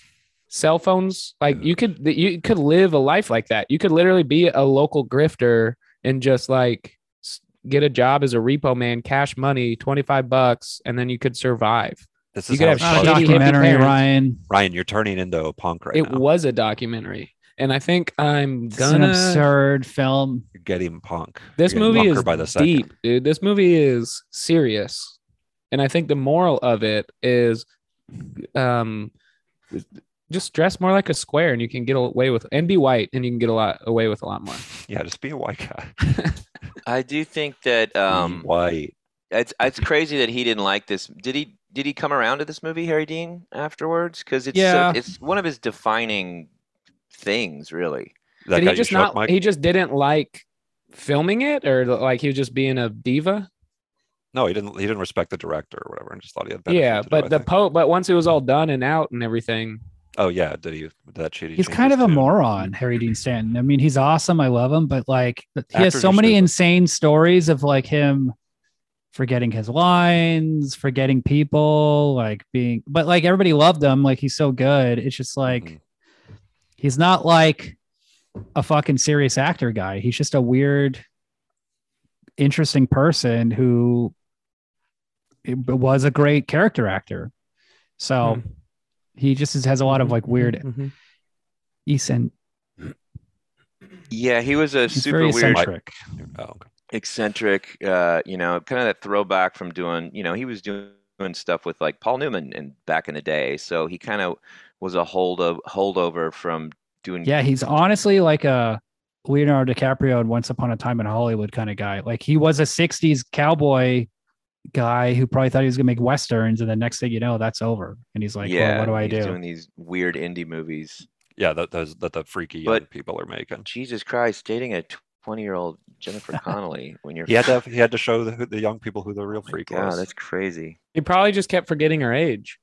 S1: cell phones. Like you could that you could live a life like that. You could literally be a local grifter and just like s- get a job as a repo man, cash money, 25 bucks and then you could survive.
S4: This
S1: You
S4: is
S1: could
S4: how
S1: have
S4: it's
S2: Not a
S1: shitty
S4: supposed to
S1: hippie
S4: work.
S2: Uh, documentary,
S1: parents.
S2: Ryan.
S4: Ryan, you're turning into a punk right
S1: it
S4: now.
S1: was a documentary and I think I'm
S2: It's an
S1: gonna
S2: absurd film.
S4: You're getting punk.
S1: This
S4: You're getting
S1: movie
S4: punker
S1: is
S4: by the second.
S1: deep, dude. This movie is serious, and I think the moral of it is, um, just dress more like a square, and you can get away with, and be white, and you can get a lot away with a lot more.
S4: Yeah, just be a white guy.
S3: I do think that
S4: Um,
S3: um
S4: white.
S3: it's it's crazy that he didn't like this. Did he did he come around to this movie, Harry Dean, afterwards? Because it's so-
S2: Yeah.
S3: it's one of his defining things, really.
S4: Is that
S1: Did he
S4: how you
S1: just
S4: show up,
S1: not?
S4: Mike?
S1: He just didn't like filming it, or like he was just being a diva.
S4: No, he didn't. He didn't respect the director or whatever, and just thought he had. better
S1: Yeah,
S4: shit to do, I
S1: but the
S4: think.
S1: po, but once it was all done and out and everything,
S4: Oh yeah, did he that shitty?
S2: He's kind of a
S4: Mm-hmm.
S2: moron, Harry Dean Stanton. I mean, he's awesome. I love him, but like he has
S4: Actors
S2: so
S4: are
S2: many
S4: stupid.
S2: insane stories of like him forgetting his lines, forgetting people, like being but like everybody loved him. Like he's so good. It's just like
S4: Mhm.
S2: he's not like a fucking serious actor guy. He's just a weird, interesting person who was a great character actor. So
S4: Mm-hmm.
S2: he just is- has a lot of like weird
S1: Mhm.
S2: eccentric.
S3: Yeah, he was a
S2: He's
S3: super
S2: very
S3: weird,
S2: eccentric.
S4: Oh, okay.
S3: eccentric. Uh, you know, kind of that throwback from doing. You know, he was doing stuff with like Paul Newman and back in the day. So he kind of was a hold of holdover from doing.
S2: Yeah, he's honestly like a Leonardo DiCaprio and Once Upon a Time in Hollywood kind of guy. Like he was a '60s cowboy guy who probably thought he was gonna make westerns, and the next thing you know, that's over. And he's like, well,
S3: yeah,
S2: "What do I
S3: he's
S2: do?"
S3: Doing these weird indie movies.
S4: Yeah, that those that the freaky young
S3: But-
S4: people are making.
S3: Jesus Christ, dating a 20 year old Jennifer Connelly when you're Oh
S4: He had to have, he had to show the, who- the young people who the real
S3: My
S4: freak
S3: God,
S4: was.
S3: that's crazy.
S1: He probably just kept forgetting her age.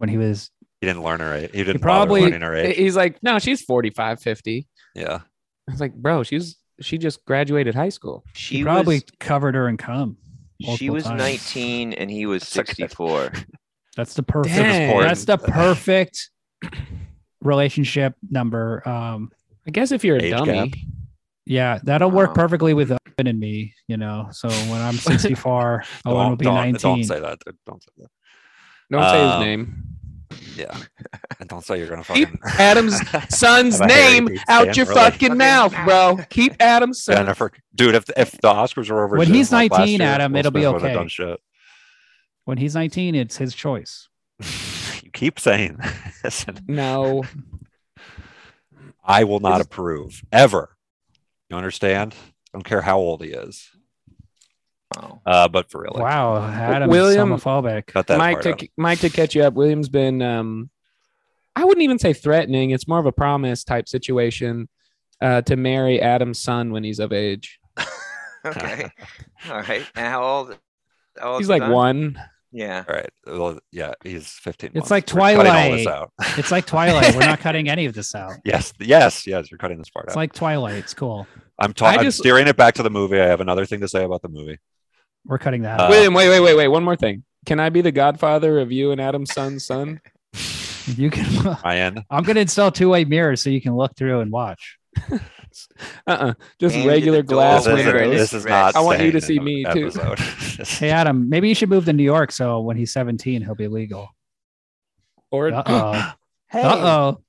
S2: When he was
S4: He didn't learn her age. He didn't
S1: probably-
S4: probably learn her age.
S1: He's like, no, she's 45, 50.
S4: Yeah,
S1: I was like, bro, she's she just graduated high school.
S3: She
S2: He probably
S3: was,
S2: covered her in cum.
S3: she
S2: multiple
S3: was
S2: times.
S3: 19 and he was
S4: Suck it.
S3: 64.
S2: That's the perfect.
S1: Dang.
S4: porn.
S2: That's the perfect relationship number. Um,
S1: I guess if you're a
S4: Age
S1: dummy,
S4: gap.
S2: yeah, that'll work
S3: Wow.
S2: perfectly with Owen and me. You know, so when I'm 64, Owen will
S4: don't,
S2: Oh, be
S4: don't,
S2: 19.
S4: don't say that. Dude. Don't say that.
S1: don't say his
S4: Um,
S1: name.
S4: Yeah, and don't say you're gonna
S1: Keep
S4: fucking
S1: Adam's son's
S4: Have a Harry
S1: name
S4: Dean
S1: out your
S4: Stanton, really.
S1: fucking mouth, bro. Keep Adam's son.
S4: Jennifer. Dude, if if the Oscars are over,
S2: When
S4: soon,
S2: he's
S4: like last
S2: 19,
S4: year,
S2: Adam,
S4: Will
S2: it'll be
S4: Smith would've
S2: okay.
S4: Done shit.
S2: When he's 19, it's his choice.
S4: you keep saying this, and
S1: No,
S4: I will not
S1: It's-
S4: approve ever. You understand? I don't care how old he is.
S3: Wow.
S4: Uh, but for real, like,
S2: Wow, Adam
S1: William-
S2: is homophobic.
S4: cut that
S1: Mike
S4: part
S1: to
S4: out.
S1: Mike to catch you up. William's been um, I wouldn't even say threatening. It's more of a promise type situation uh, to marry Adam's son when he's of age.
S3: Okay. All right. And how old? How old
S1: He's
S3: is
S1: like
S3: Don?
S1: one.
S3: Yeah.
S4: All right. Well, yeah, he's 15.
S2: It's
S4: months.
S2: like
S4: We're cutting all this
S2: Twilight.
S4: out.
S2: It's like Twilight. We're not cutting any of this out.
S4: yes, yes, yes. You're cutting this part
S2: It's
S4: out.
S2: like Twilight. It's cool.
S4: I'm
S1: I
S4: talking.
S1: just-
S4: Steering it back to the movie. I have another thing to say about the movie.
S2: We're cutting that.
S4: Uh,
S2: out.
S1: William, wait, wait, wait, wait. One more thing. Can I be the godfather of you and Adam's son's son?
S2: You can.
S4: Ryan,
S2: I'm gonna install two-way mirrors so you can look through and watch.
S1: Uh uh Just
S3: And you're the
S1: regular glass
S4: this
S3: doll.
S4: is,
S3: Where
S1: windows.
S4: this is not.
S1: I want you to
S4: staying
S1: see
S4: in
S1: me,
S4: an
S1: too.
S4: episode.
S2: Hey Adam, maybe you should move to New York so when he's 17 he'll be legal.
S1: Or
S2: Uh oh. Uh oh.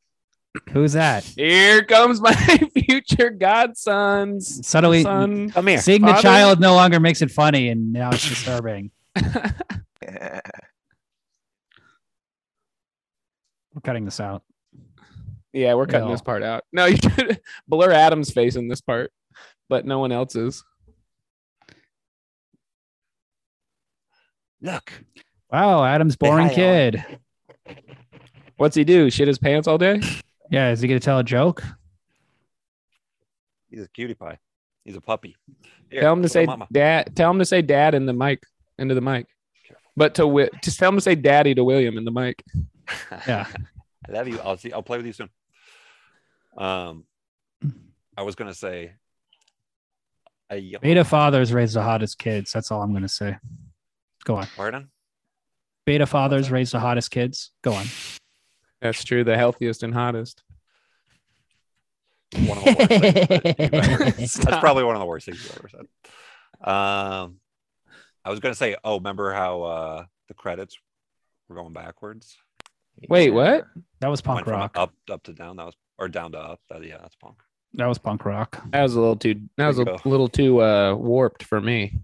S2: Who's that?
S1: here comes my future godson's
S2: Suddenly
S1: son.
S4: Come here.
S2: seeing the
S1: Father?
S2: child no longer makes it funny and now it's disturbing. We're cutting this out.
S1: Yeah, we're cutting
S2: No.
S1: this part out. No, you should blur Adam's face in this part, but no one else's.
S4: Look.
S2: Wow, Adam's boring
S4: hi, Alan.
S2: kid.
S1: What's he do? Shit his pants all day?
S2: Yeah, is he gonna tell a joke?
S4: He's a cutie pie. He's a puppy. Here,
S1: tell him to
S4: little
S1: say
S4: mama.
S1: dad. Tell him to say dad in the mic into the mic. But to Wi- just tell him to say daddy to William in the mic.
S2: Yeah.
S4: I love you. I'll see. I'll play with you soon. Um, I was gonna say. I
S2: Beta fathers raise the hottest kids. That's all I'm going to say. Go on.
S4: pardon.
S2: Beta fathers raise the hottest kids. Go on.
S1: That's true. The healthiest and hottest.
S4: One of the worst things that you've ever- That's
S1: Stop.
S4: probably one of the worst things you've ever said. Um, I was gonna say. Oh, remember how uh the credits were going backwards?
S1: Wait, what?
S2: That was punk
S4: Went from
S2: rock.
S4: up up to down. That was or down to up. That, yeah, that's punk.
S2: That was punk rock.
S1: That was a little too. That was a
S4: There you go.
S1: little too uh, warped for me.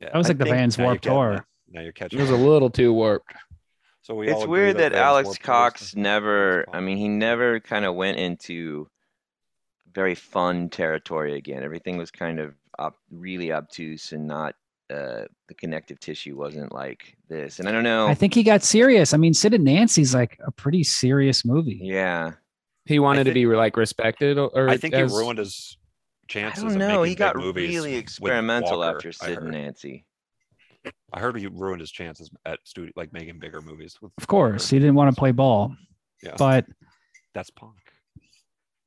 S4: Yeah,
S2: That was
S4: I
S2: like the
S4: think
S2: Vans
S4: now you're
S2: Warped
S4: getting
S2: Tour.
S4: it. Now you're
S1: It
S4: catching.
S1: was a
S4: it.
S1: little too warped.
S4: so we all
S3: It's
S4: agree
S3: weird that
S4: Vans
S3: Alex
S4: Warped Tour is
S3: Cox
S4: the-
S3: never,
S4: Vans
S3: I
S4: punk.
S3: mean, he never kind of went into very fun territory again. Everything was kind of ob- really obtuse and not, uh, the connective tissue wasn't like this. And I don't
S4: Oh.
S3: know.
S2: I think he got serious. I mean, Sid and Nancy's like a pretty serious movie.
S3: yeah.
S1: He wanted
S4: thi-
S1: to be like respected, or or
S4: I think
S1: as-
S4: he ruined his chances.
S3: I don't
S4: of
S3: know.
S4: making
S3: He
S4: big
S3: got
S4: movies
S3: really
S4: with
S3: experimental
S4: Walker,
S3: after
S4: I
S3: Sid and
S4: heard.
S3: Nancy.
S4: I heard he ruined his chances at studio, like making bigger movies. With
S2: Of course, he didn't want to play ball,
S4: yeah,
S2: but
S4: that's punk.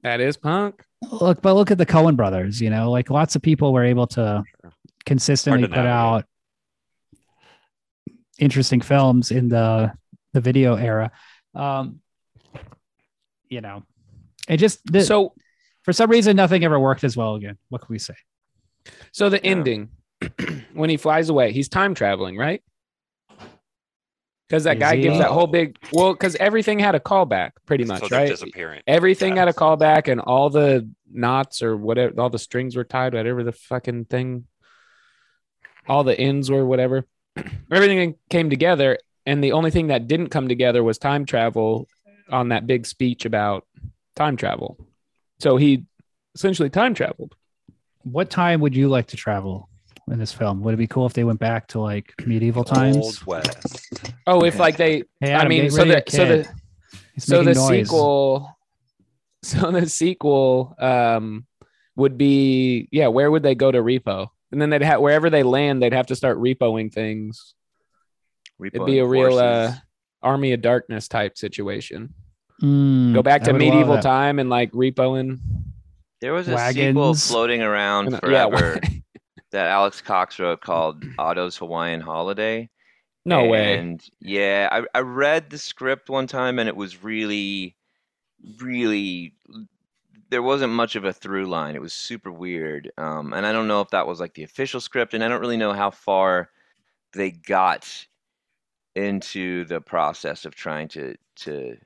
S1: That is punk.
S2: look, but look at the Cohen brothers. You know, like lots of people were able to
S4: Sure.
S2: consistently
S4: Hard
S2: put
S4: to
S2: out
S4: navigate.
S2: interesting films in the the video era. Um, you know, it just the,
S1: so
S2: for some reason nothing ever worked as well again. What can we say?
S1: so the
S3: Yeah.
S1: ending when he flies away, he's time traveling, right? Because that
S2: Is
S1: guy gives
S2: he?
S1: that whole big well, because everything had a callback, pretty
S4: So
S1: much,
S4: they're
S1: right?
S4: Disappearing.
S1: Everything had a
S4: Yes.
S1: callback, and all the knots or whatever, all the strings were tied, whatever the fucking thing, all the ends were whatever. Everything came together, and the only thing that didn't come together was time travel on that big speech about time travel. So he essentially time traveled.
S2: What time would you like to travel in this film? Would it be cool if they went back to like medieval
S4: Old
S2: times?
S4: West.
S1: Oh, if like they,
S2: Hey,
S1: I
S2: Adam,
S1: mean,
S2: get
S1: so
S2: rid
S1: the
S2: of
S1: so
S2: your
S1: the
S2: kid. He's
S1: so the
S2: making noise.
S1: sequel so the sequel um would be yeah where would they go to repo and then they'd have wherever they land they'd have to start repoing things it'd be a real uh army of darkness type situation
S2: Mm,
S1: go back
S2: I
S1: to
S2: would love
S1: medieval
S2: that.
S1: time and like repoing
S3: There was a sequel
S2: Wagons.
S3: floating around
S1: And, uh, yeah,
S3: forever that Alex Cox wrote called Otto's Hawaiian Holiday.
S1: no way
S3: And yeah, I, I read the script one time and it was really, really, there wasn't much of a through line. It was super weird. Um, and I don't know if that was like the official script, and I don't really know how far they got into the process of trying to to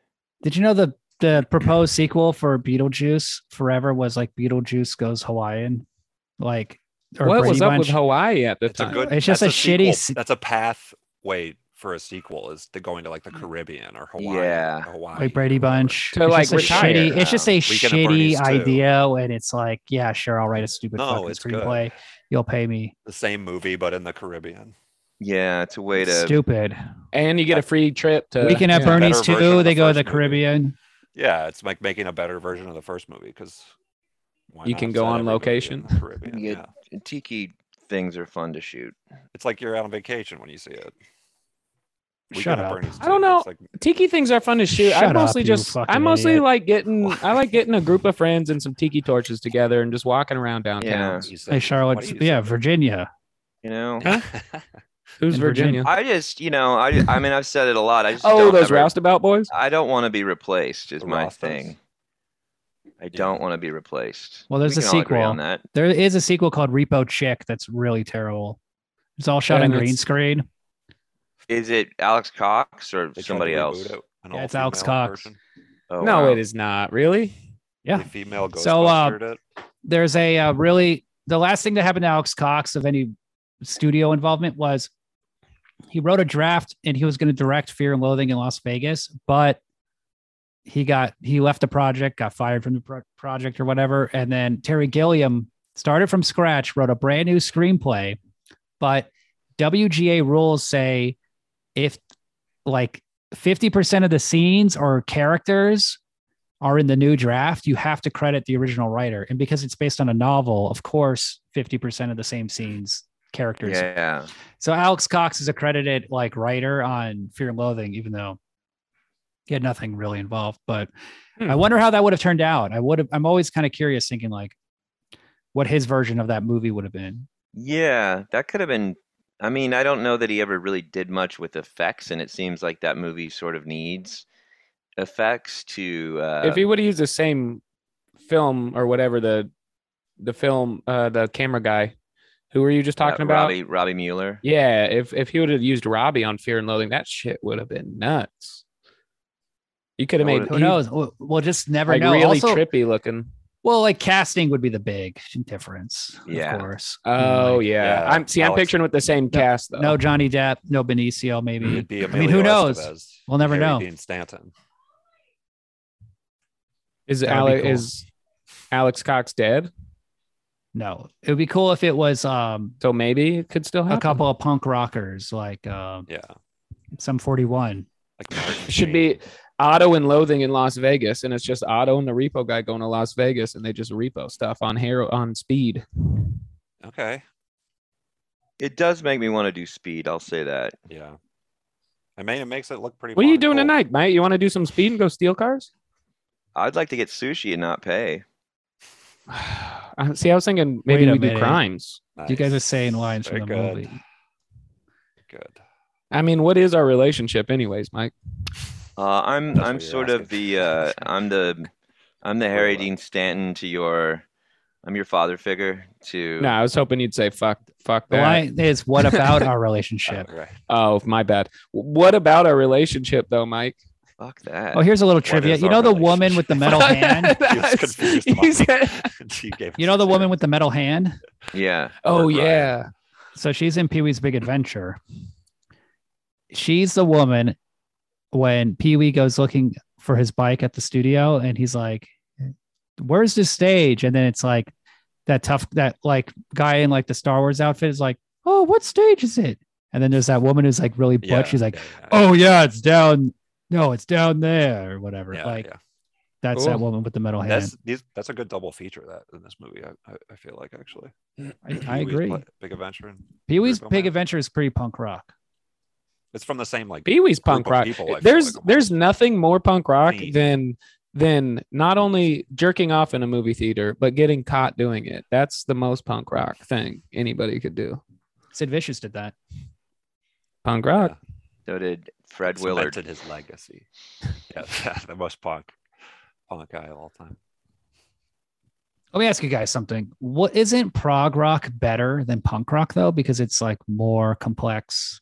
S2: Did you know the the proposed sequel for Beetlejuice Forever was like Beetlejuice goes Hawaiian, like or
S1: what
S2: Brady
S1: was up
S2: Bunch.
S1: with hawaii at the
S4: It's a
S1: time
S4: good.
S2: It's just
S4: that's
S2: a shitty se-
S4: sequel. That's a pathway for a sequel is to going to like the Caribbean or Hawaii.
S3: Mm. Yeah.
S4: Hawaii.
S2: like Brady
S4: or whatever.
S2: Bunch?
S1: To,
S2: it's
S1: like,
S2: just a
S1: retire.
S2: shitty. It's just a
S4: Weekend at Bernie's
S2: shitty
S4: too.
S2: idea, and it's like, yeah, sure, I'll write a stupid
S4: No,
S2: fucking
S4: it's good.
S2: screenplay. You'll pay me.
S4: The same movie, but in the Caribbean.
S3: yeah, it's a way to
S2: Stupid.
S1: and you get a free trip to
S2: Weekend at
S1: yeah.
S2: Bernie's
S4: Better version
S2: too.
S4: of
S2: They
S4: the
S2: go to
S4: first
S2: the
S4: movie.
S2: Caribbean.
S4: Yeah, it's like making a better version of the first movie because
S1: You can go on location.
S4: Caribbean,
S3: Yeah.
S4: yeah.
S3: tiki things are fun to shoot.
S4: it's like you're out on vacation when you see it.
S2: Shut
S4: at
S2: up.
S4: Bernie's
S1: I don't
S4: too,
S1: know.
S4: it's like-
S1: tiki things are fun to shoot. I
S2: Shut
S1: mostly
S2: up, you
S1: just I
S2: fucking
S1: mostly
S2: idiot.
S1: like getting I like getting a group of friends and some tiki torches together and just walking around
S3: Yeah.
S1: downtown.
S4: you said-
S2: Hey,
S4: what
S2: Charlotte.
S4: do you
S2: Yeah,
S4: say?
S2: Virginia.
S3: You know,
S1: Who's
S2: In
S1: Virginia?
S2: Virginia.
S3: I just, you know, I, I mean, I've said it a lot. I just
S1: Oh,
S3: don't
S1: those
S3: ever-
S1: roustabout boys.
S3: I don't want to be replaced. Is
S4: The
S3: my
S4: Rastas.
S3: thing. I don't want to be replaced.
S2: Well, there's
S3: we
S2: a
S3: can all agree
S2: sequel.
S3: on that.
S2: There is a sequel called Repo Chick that's really terrible. It's all shot
S1: Yeah,
S2: on
S1: and
S2: green
S1: it's-
S2: screen.
S3: Is it Alex Cox or
S4: They tried to
S3: somebody
S4: reboot
S3: else?
S4: it, an
S2: Yeah, it's
S4: all-female
S2: Alex Cox.
S4: version.
S3: Oh,
S1: no,
S3: wow.
S1: it is not really.
S2: Yeah.
S4: The female
S2: So, uh,
S4: Ghostbustered it.
S2: there's a uh, really the last thing that happened to Alex Cox of any studio involvement was he wrote a draft and he was going to direct Fear and Loathing in Las Vegas, but he got he left the project, got fired from the pro- project or whatever, and then Terry Gilliam started from scratch, wrote a brand new screenplay, but WGA rules say if like 50% of the scenes or characters are in the new draft, you have to credit the original writer. And because it's based on a novel, of course, 50% of the same scenes, characters.
S3: Yeah.
S2: So Alex Cox is a credited like writer on Fear and Loathing, even though he had nothing really involved. But
S1: Hmm.
S2: I wonder how that would have turned out. I would have, I'm always kind of curious thinking like what his version of that movie would have been.
S3: Yeah, that could have been. I mean, I don't know that he ever really did much with effects, and it seems like that movie sort of needs effects to. Uh,
S1: if he would have used the same film or whatever the the film uh the camera guy who were you just talking
S3: uh,
S1: about?
S3: Robbie Robbie Mueller.
S1: Yeah, if if he would have used Robbie on Fear and Loathing, that shit would have been nuts. You could have made
S3: That would've-
S2: Who
S1: he-
S2: knows? We'll, we'll just never
S1: like
S2: know.
S1: really
S2: Also-
S1: trippy looking.
S2: well, like casting would be the big difference,
S3: Yeah.
S2: of course. You know,
S1: Oh
S2: like,
S1: yeah.
S4: yeah,
S1: I'm see, I'm
S4: Alex-
S1: picturing with the same cast though.
S2: No Johnny Depp, no Benicio, maybe.
S1: Mm-hmm.
S4: It'd be
S2: I mean, who
S4: Emilio
S2: knows?
S4: Estevez,
S2: We'll never
S4: Harry
S2: know.
S4: Dean Stanton.
S1: Is
S2: That would be
S1: Alex
S2: cool.
S1: is Alex Cox dead?
S2: No, it would be cool if it was um,
S1: So maybe it could still happen.
S2: a couple of punk rockers like um,
S4: Yeah.
S2: some 41.
S4: Like Martin
S1: It should
S4: Sheen.
S1: be Otto and Loathing in Las Vegas, and it's just Otto and the repo guy going to Las Vegas, and they just repo stuff on hero on speed.
S4: Okay.
S3: It does make me want to do speed. I'll say that.
S4: Yeah. I mean, it makes it look pretty.
S1: What are you
S4: fun.
S1: doing
S4: Cool.
S1: tonight, mate? You want to do some speed and go steal cars?
S3: I'd like to get sushi and not pay.
S1: Uh, See, I was thinking maybe
S2: Wait a
S1: we do
S2: minute.
S1: crimes.
S2: You guys are
S4: Nice.
S2: saying lines from
S4: Very
S2: the
S4: good.
S2: movie.
S4: Good.
S1: I mean, what is our relationship, anyways, Mike?
S3: Uh, I'm
S4: That's
S3: I'm
S4: what you're
S3: sort
S4: asking.
S3: of the uh, I'm the I'm the Harry Dean Stanton to your I'm your father figure to
S1: No, I was hoping you'd say fuck, fuck
S2: The
S1: that.
S2: line is, "What about our relationship?"
S4: All right.
S1: Oh, my bad. What about our relationship, though, Mike?
S3: fuck that.
S2: Oh, here's a little
S4: What
S2: trivia.
S4: is
S2: You
S4: our Oh,
S2: know the woman with the metal hand.
S4: She was confused
S1: He
S4: about
S1: said-
S4: She gave
S2: You know the woman with the metal hand.
S3: Yeah.
S1: oh
S4: Right.
S1: yeah.
S2: So she's in Pee Wee's Big Adventure. She's the woman when Pee Wee goes looking for his bike at the studio and he's like, Where's the stage? And then it's like that tough, that like guy in like the Star Wars outfit is like, Oh, what stage is it? And then there's that woman who's like really butt. She's like, Oh, yeah, it's down. No, it's down there or whatever. like, that's that
S1: Cool.
S2: woman with the metal hand.
S4: That's these, that's a good double feature that in this movie. I, I, I feel like actually.
S2: I, I
S4: Pee-wee's
S2: agree.
S4: Pla- Big Adventure. and-
S2: Pee Wee's
S4: Miracle
S2: Big
S4: Man.
S2: Adventure is pretty punk rock.
S4: It's from the same like.
S1: Pee Wee's
S4: group
S1: punk
S4: of
S1: rock.
S4: people, I feel
S1: there's
S4: like, almost.
S1: there's nothing more punk rock
S4: Neat.
S1: than than not only jerking off in a movie theater, but getting caught doing it. That's the most punk rock thing anybody could do.
S2: Sid Vicious did that.
S1: Punk rock.
S3: So did Fred
S4: Cemented
S3: Willard.
S4: his legacy. Yeah, the most punk punk guy of all time.
S2: Let me ask you guys something. What isn't prog rock better than punk rock though? Because it's like more complex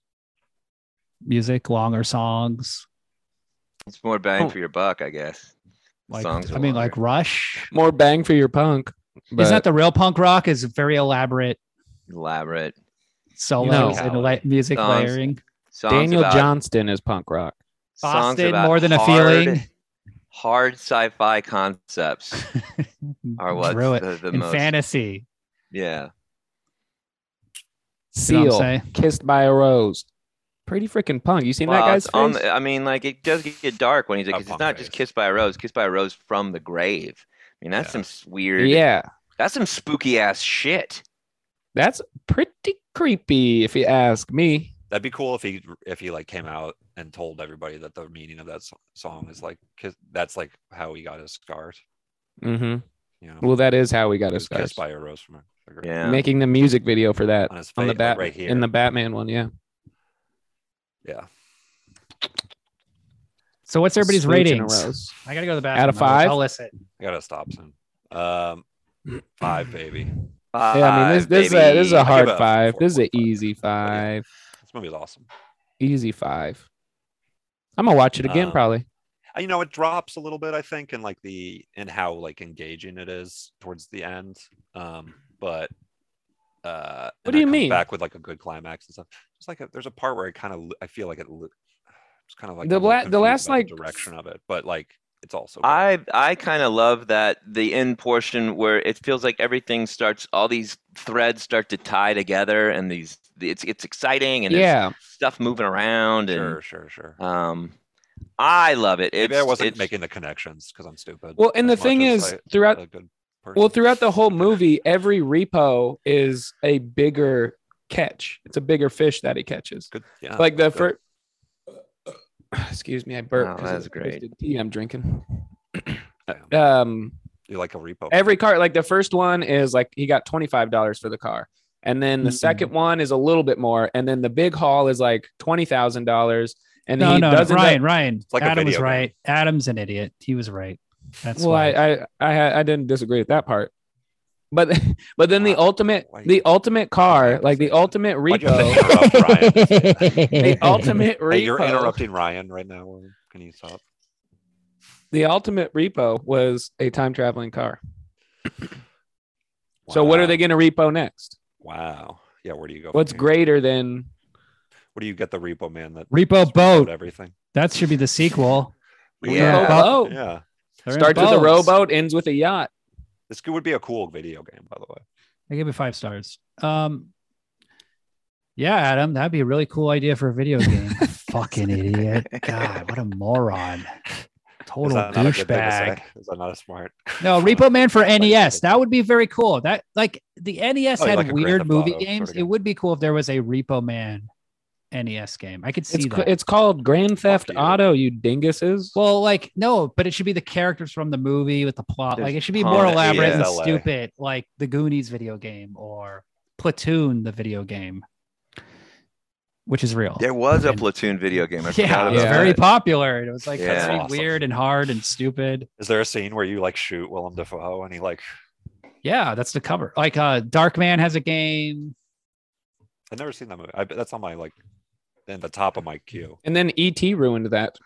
S2: music, longer songs.
S3: It's more bang
S2: Oh.
S3: for your buck, I guess.
S2: Like
S3: Songs
S2: I
S3: are
S2: mean,
S3: longer.
S2: like Rush.
S1: More bang for your punk.
S2: Isn't that
S1: but-
S2: the real punk rock? Is very elaborate
S3: Elaborate
S2: solos
S1: No.
S2: and la- music
S3: Songs.
S2: layering.
S3: songs
S1: Daniel
S3: about,
S1: Johnston is punk rock.
S3: songs
S2: Boston,
S3: about
S2: more than a
S3: hard-
S2: feeling.
S3: Hard sci-fi concepts are what
S2: Drew it.
S3: the, the
S2: in
S3: most.
S2: fantasy.
S3: yeah.
S2: You know what I'm
S1: Seal,
S2: saying?
S1: kissed by a rose. Pretty freaking punk. You seen that
S3: Well,
S1: guy's
S3: it's on
S1: face?
S3: the- I mean, like it does get, get dark when he's like,
S4: A
S3: 'cause it's
S4: punk
S3: not just
S4: face.
S3: kissed by a rose, kissed by a rose from the grave. I mean, that's
S4: Yeah.
S3: some s- weird.
S1: Yeah,
S3: That's some spooky ass shit.
S1: that's pretty creepy if you ask me.
S4: That'd be cool if he if he like came out and told everybody that the meaning of that so- song is like kiss, that's like how he got his scars.
S1: hmm
S4: You know,
S1: Well, that is how we
S4: He
S1: got his
S4: was
S1: scars.
S4: kissed by a rose from a figure.
S3: Yeah.
S1: Making the music video for that
S4: on his face,
S1: on the
S4: like,
S1: bat
S4: right here.
S1: in the Batman one, yeah.
S4: yeah,
S2: So what's everybody's
S1: Salutes in a
S2: ratings?
S1: rose.
S2: I gotta go to the bathroom.
S1: Out of five?
S2: I'll listen.
S4: I gotta stop soon. Um, five baby.
S3: Uh,
S1: Yeah, I mean this this, is a, this is a
S3: baby.
S1: hard
S4: Uh, give a
S1: five. This is an
S4: 4.5.
S1: easy five.
S4: This movie's awesome.
S1: Easy five. I'm gonna watch it again
S4: Um,
S1: probably.
S4: Uh, You know, it drops a little bit, I think, in like the in how like engaging it is towards the end. Um, but uh,
S1: What
S4: and
S1: do
S4: it
S1: you
S4: comes
S1: mean?
S4: Back with like a good climax and stuff. It's like a, there's a part where it kind of I feel like it. lo- It's kind of like
S1: The
S4: I'm a little
S1: la- the
S4: confused
S1: last,
S4: about the
S1: like,
S4: direction of it, but like it's also good.
S3: I I kind of love that the end portion where it feels like everything starts, all these threads start to tie together, and these it's it's exciting and there's
S1: Yeah.
S3: stuff moving around
S4: sure,
S3: and
S4: sure, sure.
S3: um, I love it. It's,
S4: Maybe I wasn't
S3: it's-
S4: making the connections because I'm stupid.
S1: Well, and the
S4: as much
S1: thing
S4: as
S1: is,
S4: I-
S1: throughout
S4: a good
S1: well
S4: person.
S1: throughout the whole movie, every repo is a bigger catch. It's a bigger fish that he catches.
S4: Good, yeah,
S1: Like the
S4: Oh, that's good. Oh,
S1: first. Excuse me, I burped.
S3: Wow,
S1: 'cause of
S3: that's
S1: the
S3: great.
S1: twisted tea I'm drinking.
S4: Yeah.
S1: Um,
S4: You like a repo?
S1: every car like the first one is like he got $25 for the car and then the
S2: Mhm.
S1: second one is a little bit more and then the big haul is like $20,000 and
S2: No,
S1: he
S2: no,
S1: doesn't
S2: Ryan, Ryan.
S4: like a
S2: Adam was
S4: video game.
S2: right. Adam's an idiot. He was right. That's
S1: well
S2: why.
S1: I, I i had- i didn't disagree with that part but but then the
S4: Wow.
S1: ultimate
S4: Why
S1: the
S4: you-
S1: ultimate
S4: why
S1: car
S4: you
S1: like the
S4: say that?
S1: ultimate
S4: Why'd you have
S1: repo
S4: to interrupt Ryan?
S1: the ultimate
S4: Hey, you're
S1: repo
S4: interrupting Ryan right now. William. Can you stop?
S1: the ultimate repo was a time traveling car so what are they going to repo next
S4: Wow. Yeah, where do you go? from
S1: what's
S4: here?
S1: greater than
S4: What do you get the repo man that
S2: Repo
S4: wrote
S2: boat.
S4: everything?
S2: That should be the sequel.
S3: Yeah.
S1: Repo boat.
S4: Yeah.
S2: They're in
S1: starts with a
S2: boats.
S1: rowboat ends with a yacht
S4: This could- would be a cool video game, by the way.
S2: I give it five stars. Um, yeah, Adam, that'd be a really cool idea for a video game. Fucking idiot! God, what a moron!
S4: Is
S2: total
S4: that not a good thing to
S2: douchebag.
S4: say? Is that not a smart?
S2: No, Repo Man for
S1: E
S2: NES. That would be very cool. That like the NES
S4: Oh,
S2: had
S4: like a Grand
S2: weird
S4: Theft
S2: movie
S4: Auto sort of
S2: games. It
S4: game.
S2: would be cool if there was a Repo Man NES game. I could see
S1: It's
S2: that.
S1: ca- it's called Grand Theft
S4: you.
S1: Auto. You dinguses.
S2: well, like no, but it should be the characters from the movie with the plot. Like it should be
S3: There's
S2: more
S3: tons of
S2: elaborate and
S4: NES.
S2: stupid, like the Goonies video game or Platoon, the video game, which is real.
S3: There was a
S2: And-
S3: Platoon video game. I
S2: yeah,
S3: forgot
S2: it
S3: about
S2: was
S1: Yeah.
S2: very
S3: that.
S2: popular. It was like
S3: Yeah.
S2: very
S4: Awesome.
S2: weird and hard and stupid.
S4: Is there a scene where you like shoot Willem Dafoe and he like?
S2: Yeah, that's the cover. Like uh Dark Man has a game.
S4: I've never seen that movie. I, that's on my like, in the top of my queue.
S1: And then ET ruined that.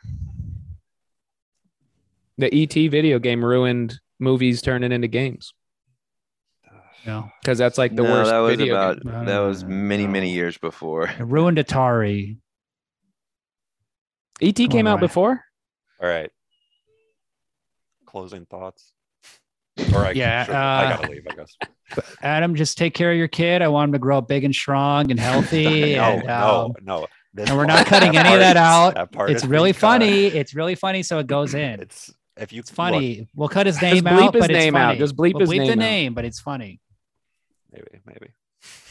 S1: The ET video game ruined movies turning into games
S2: No.
S1: because that's like the
S3: no,
S1: worst
S3: that was
S1: video
S3: about
S1: game.
S2: No,
S3: that
S2: no,
S4: Ah,
S3: was
S2: no,
S3: many
S2: no.
S3: many years before.
S2: It ruined Atari.
S1: ET
S2: Come
S1: E came
S2: on,
S1: out
S2: Ryan.
S1: before.
S4: All right. Closing thoughts. All right.
S2: Yeah,
S4: sure, I
S2: uh,
S4: gotta leave. I guess.
S2: Adam, just take care of your kid. I want him to grow up big and strong and healthy.
S4: no,
S2: and, um,
S4: no, no. This
S2: and we're not
S4: part-
S2: cutting any of that out.
S4: That part
S2: It's
S4: is
S2: really
S4: being cut.
S2: funny. It's really funny, so it goes in. It's,
S4: It's if you look,
S2: funny. we'll cut his
S1: Just
S2: name
S1: bleep
S2: out,
S1: his
S2: but it's
S1: name out.
S2: funny.
S1: Just bleep
S2: we'll
S1: his
S2: bleep the
S1: name out.
S2: name, but it's funny.
S4: maybe, maybe.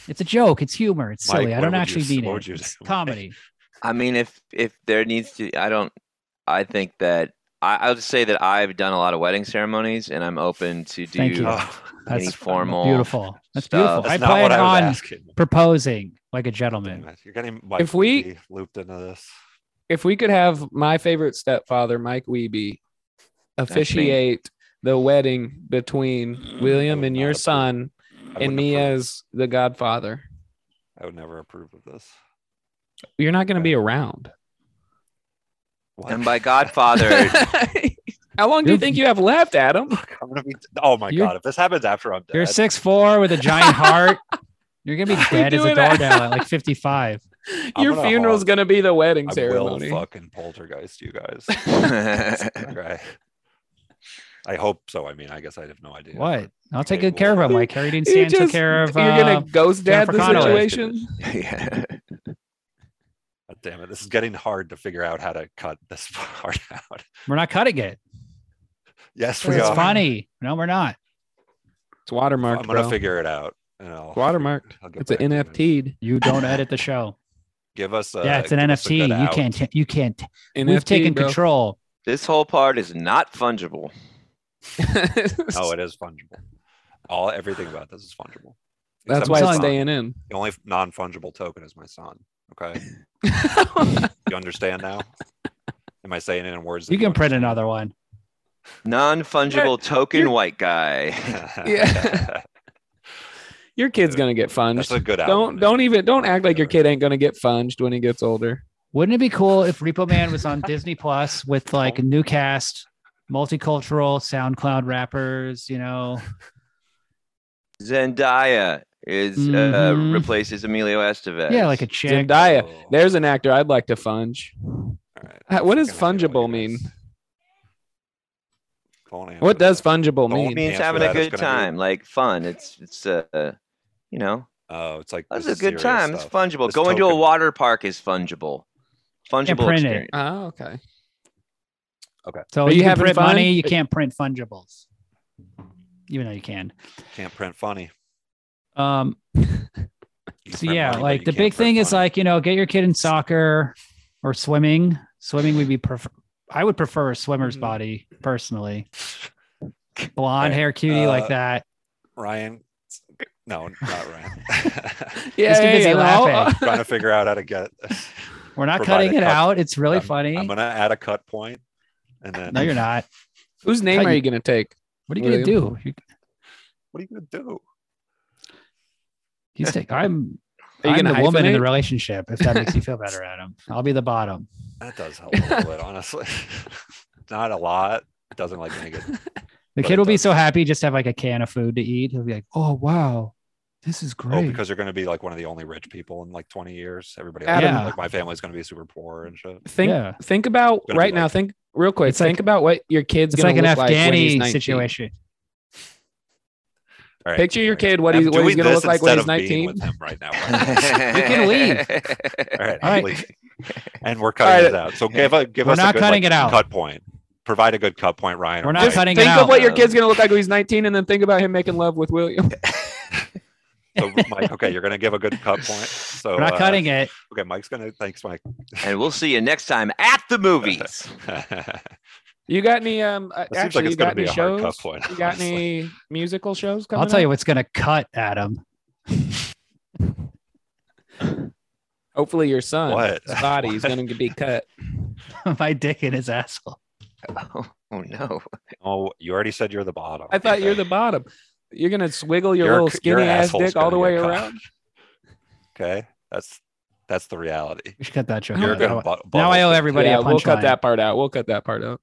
S2: It's a joke. It's humor. It's
S4: Mike,
S2: silly. I
S4: what
S2: don't
S4: would you
S2: actually
S4: s-
S2: mean
S4: what
S2: it.
S4: would you
S2: It's
S4: say?
S2: comedy.
S3: I mean, if if there needs to, I don't. I think that I, I'll just say that I've done a lot of wedding ceremonies, and I'm open to do
S2: Thank you.
S4: Oh,
S2: That's
S3: formal
S2: Beautiful. That's beautiful.
S3: stuff.
S4: that's
S2: I
S4: not what
S2: plan
S4: I was
S2: on
S4: asking.
S2: proposing like a gentleman.
S4: Damn it, You're getting Mike
S1: If we-
S4: Weeby looped into this.
S1: If we could have my favorite stepfather, Mike Weeby,
S3: me.
S1: officiate the wedding between William
S4: would
S1: and
S4: not
S1: your
S4: approve.
S1: son
S4: I
S1: and
S4: wouldn't
S1: me
S4: approve.
S1: as the godfather.
S4: I would never approve of this.
S1: You're not going to
S4: Okay.
S1: be around.
S4: What?
S3: And by Godfather,
S1: How long do you think you have left, Adam?
S4: I'm gonna be. Oh my
S2: You're-
S4: god! If this happens after I'm dead,
S2: You're six four with a giant heart. You're gonna be dead as a
S1: doing that.
S2: doorbell at like 55.
S4: I'm
S1: your
S4: gonna
S1: funeral's
S4: haunt-
S1: going to be the wedding
S4: I
S1: ceremony.
S4: will fucking poltergeist you guys.
S3: I
S4: okay. I hope so. I mean, I guess I have no idea.
S2: What? I'll take
S4: Okay,
S2: good care of
S4: well-
S2: him. Like Harry Dean
S1: You
S2: Stanton took
S1: just-
S2: care of.
S1: You're
S2: Uh,
S1: gonna ghost dad
S2: Jennifer
S1: the
S2: Connelly.
S1: situation.
S4: God damn it! This is getting hard to figure out how to cut this part out.
S2: we're not cutting it.
S4: Yes, we
S2: It's
S4: are.
S2: funny. No, we're not.
S1: It's watermarked,
S4: I'm
S1: bro.
S4: gonna figure it out. And I'll,
S1: Watermarked.
S4: I'll get
S1: it's an
S4: back to you.
S1: NFT'd.
S2: You don't edit the show.
S4: Give us.
S1: Uh,
S4: A,
S2: yeah, it's an
S4: give us a good
S2: NFT. You
S4: out.
S2: can't. You can't. We've
S1: NFT,
S2: taken
S1: bro.
S2: control.
S3: this whole part is not fungible.
S2: Oh,
S4: No, it is fungible. All everything about this is fungible.
S1: That's
S4: Except
S1: why
S4: my
S1: it's
S4: son.
S1: staying in.
S4: The only non fungible token is my son. Okay. You understand now? Am I saying it in words? that
S2: You can print
S4: understand?
S2: another one.
S3: Non fungible token white guy.
S1: Yeah. your kid's gonna get
S4: That's
S1: funged.
S4: a good
S1: Don't
S4: album.
S1: don't even don't act like your
S4: Together.
S1: kid ain't gonna get funged when he gets older.
S2: Wouldn't it be cool if Repo Man was on Disney Plus
S1: Oh.
S2: with like new cast, multicultural SoundCloud rappers? You know,
S3: Zendaya is
S2: Mhm.
S3: uh, replaces Emilio Estevez.
S2: yeah, like a chick.
S1: Zendaya.
S4: Oh.
S1: There's an actor I'd like to funge.
S4: All right.
S1: Uh, what does
S4: Fucking idiot,
S1: fungible
S4: I
S1: mean?
S4: guess. Don't answer
S1: What does
S4: that.
S1: fungible
S4: Don't
S1: mean?
S4: be-
S3: means
S4: answer
S3: having
S4: that
S3: a
S4: is
S3: good
S4: gonna be-
S3: time, like fun. It's it's uh, you know,
S4: Oh, it's like
S3: that's
S4: this
S3: a good
S4: serious
S3: time. It's
S4: stuff.
S3: fungible.
S4: This
S3: Going to a
S4: token-
S3: water park is fungible. Fungible
S2: print it.
S3: experience.
S1: Oh, okay.
S2: So
S1: Are
S2: you,
S1: you
S2: can
S1: having
S2: print
S1: fun?
S2: money, you can't print fungibles, even though you can.
S4: Can't print funny.
S2: Um,
S4: You
S2: so
S4: print
S2: yeah,
S4: money, but
S2: like the
S4: you can't
S2: big
S4: print
S2: thing is
S4: funny.
S2: like you know, get your kid in soccer or swimming. Swimming would be prefer. I would prefer a swimmer's
S4: Mm-hmm.
S1: Mhm.
S2: body personally. Blonde
S4: Right.
S2: hair cutie
S4: Uh,
S2: like that.
S4: Ryan. No, not Ryan.
S1: Yeah,
S2: Just too busy
S1: yeah, uh, yeah. I'll-
S2: laughing.
S4: trying to figure out how to get. This.
S2: We're not
S4: provide
S2: cutting
S4: a
S2: it
S4: cut-
S2: out. It's really
S4: I'm-
S2: funny.
S4: I'm gonna add a cut point, and then
S2: no, you're not.
S1: Whose name
S2: Cut
S1: are
S2: you-
S1: you gonna take?
S2: What are you gonna do? You-
S4: What are you gonna do?
S2: He's take. I'm.
S1: Are you
S2: I'm
S1: gonna
S2: the woman in the
S1: hyphenate?
S2: relationship. If that makes you feel better, Adam, I'll be the bottom.
S4: That does help a little bit, honestly. Not a lot. It doesn't like make it.
S2: The
S4: But
S2: kid
S4: it
S2: will be
S4: does-
S2: so happy just to have like a can of food to eat. He'll be like, "Oh wow, this is
S4: Oh,
S2: great."
S4: because you're going to be like one of the only rich people in like 20 years. Everybody, else,
S1: Adam-
S4: like my family's going to be super poor and shit.
S1: Think
S2: yeah,
S1: think about
S4: Gonna be
S1: right now.
S4: like-
S1: Think real quick.
S2: It's
S1: think
S2: like-
S1: about what your kid's
S2: it's
S1: gonna
S2: like an
S1: look like when he's
S2: Afghani
S1: 19.
S2: situation.
S4: All right.
S1: Picture your
S4: All right.
S1: kid what, he,
S4: I'm
S1: what he's
S4: doing
S1: gonna
S4: this
S1: look like when
S4: instead
S1: he's
S4: of being
S1: 19.
S4: With him right now.
S3: you
S2: can leave.
S4: All right.
S2: All right.
S4: leave. And we're cutting
S1: All right.
S4: it out. So give, a, give
S2: We're
S4: us a
S2: not
S4: good,
S2: cutting it
S4: like,
S2: out.
S4: cut point. provide a good cut point, Ryan.
S2: We're
S4: or
S2: not
S4: Mike.
S1: Just
S2: cutting it
S1: think
S2: out.
S1: of what your kid's gonna look like when he's 19, and then think about him making love with William.
S4: So, Mike, okay, you're gonna give a good cut point. So
S2: We're not
S4: uh,
S2: cutting it.
S4: Okay, Mike's gonna. Thanks, Mike.
S3: and we'll see you next time at the movies.
S4: It
S1: You got any? Um, uh,
S4: seems like
S1: actually,
S4: it's
S1: you
S4: gonna
S1: got
S4: be
S1: any
S4: a
S1: shows?
S4: hard cut point,
S1: you got
S4: honestly.
S1: any musical shows coming?
S2: I'll tell
S1: up?
S2: you what's going to cut, Adam.
S1: Hopefully, your son,
S4: What?
S1: his body is gonna be cut.
S2: My dick in his asshole.
S3: Oh, oh no.
S4: Oh, you already said you're the bottom.
S1: I thought you're
S4: Okay.
S1: the bottom. You're gonna swiggle your,
S4: Your
S1: little
S4: c- your
S1: skinny ass
S4: asshole's
S1: dick all the
S4: gonna
S1: way
S4: get cut.
S1: around.
S4: Okay, that's that's the reality.
S2: We should cut that joke.
S4: You're
S2: out.
S4: gonna
S2: Oh
S4: bu-
S2: now I owe
S4: bubble.
S2: everybody
S1: yeah,
S2: a punchline.
S1: we'll cut that part out. We'll cut that part out.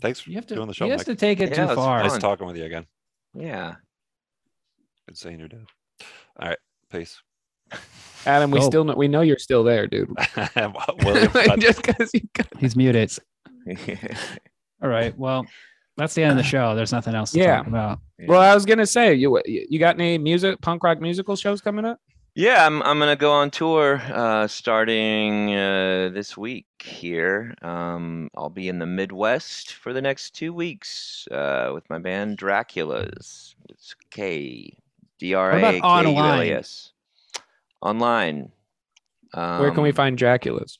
S4: Thanks for
S2: You have to,
S4: doing the show,
S2: he has
S4: Mike.
S2: to take it
S3: Yeah,
S2: too
S3: it's
S2: far.
S3: fine.
S4: Nice talking with you again.
S3: Yeah.
S4: Good seeing you, dude. All right, peace.
S1: Adam, we
S2: Go.
S1: still know, we know you're still there, dude.
S4: William, cut-
S1: Just because you cut.
S2: He's muted. All right. Well, that's the end of the show. There's nothing else to
S1: Yeah.
S2: talk about.
S1: Well, I was gonna say you you got any music punk rock musical shows coming up?
S3: Yeah, I'm I'm gonna go on tour uh, starting uh, this week here. Um, I'll be in the Midwest for the next two weeks uh, with my band Draculas. It's K D R A K U L A
S2: online?
S3: S. Online.
S1: Where can we
S3: Um,
S1: find Dracula's?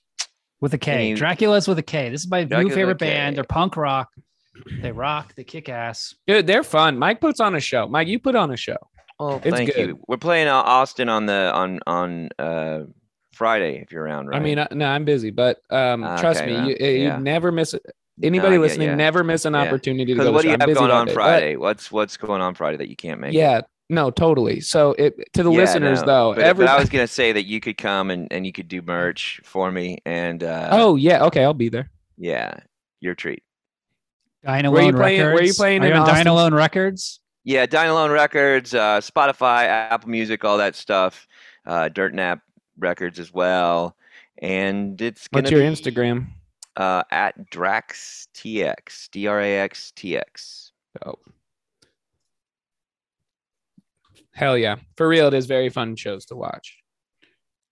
S2: With a K.
S3: Any-
S2: Dracula's with a K. This is my new
S3: Dracula
S2: favorite
S3: K.
S2: band. They're punk rock. They rock. They kick ass.
S1: Dude, they're fun. Mike puts on a show. Mike, you put on a show.
S3: Oh,
S1: It's
S3: thank
S1: good.
S3: you. We're playing uh, Austin on the on on uh, Friday if you're around.
S1: I
S3: Right?
S1: mean, uh, no, I'm busy, but um,
S3: Ah,
S1: trust
S3: okay,
S1: me,
S3: well,
S1: you, you
S3: yeah.
S1: never miss anybody
S3: yeah,
S1: listening.
S3: yeah.
S1: Never miss an
S3: Yeah.
S1: opportunity to go.
S3: because
S1: to
S3: what
S1: the
S3: do you
S1: show. I'm
S3: have
S1: busy
S3: going
S1: all
S3: on
S1: day, but-
S3: Friday? What's what's going on Friday that you can't make? it?
S1: Yeah, no, totally. So it to the
S3: Yeah,
S1: listeners
S3: no,
S1: though,
S3: But,
S1: every
S3: but I was gonna say that you could come and, and you could do merch for me and uh,
S1: oh yeah, okay, I'll be there.
S3: yeah, your treat.
S2: Dino
S1: Where you
S2: Lone
S1: playing- where you
S2: Records.
S1: playing
S2: Are you
S1: in
S2: on
S1: Austin?
S2: Dino Lone Records?
S3: Yeah, Dynalone Records, uh, Spotify, Apple Music, all that stuff. Uh, Dirt Nap Records as well. And it's gonna
S1: What's your
S3: be,
S1: Instagram?
S3: uh, at Drax TX, D R A X T X.
S1: Hell yeah, for real, it is very fun shows to watch.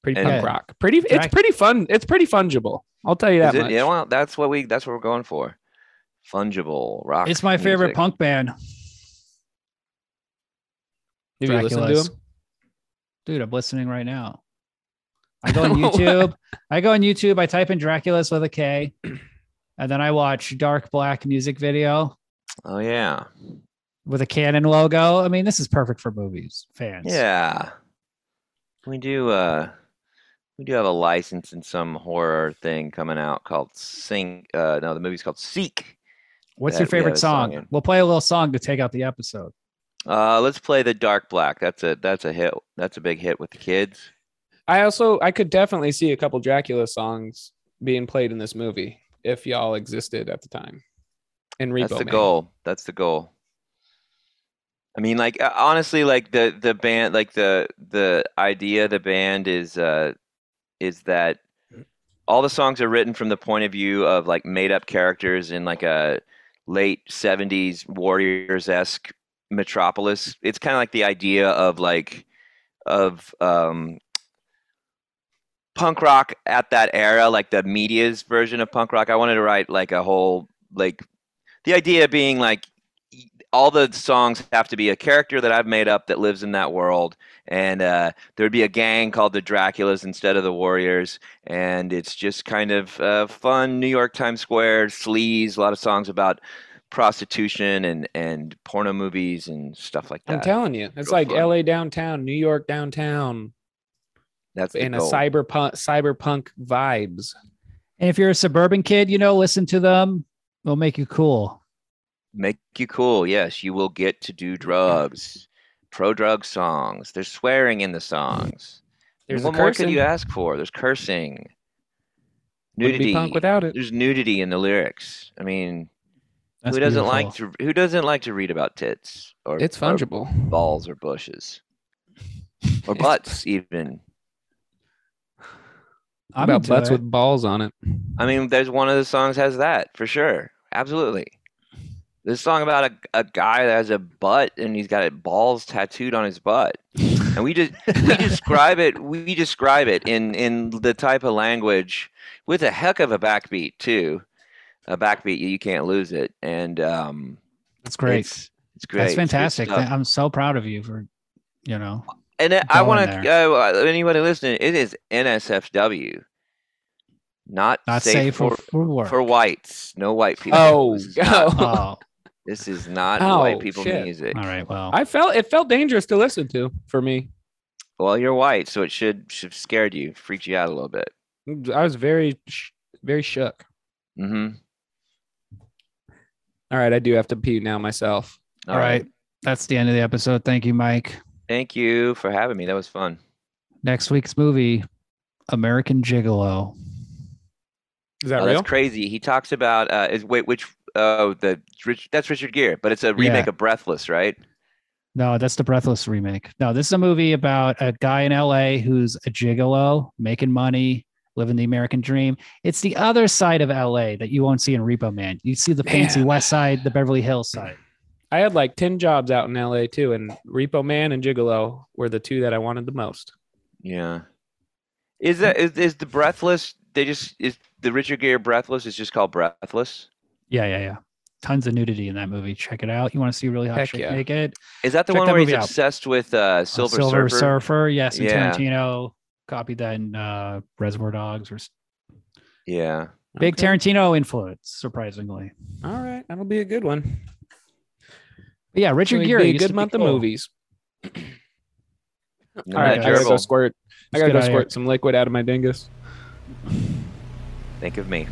S1: Pretty
S3: And-
S1: punk rock. Pretty, it's
S2: Drac-
S1: pretty fun. It's pretty fungible. I'll tell you
S3: Is
S1: that
S3: it?
S1: much.
S3: You know what? That's what we. That's what we're going for. Fungible rock.
S2: It's my favorite
S3: music.
S2: punk band.
S1: Have you listened to
S2: Dracula's.
S1: him?
S2: Dude, I'm listening right now. I go on YouTube. I go on YouTube. I type in Dracula's with a K, and then I watch Dark Black music video
S3: Oh yeah,
S2: with a Canon logo. I mean, this is perfect for movies fans.
S3: yeah. We do. uh We do have a license in some horror thing coming out called Sing. Uh, no, the movie's called Seek.
S2: What's
S3: that
S2: your
S3: we have
S2: favorite
S3: a song
S2: song?
S3: in.
S2: We'll play a little song to take out the episode.
S3: Uh, let's play the Dark Black. That's a that's a hit. That's a big hit with the kids.
S1: I also I could definitely see a couple Dracula songs being played in this movie if y'all existed at the time. And Repo
S3: That's the
S1: Man.
S3: goal. That's the goal. I mean, like uh, honestly, like the the band, like the the idea of the band is uh is that all the songs are written from the point of view of like made up characters in like a late seventies Warriors esque metropolis. It's kind of like the idea of like of um punk rock at that era, like the media's version of punk rock. I wanted to write like a whole like the idea being like y- all the songs have to be a character that I've made up that lives in that world, and uh, there'd be a gang called the Draculas instead of the Warriors, and it's just kind of uh, fun New York Times Square sleaze, a lot of songs about prostitution and and porno movies and stuff like
S1: I'm
S3: that.
S1: telling you, it's
S3: Real
S1: like
S3: fun.
S1: LA downtown, New York downtown,
S3: That's the
S1: in a
S3: goal.
S1: cyberpunk cyberpunk vibes.
S2: And if you're a suburban kid, you know, listen to them. They'll make you cool.
S3: make you cool. Yes, you will get to do drugs. Pro drug songs. There's swearing in the songs.
S1: There's
S3: what
S1: a
S3: more could
S1: cursing.
S3: you ask for? There's cursing,
S1: Wouldn't
S3: nudity.
S1: be punk without it.
S3: There's nudity in the lyrics. I mean,
S2: That's
S3: who doesn't
S2: beautiful.
S3: like to who doesn't like to read about tits or
S1: It's
S3: or
S1: fungible.
S3: balls or bushes or butts even.
S2: I'm
S1: about
S2: into
S1: butts
S2: it.
S1: with balls on it.
S3: I mean, there's one of the songs has that for sure. Absolutely. This song about a, a guy that has a butt and he's got balls tattooed on his butt. And we just we describe it we describe it in in the type of language with a heck of a backbeat too. a backbeat. You, you can't lose it, and um,
S2: That's great.
S3: It's, it's great.
S2: That's
S3: It's good
S2: fantastic.
S3: stuff.
S2: I'm so proud of you for, you know,
S3: And I- I
S2: going
S3: want to
S2: there.
S3: uh, anybody listening. It is NSFW, not,
S2: not safe, for, for work.
S3: for whites. No white people.
S1: Oh,
S3: this is not,
S2: oh, all
S3: this is not
S1: Oh,
S3: white people
S1: shit.
S3: music.
S2: right. Well,
S1: I felt it felt dangerous to listen to for me.
S3: Well, you're white, so it should should have scared you, freaked you out a little bit.
S1: I was very sh- very shook.
S3: hmm
S1: All right, I do have to pee now myself.
S2: all right. That's the end of the episode. Thank you, Mike.
S3: Thank you for having me. That was fun.
S2: Next week's movie, American Gigolo.
S1: Is that
S3: Oh,
S1: real?
S3: That's crazy. He talks about uh, is wait which oh the Rich, that's Richard Gere, but it's a remake
S2: Yeah.
S3: of Breathless, right?
S2: No, that's the Breathless remake. No, this is a movie about a guy in LA who's a gigolo, making money, living the American dream. It's the other side of LA that you won't see in Repo Man. You see the fancy
S1: Man.
S2: West Side, the Beverly Hills side.
S1: I had like 10 jobs out in LA too, and Repo Man and Gigolo were the two that I wanted the most.
S3: Yeah. Is that is, is the Breathless? They just is the Richard Gere Breathless is just called Breathless.
S2: Yeah, yeah, yeah. Tons of nudity in that movie. Check it out. You want to see really hot
S1: Heck
S2: chick
S1: yeah.
S2: naked?
S3: Is that the
S2: Check
S3: one
S2: that
S3: where he's
S2: movie out.
S3: obsessed with uh,
S2: Uh,
S3: Silver,
S2: Silver
S3: Surfer?
S2: Yes, and
S3: Yeah.
S2: Tarantino copied that in uh, Reservoir Dogs. Or s-
S3: Yeah.
S2: big
S1: Okay.
S2: Tarantino influence, surprisingly.
S1: All right, that'll be a good one.
S2: But yeah, Richard
S1: It'll
S2: Gere.
S1: be a
S2: used to
S1: good month
S2: cool.
S1: of movies.
S3: No,
S1: All right,
S3: that
S1: I gotta go
S3: gerbil.
S1: squirt. I
S2: Let's
S1: gotta
S2: get
S1: go
S2: outta here.
S1: squirt some liquid out of my dingus.
S3: Think of me.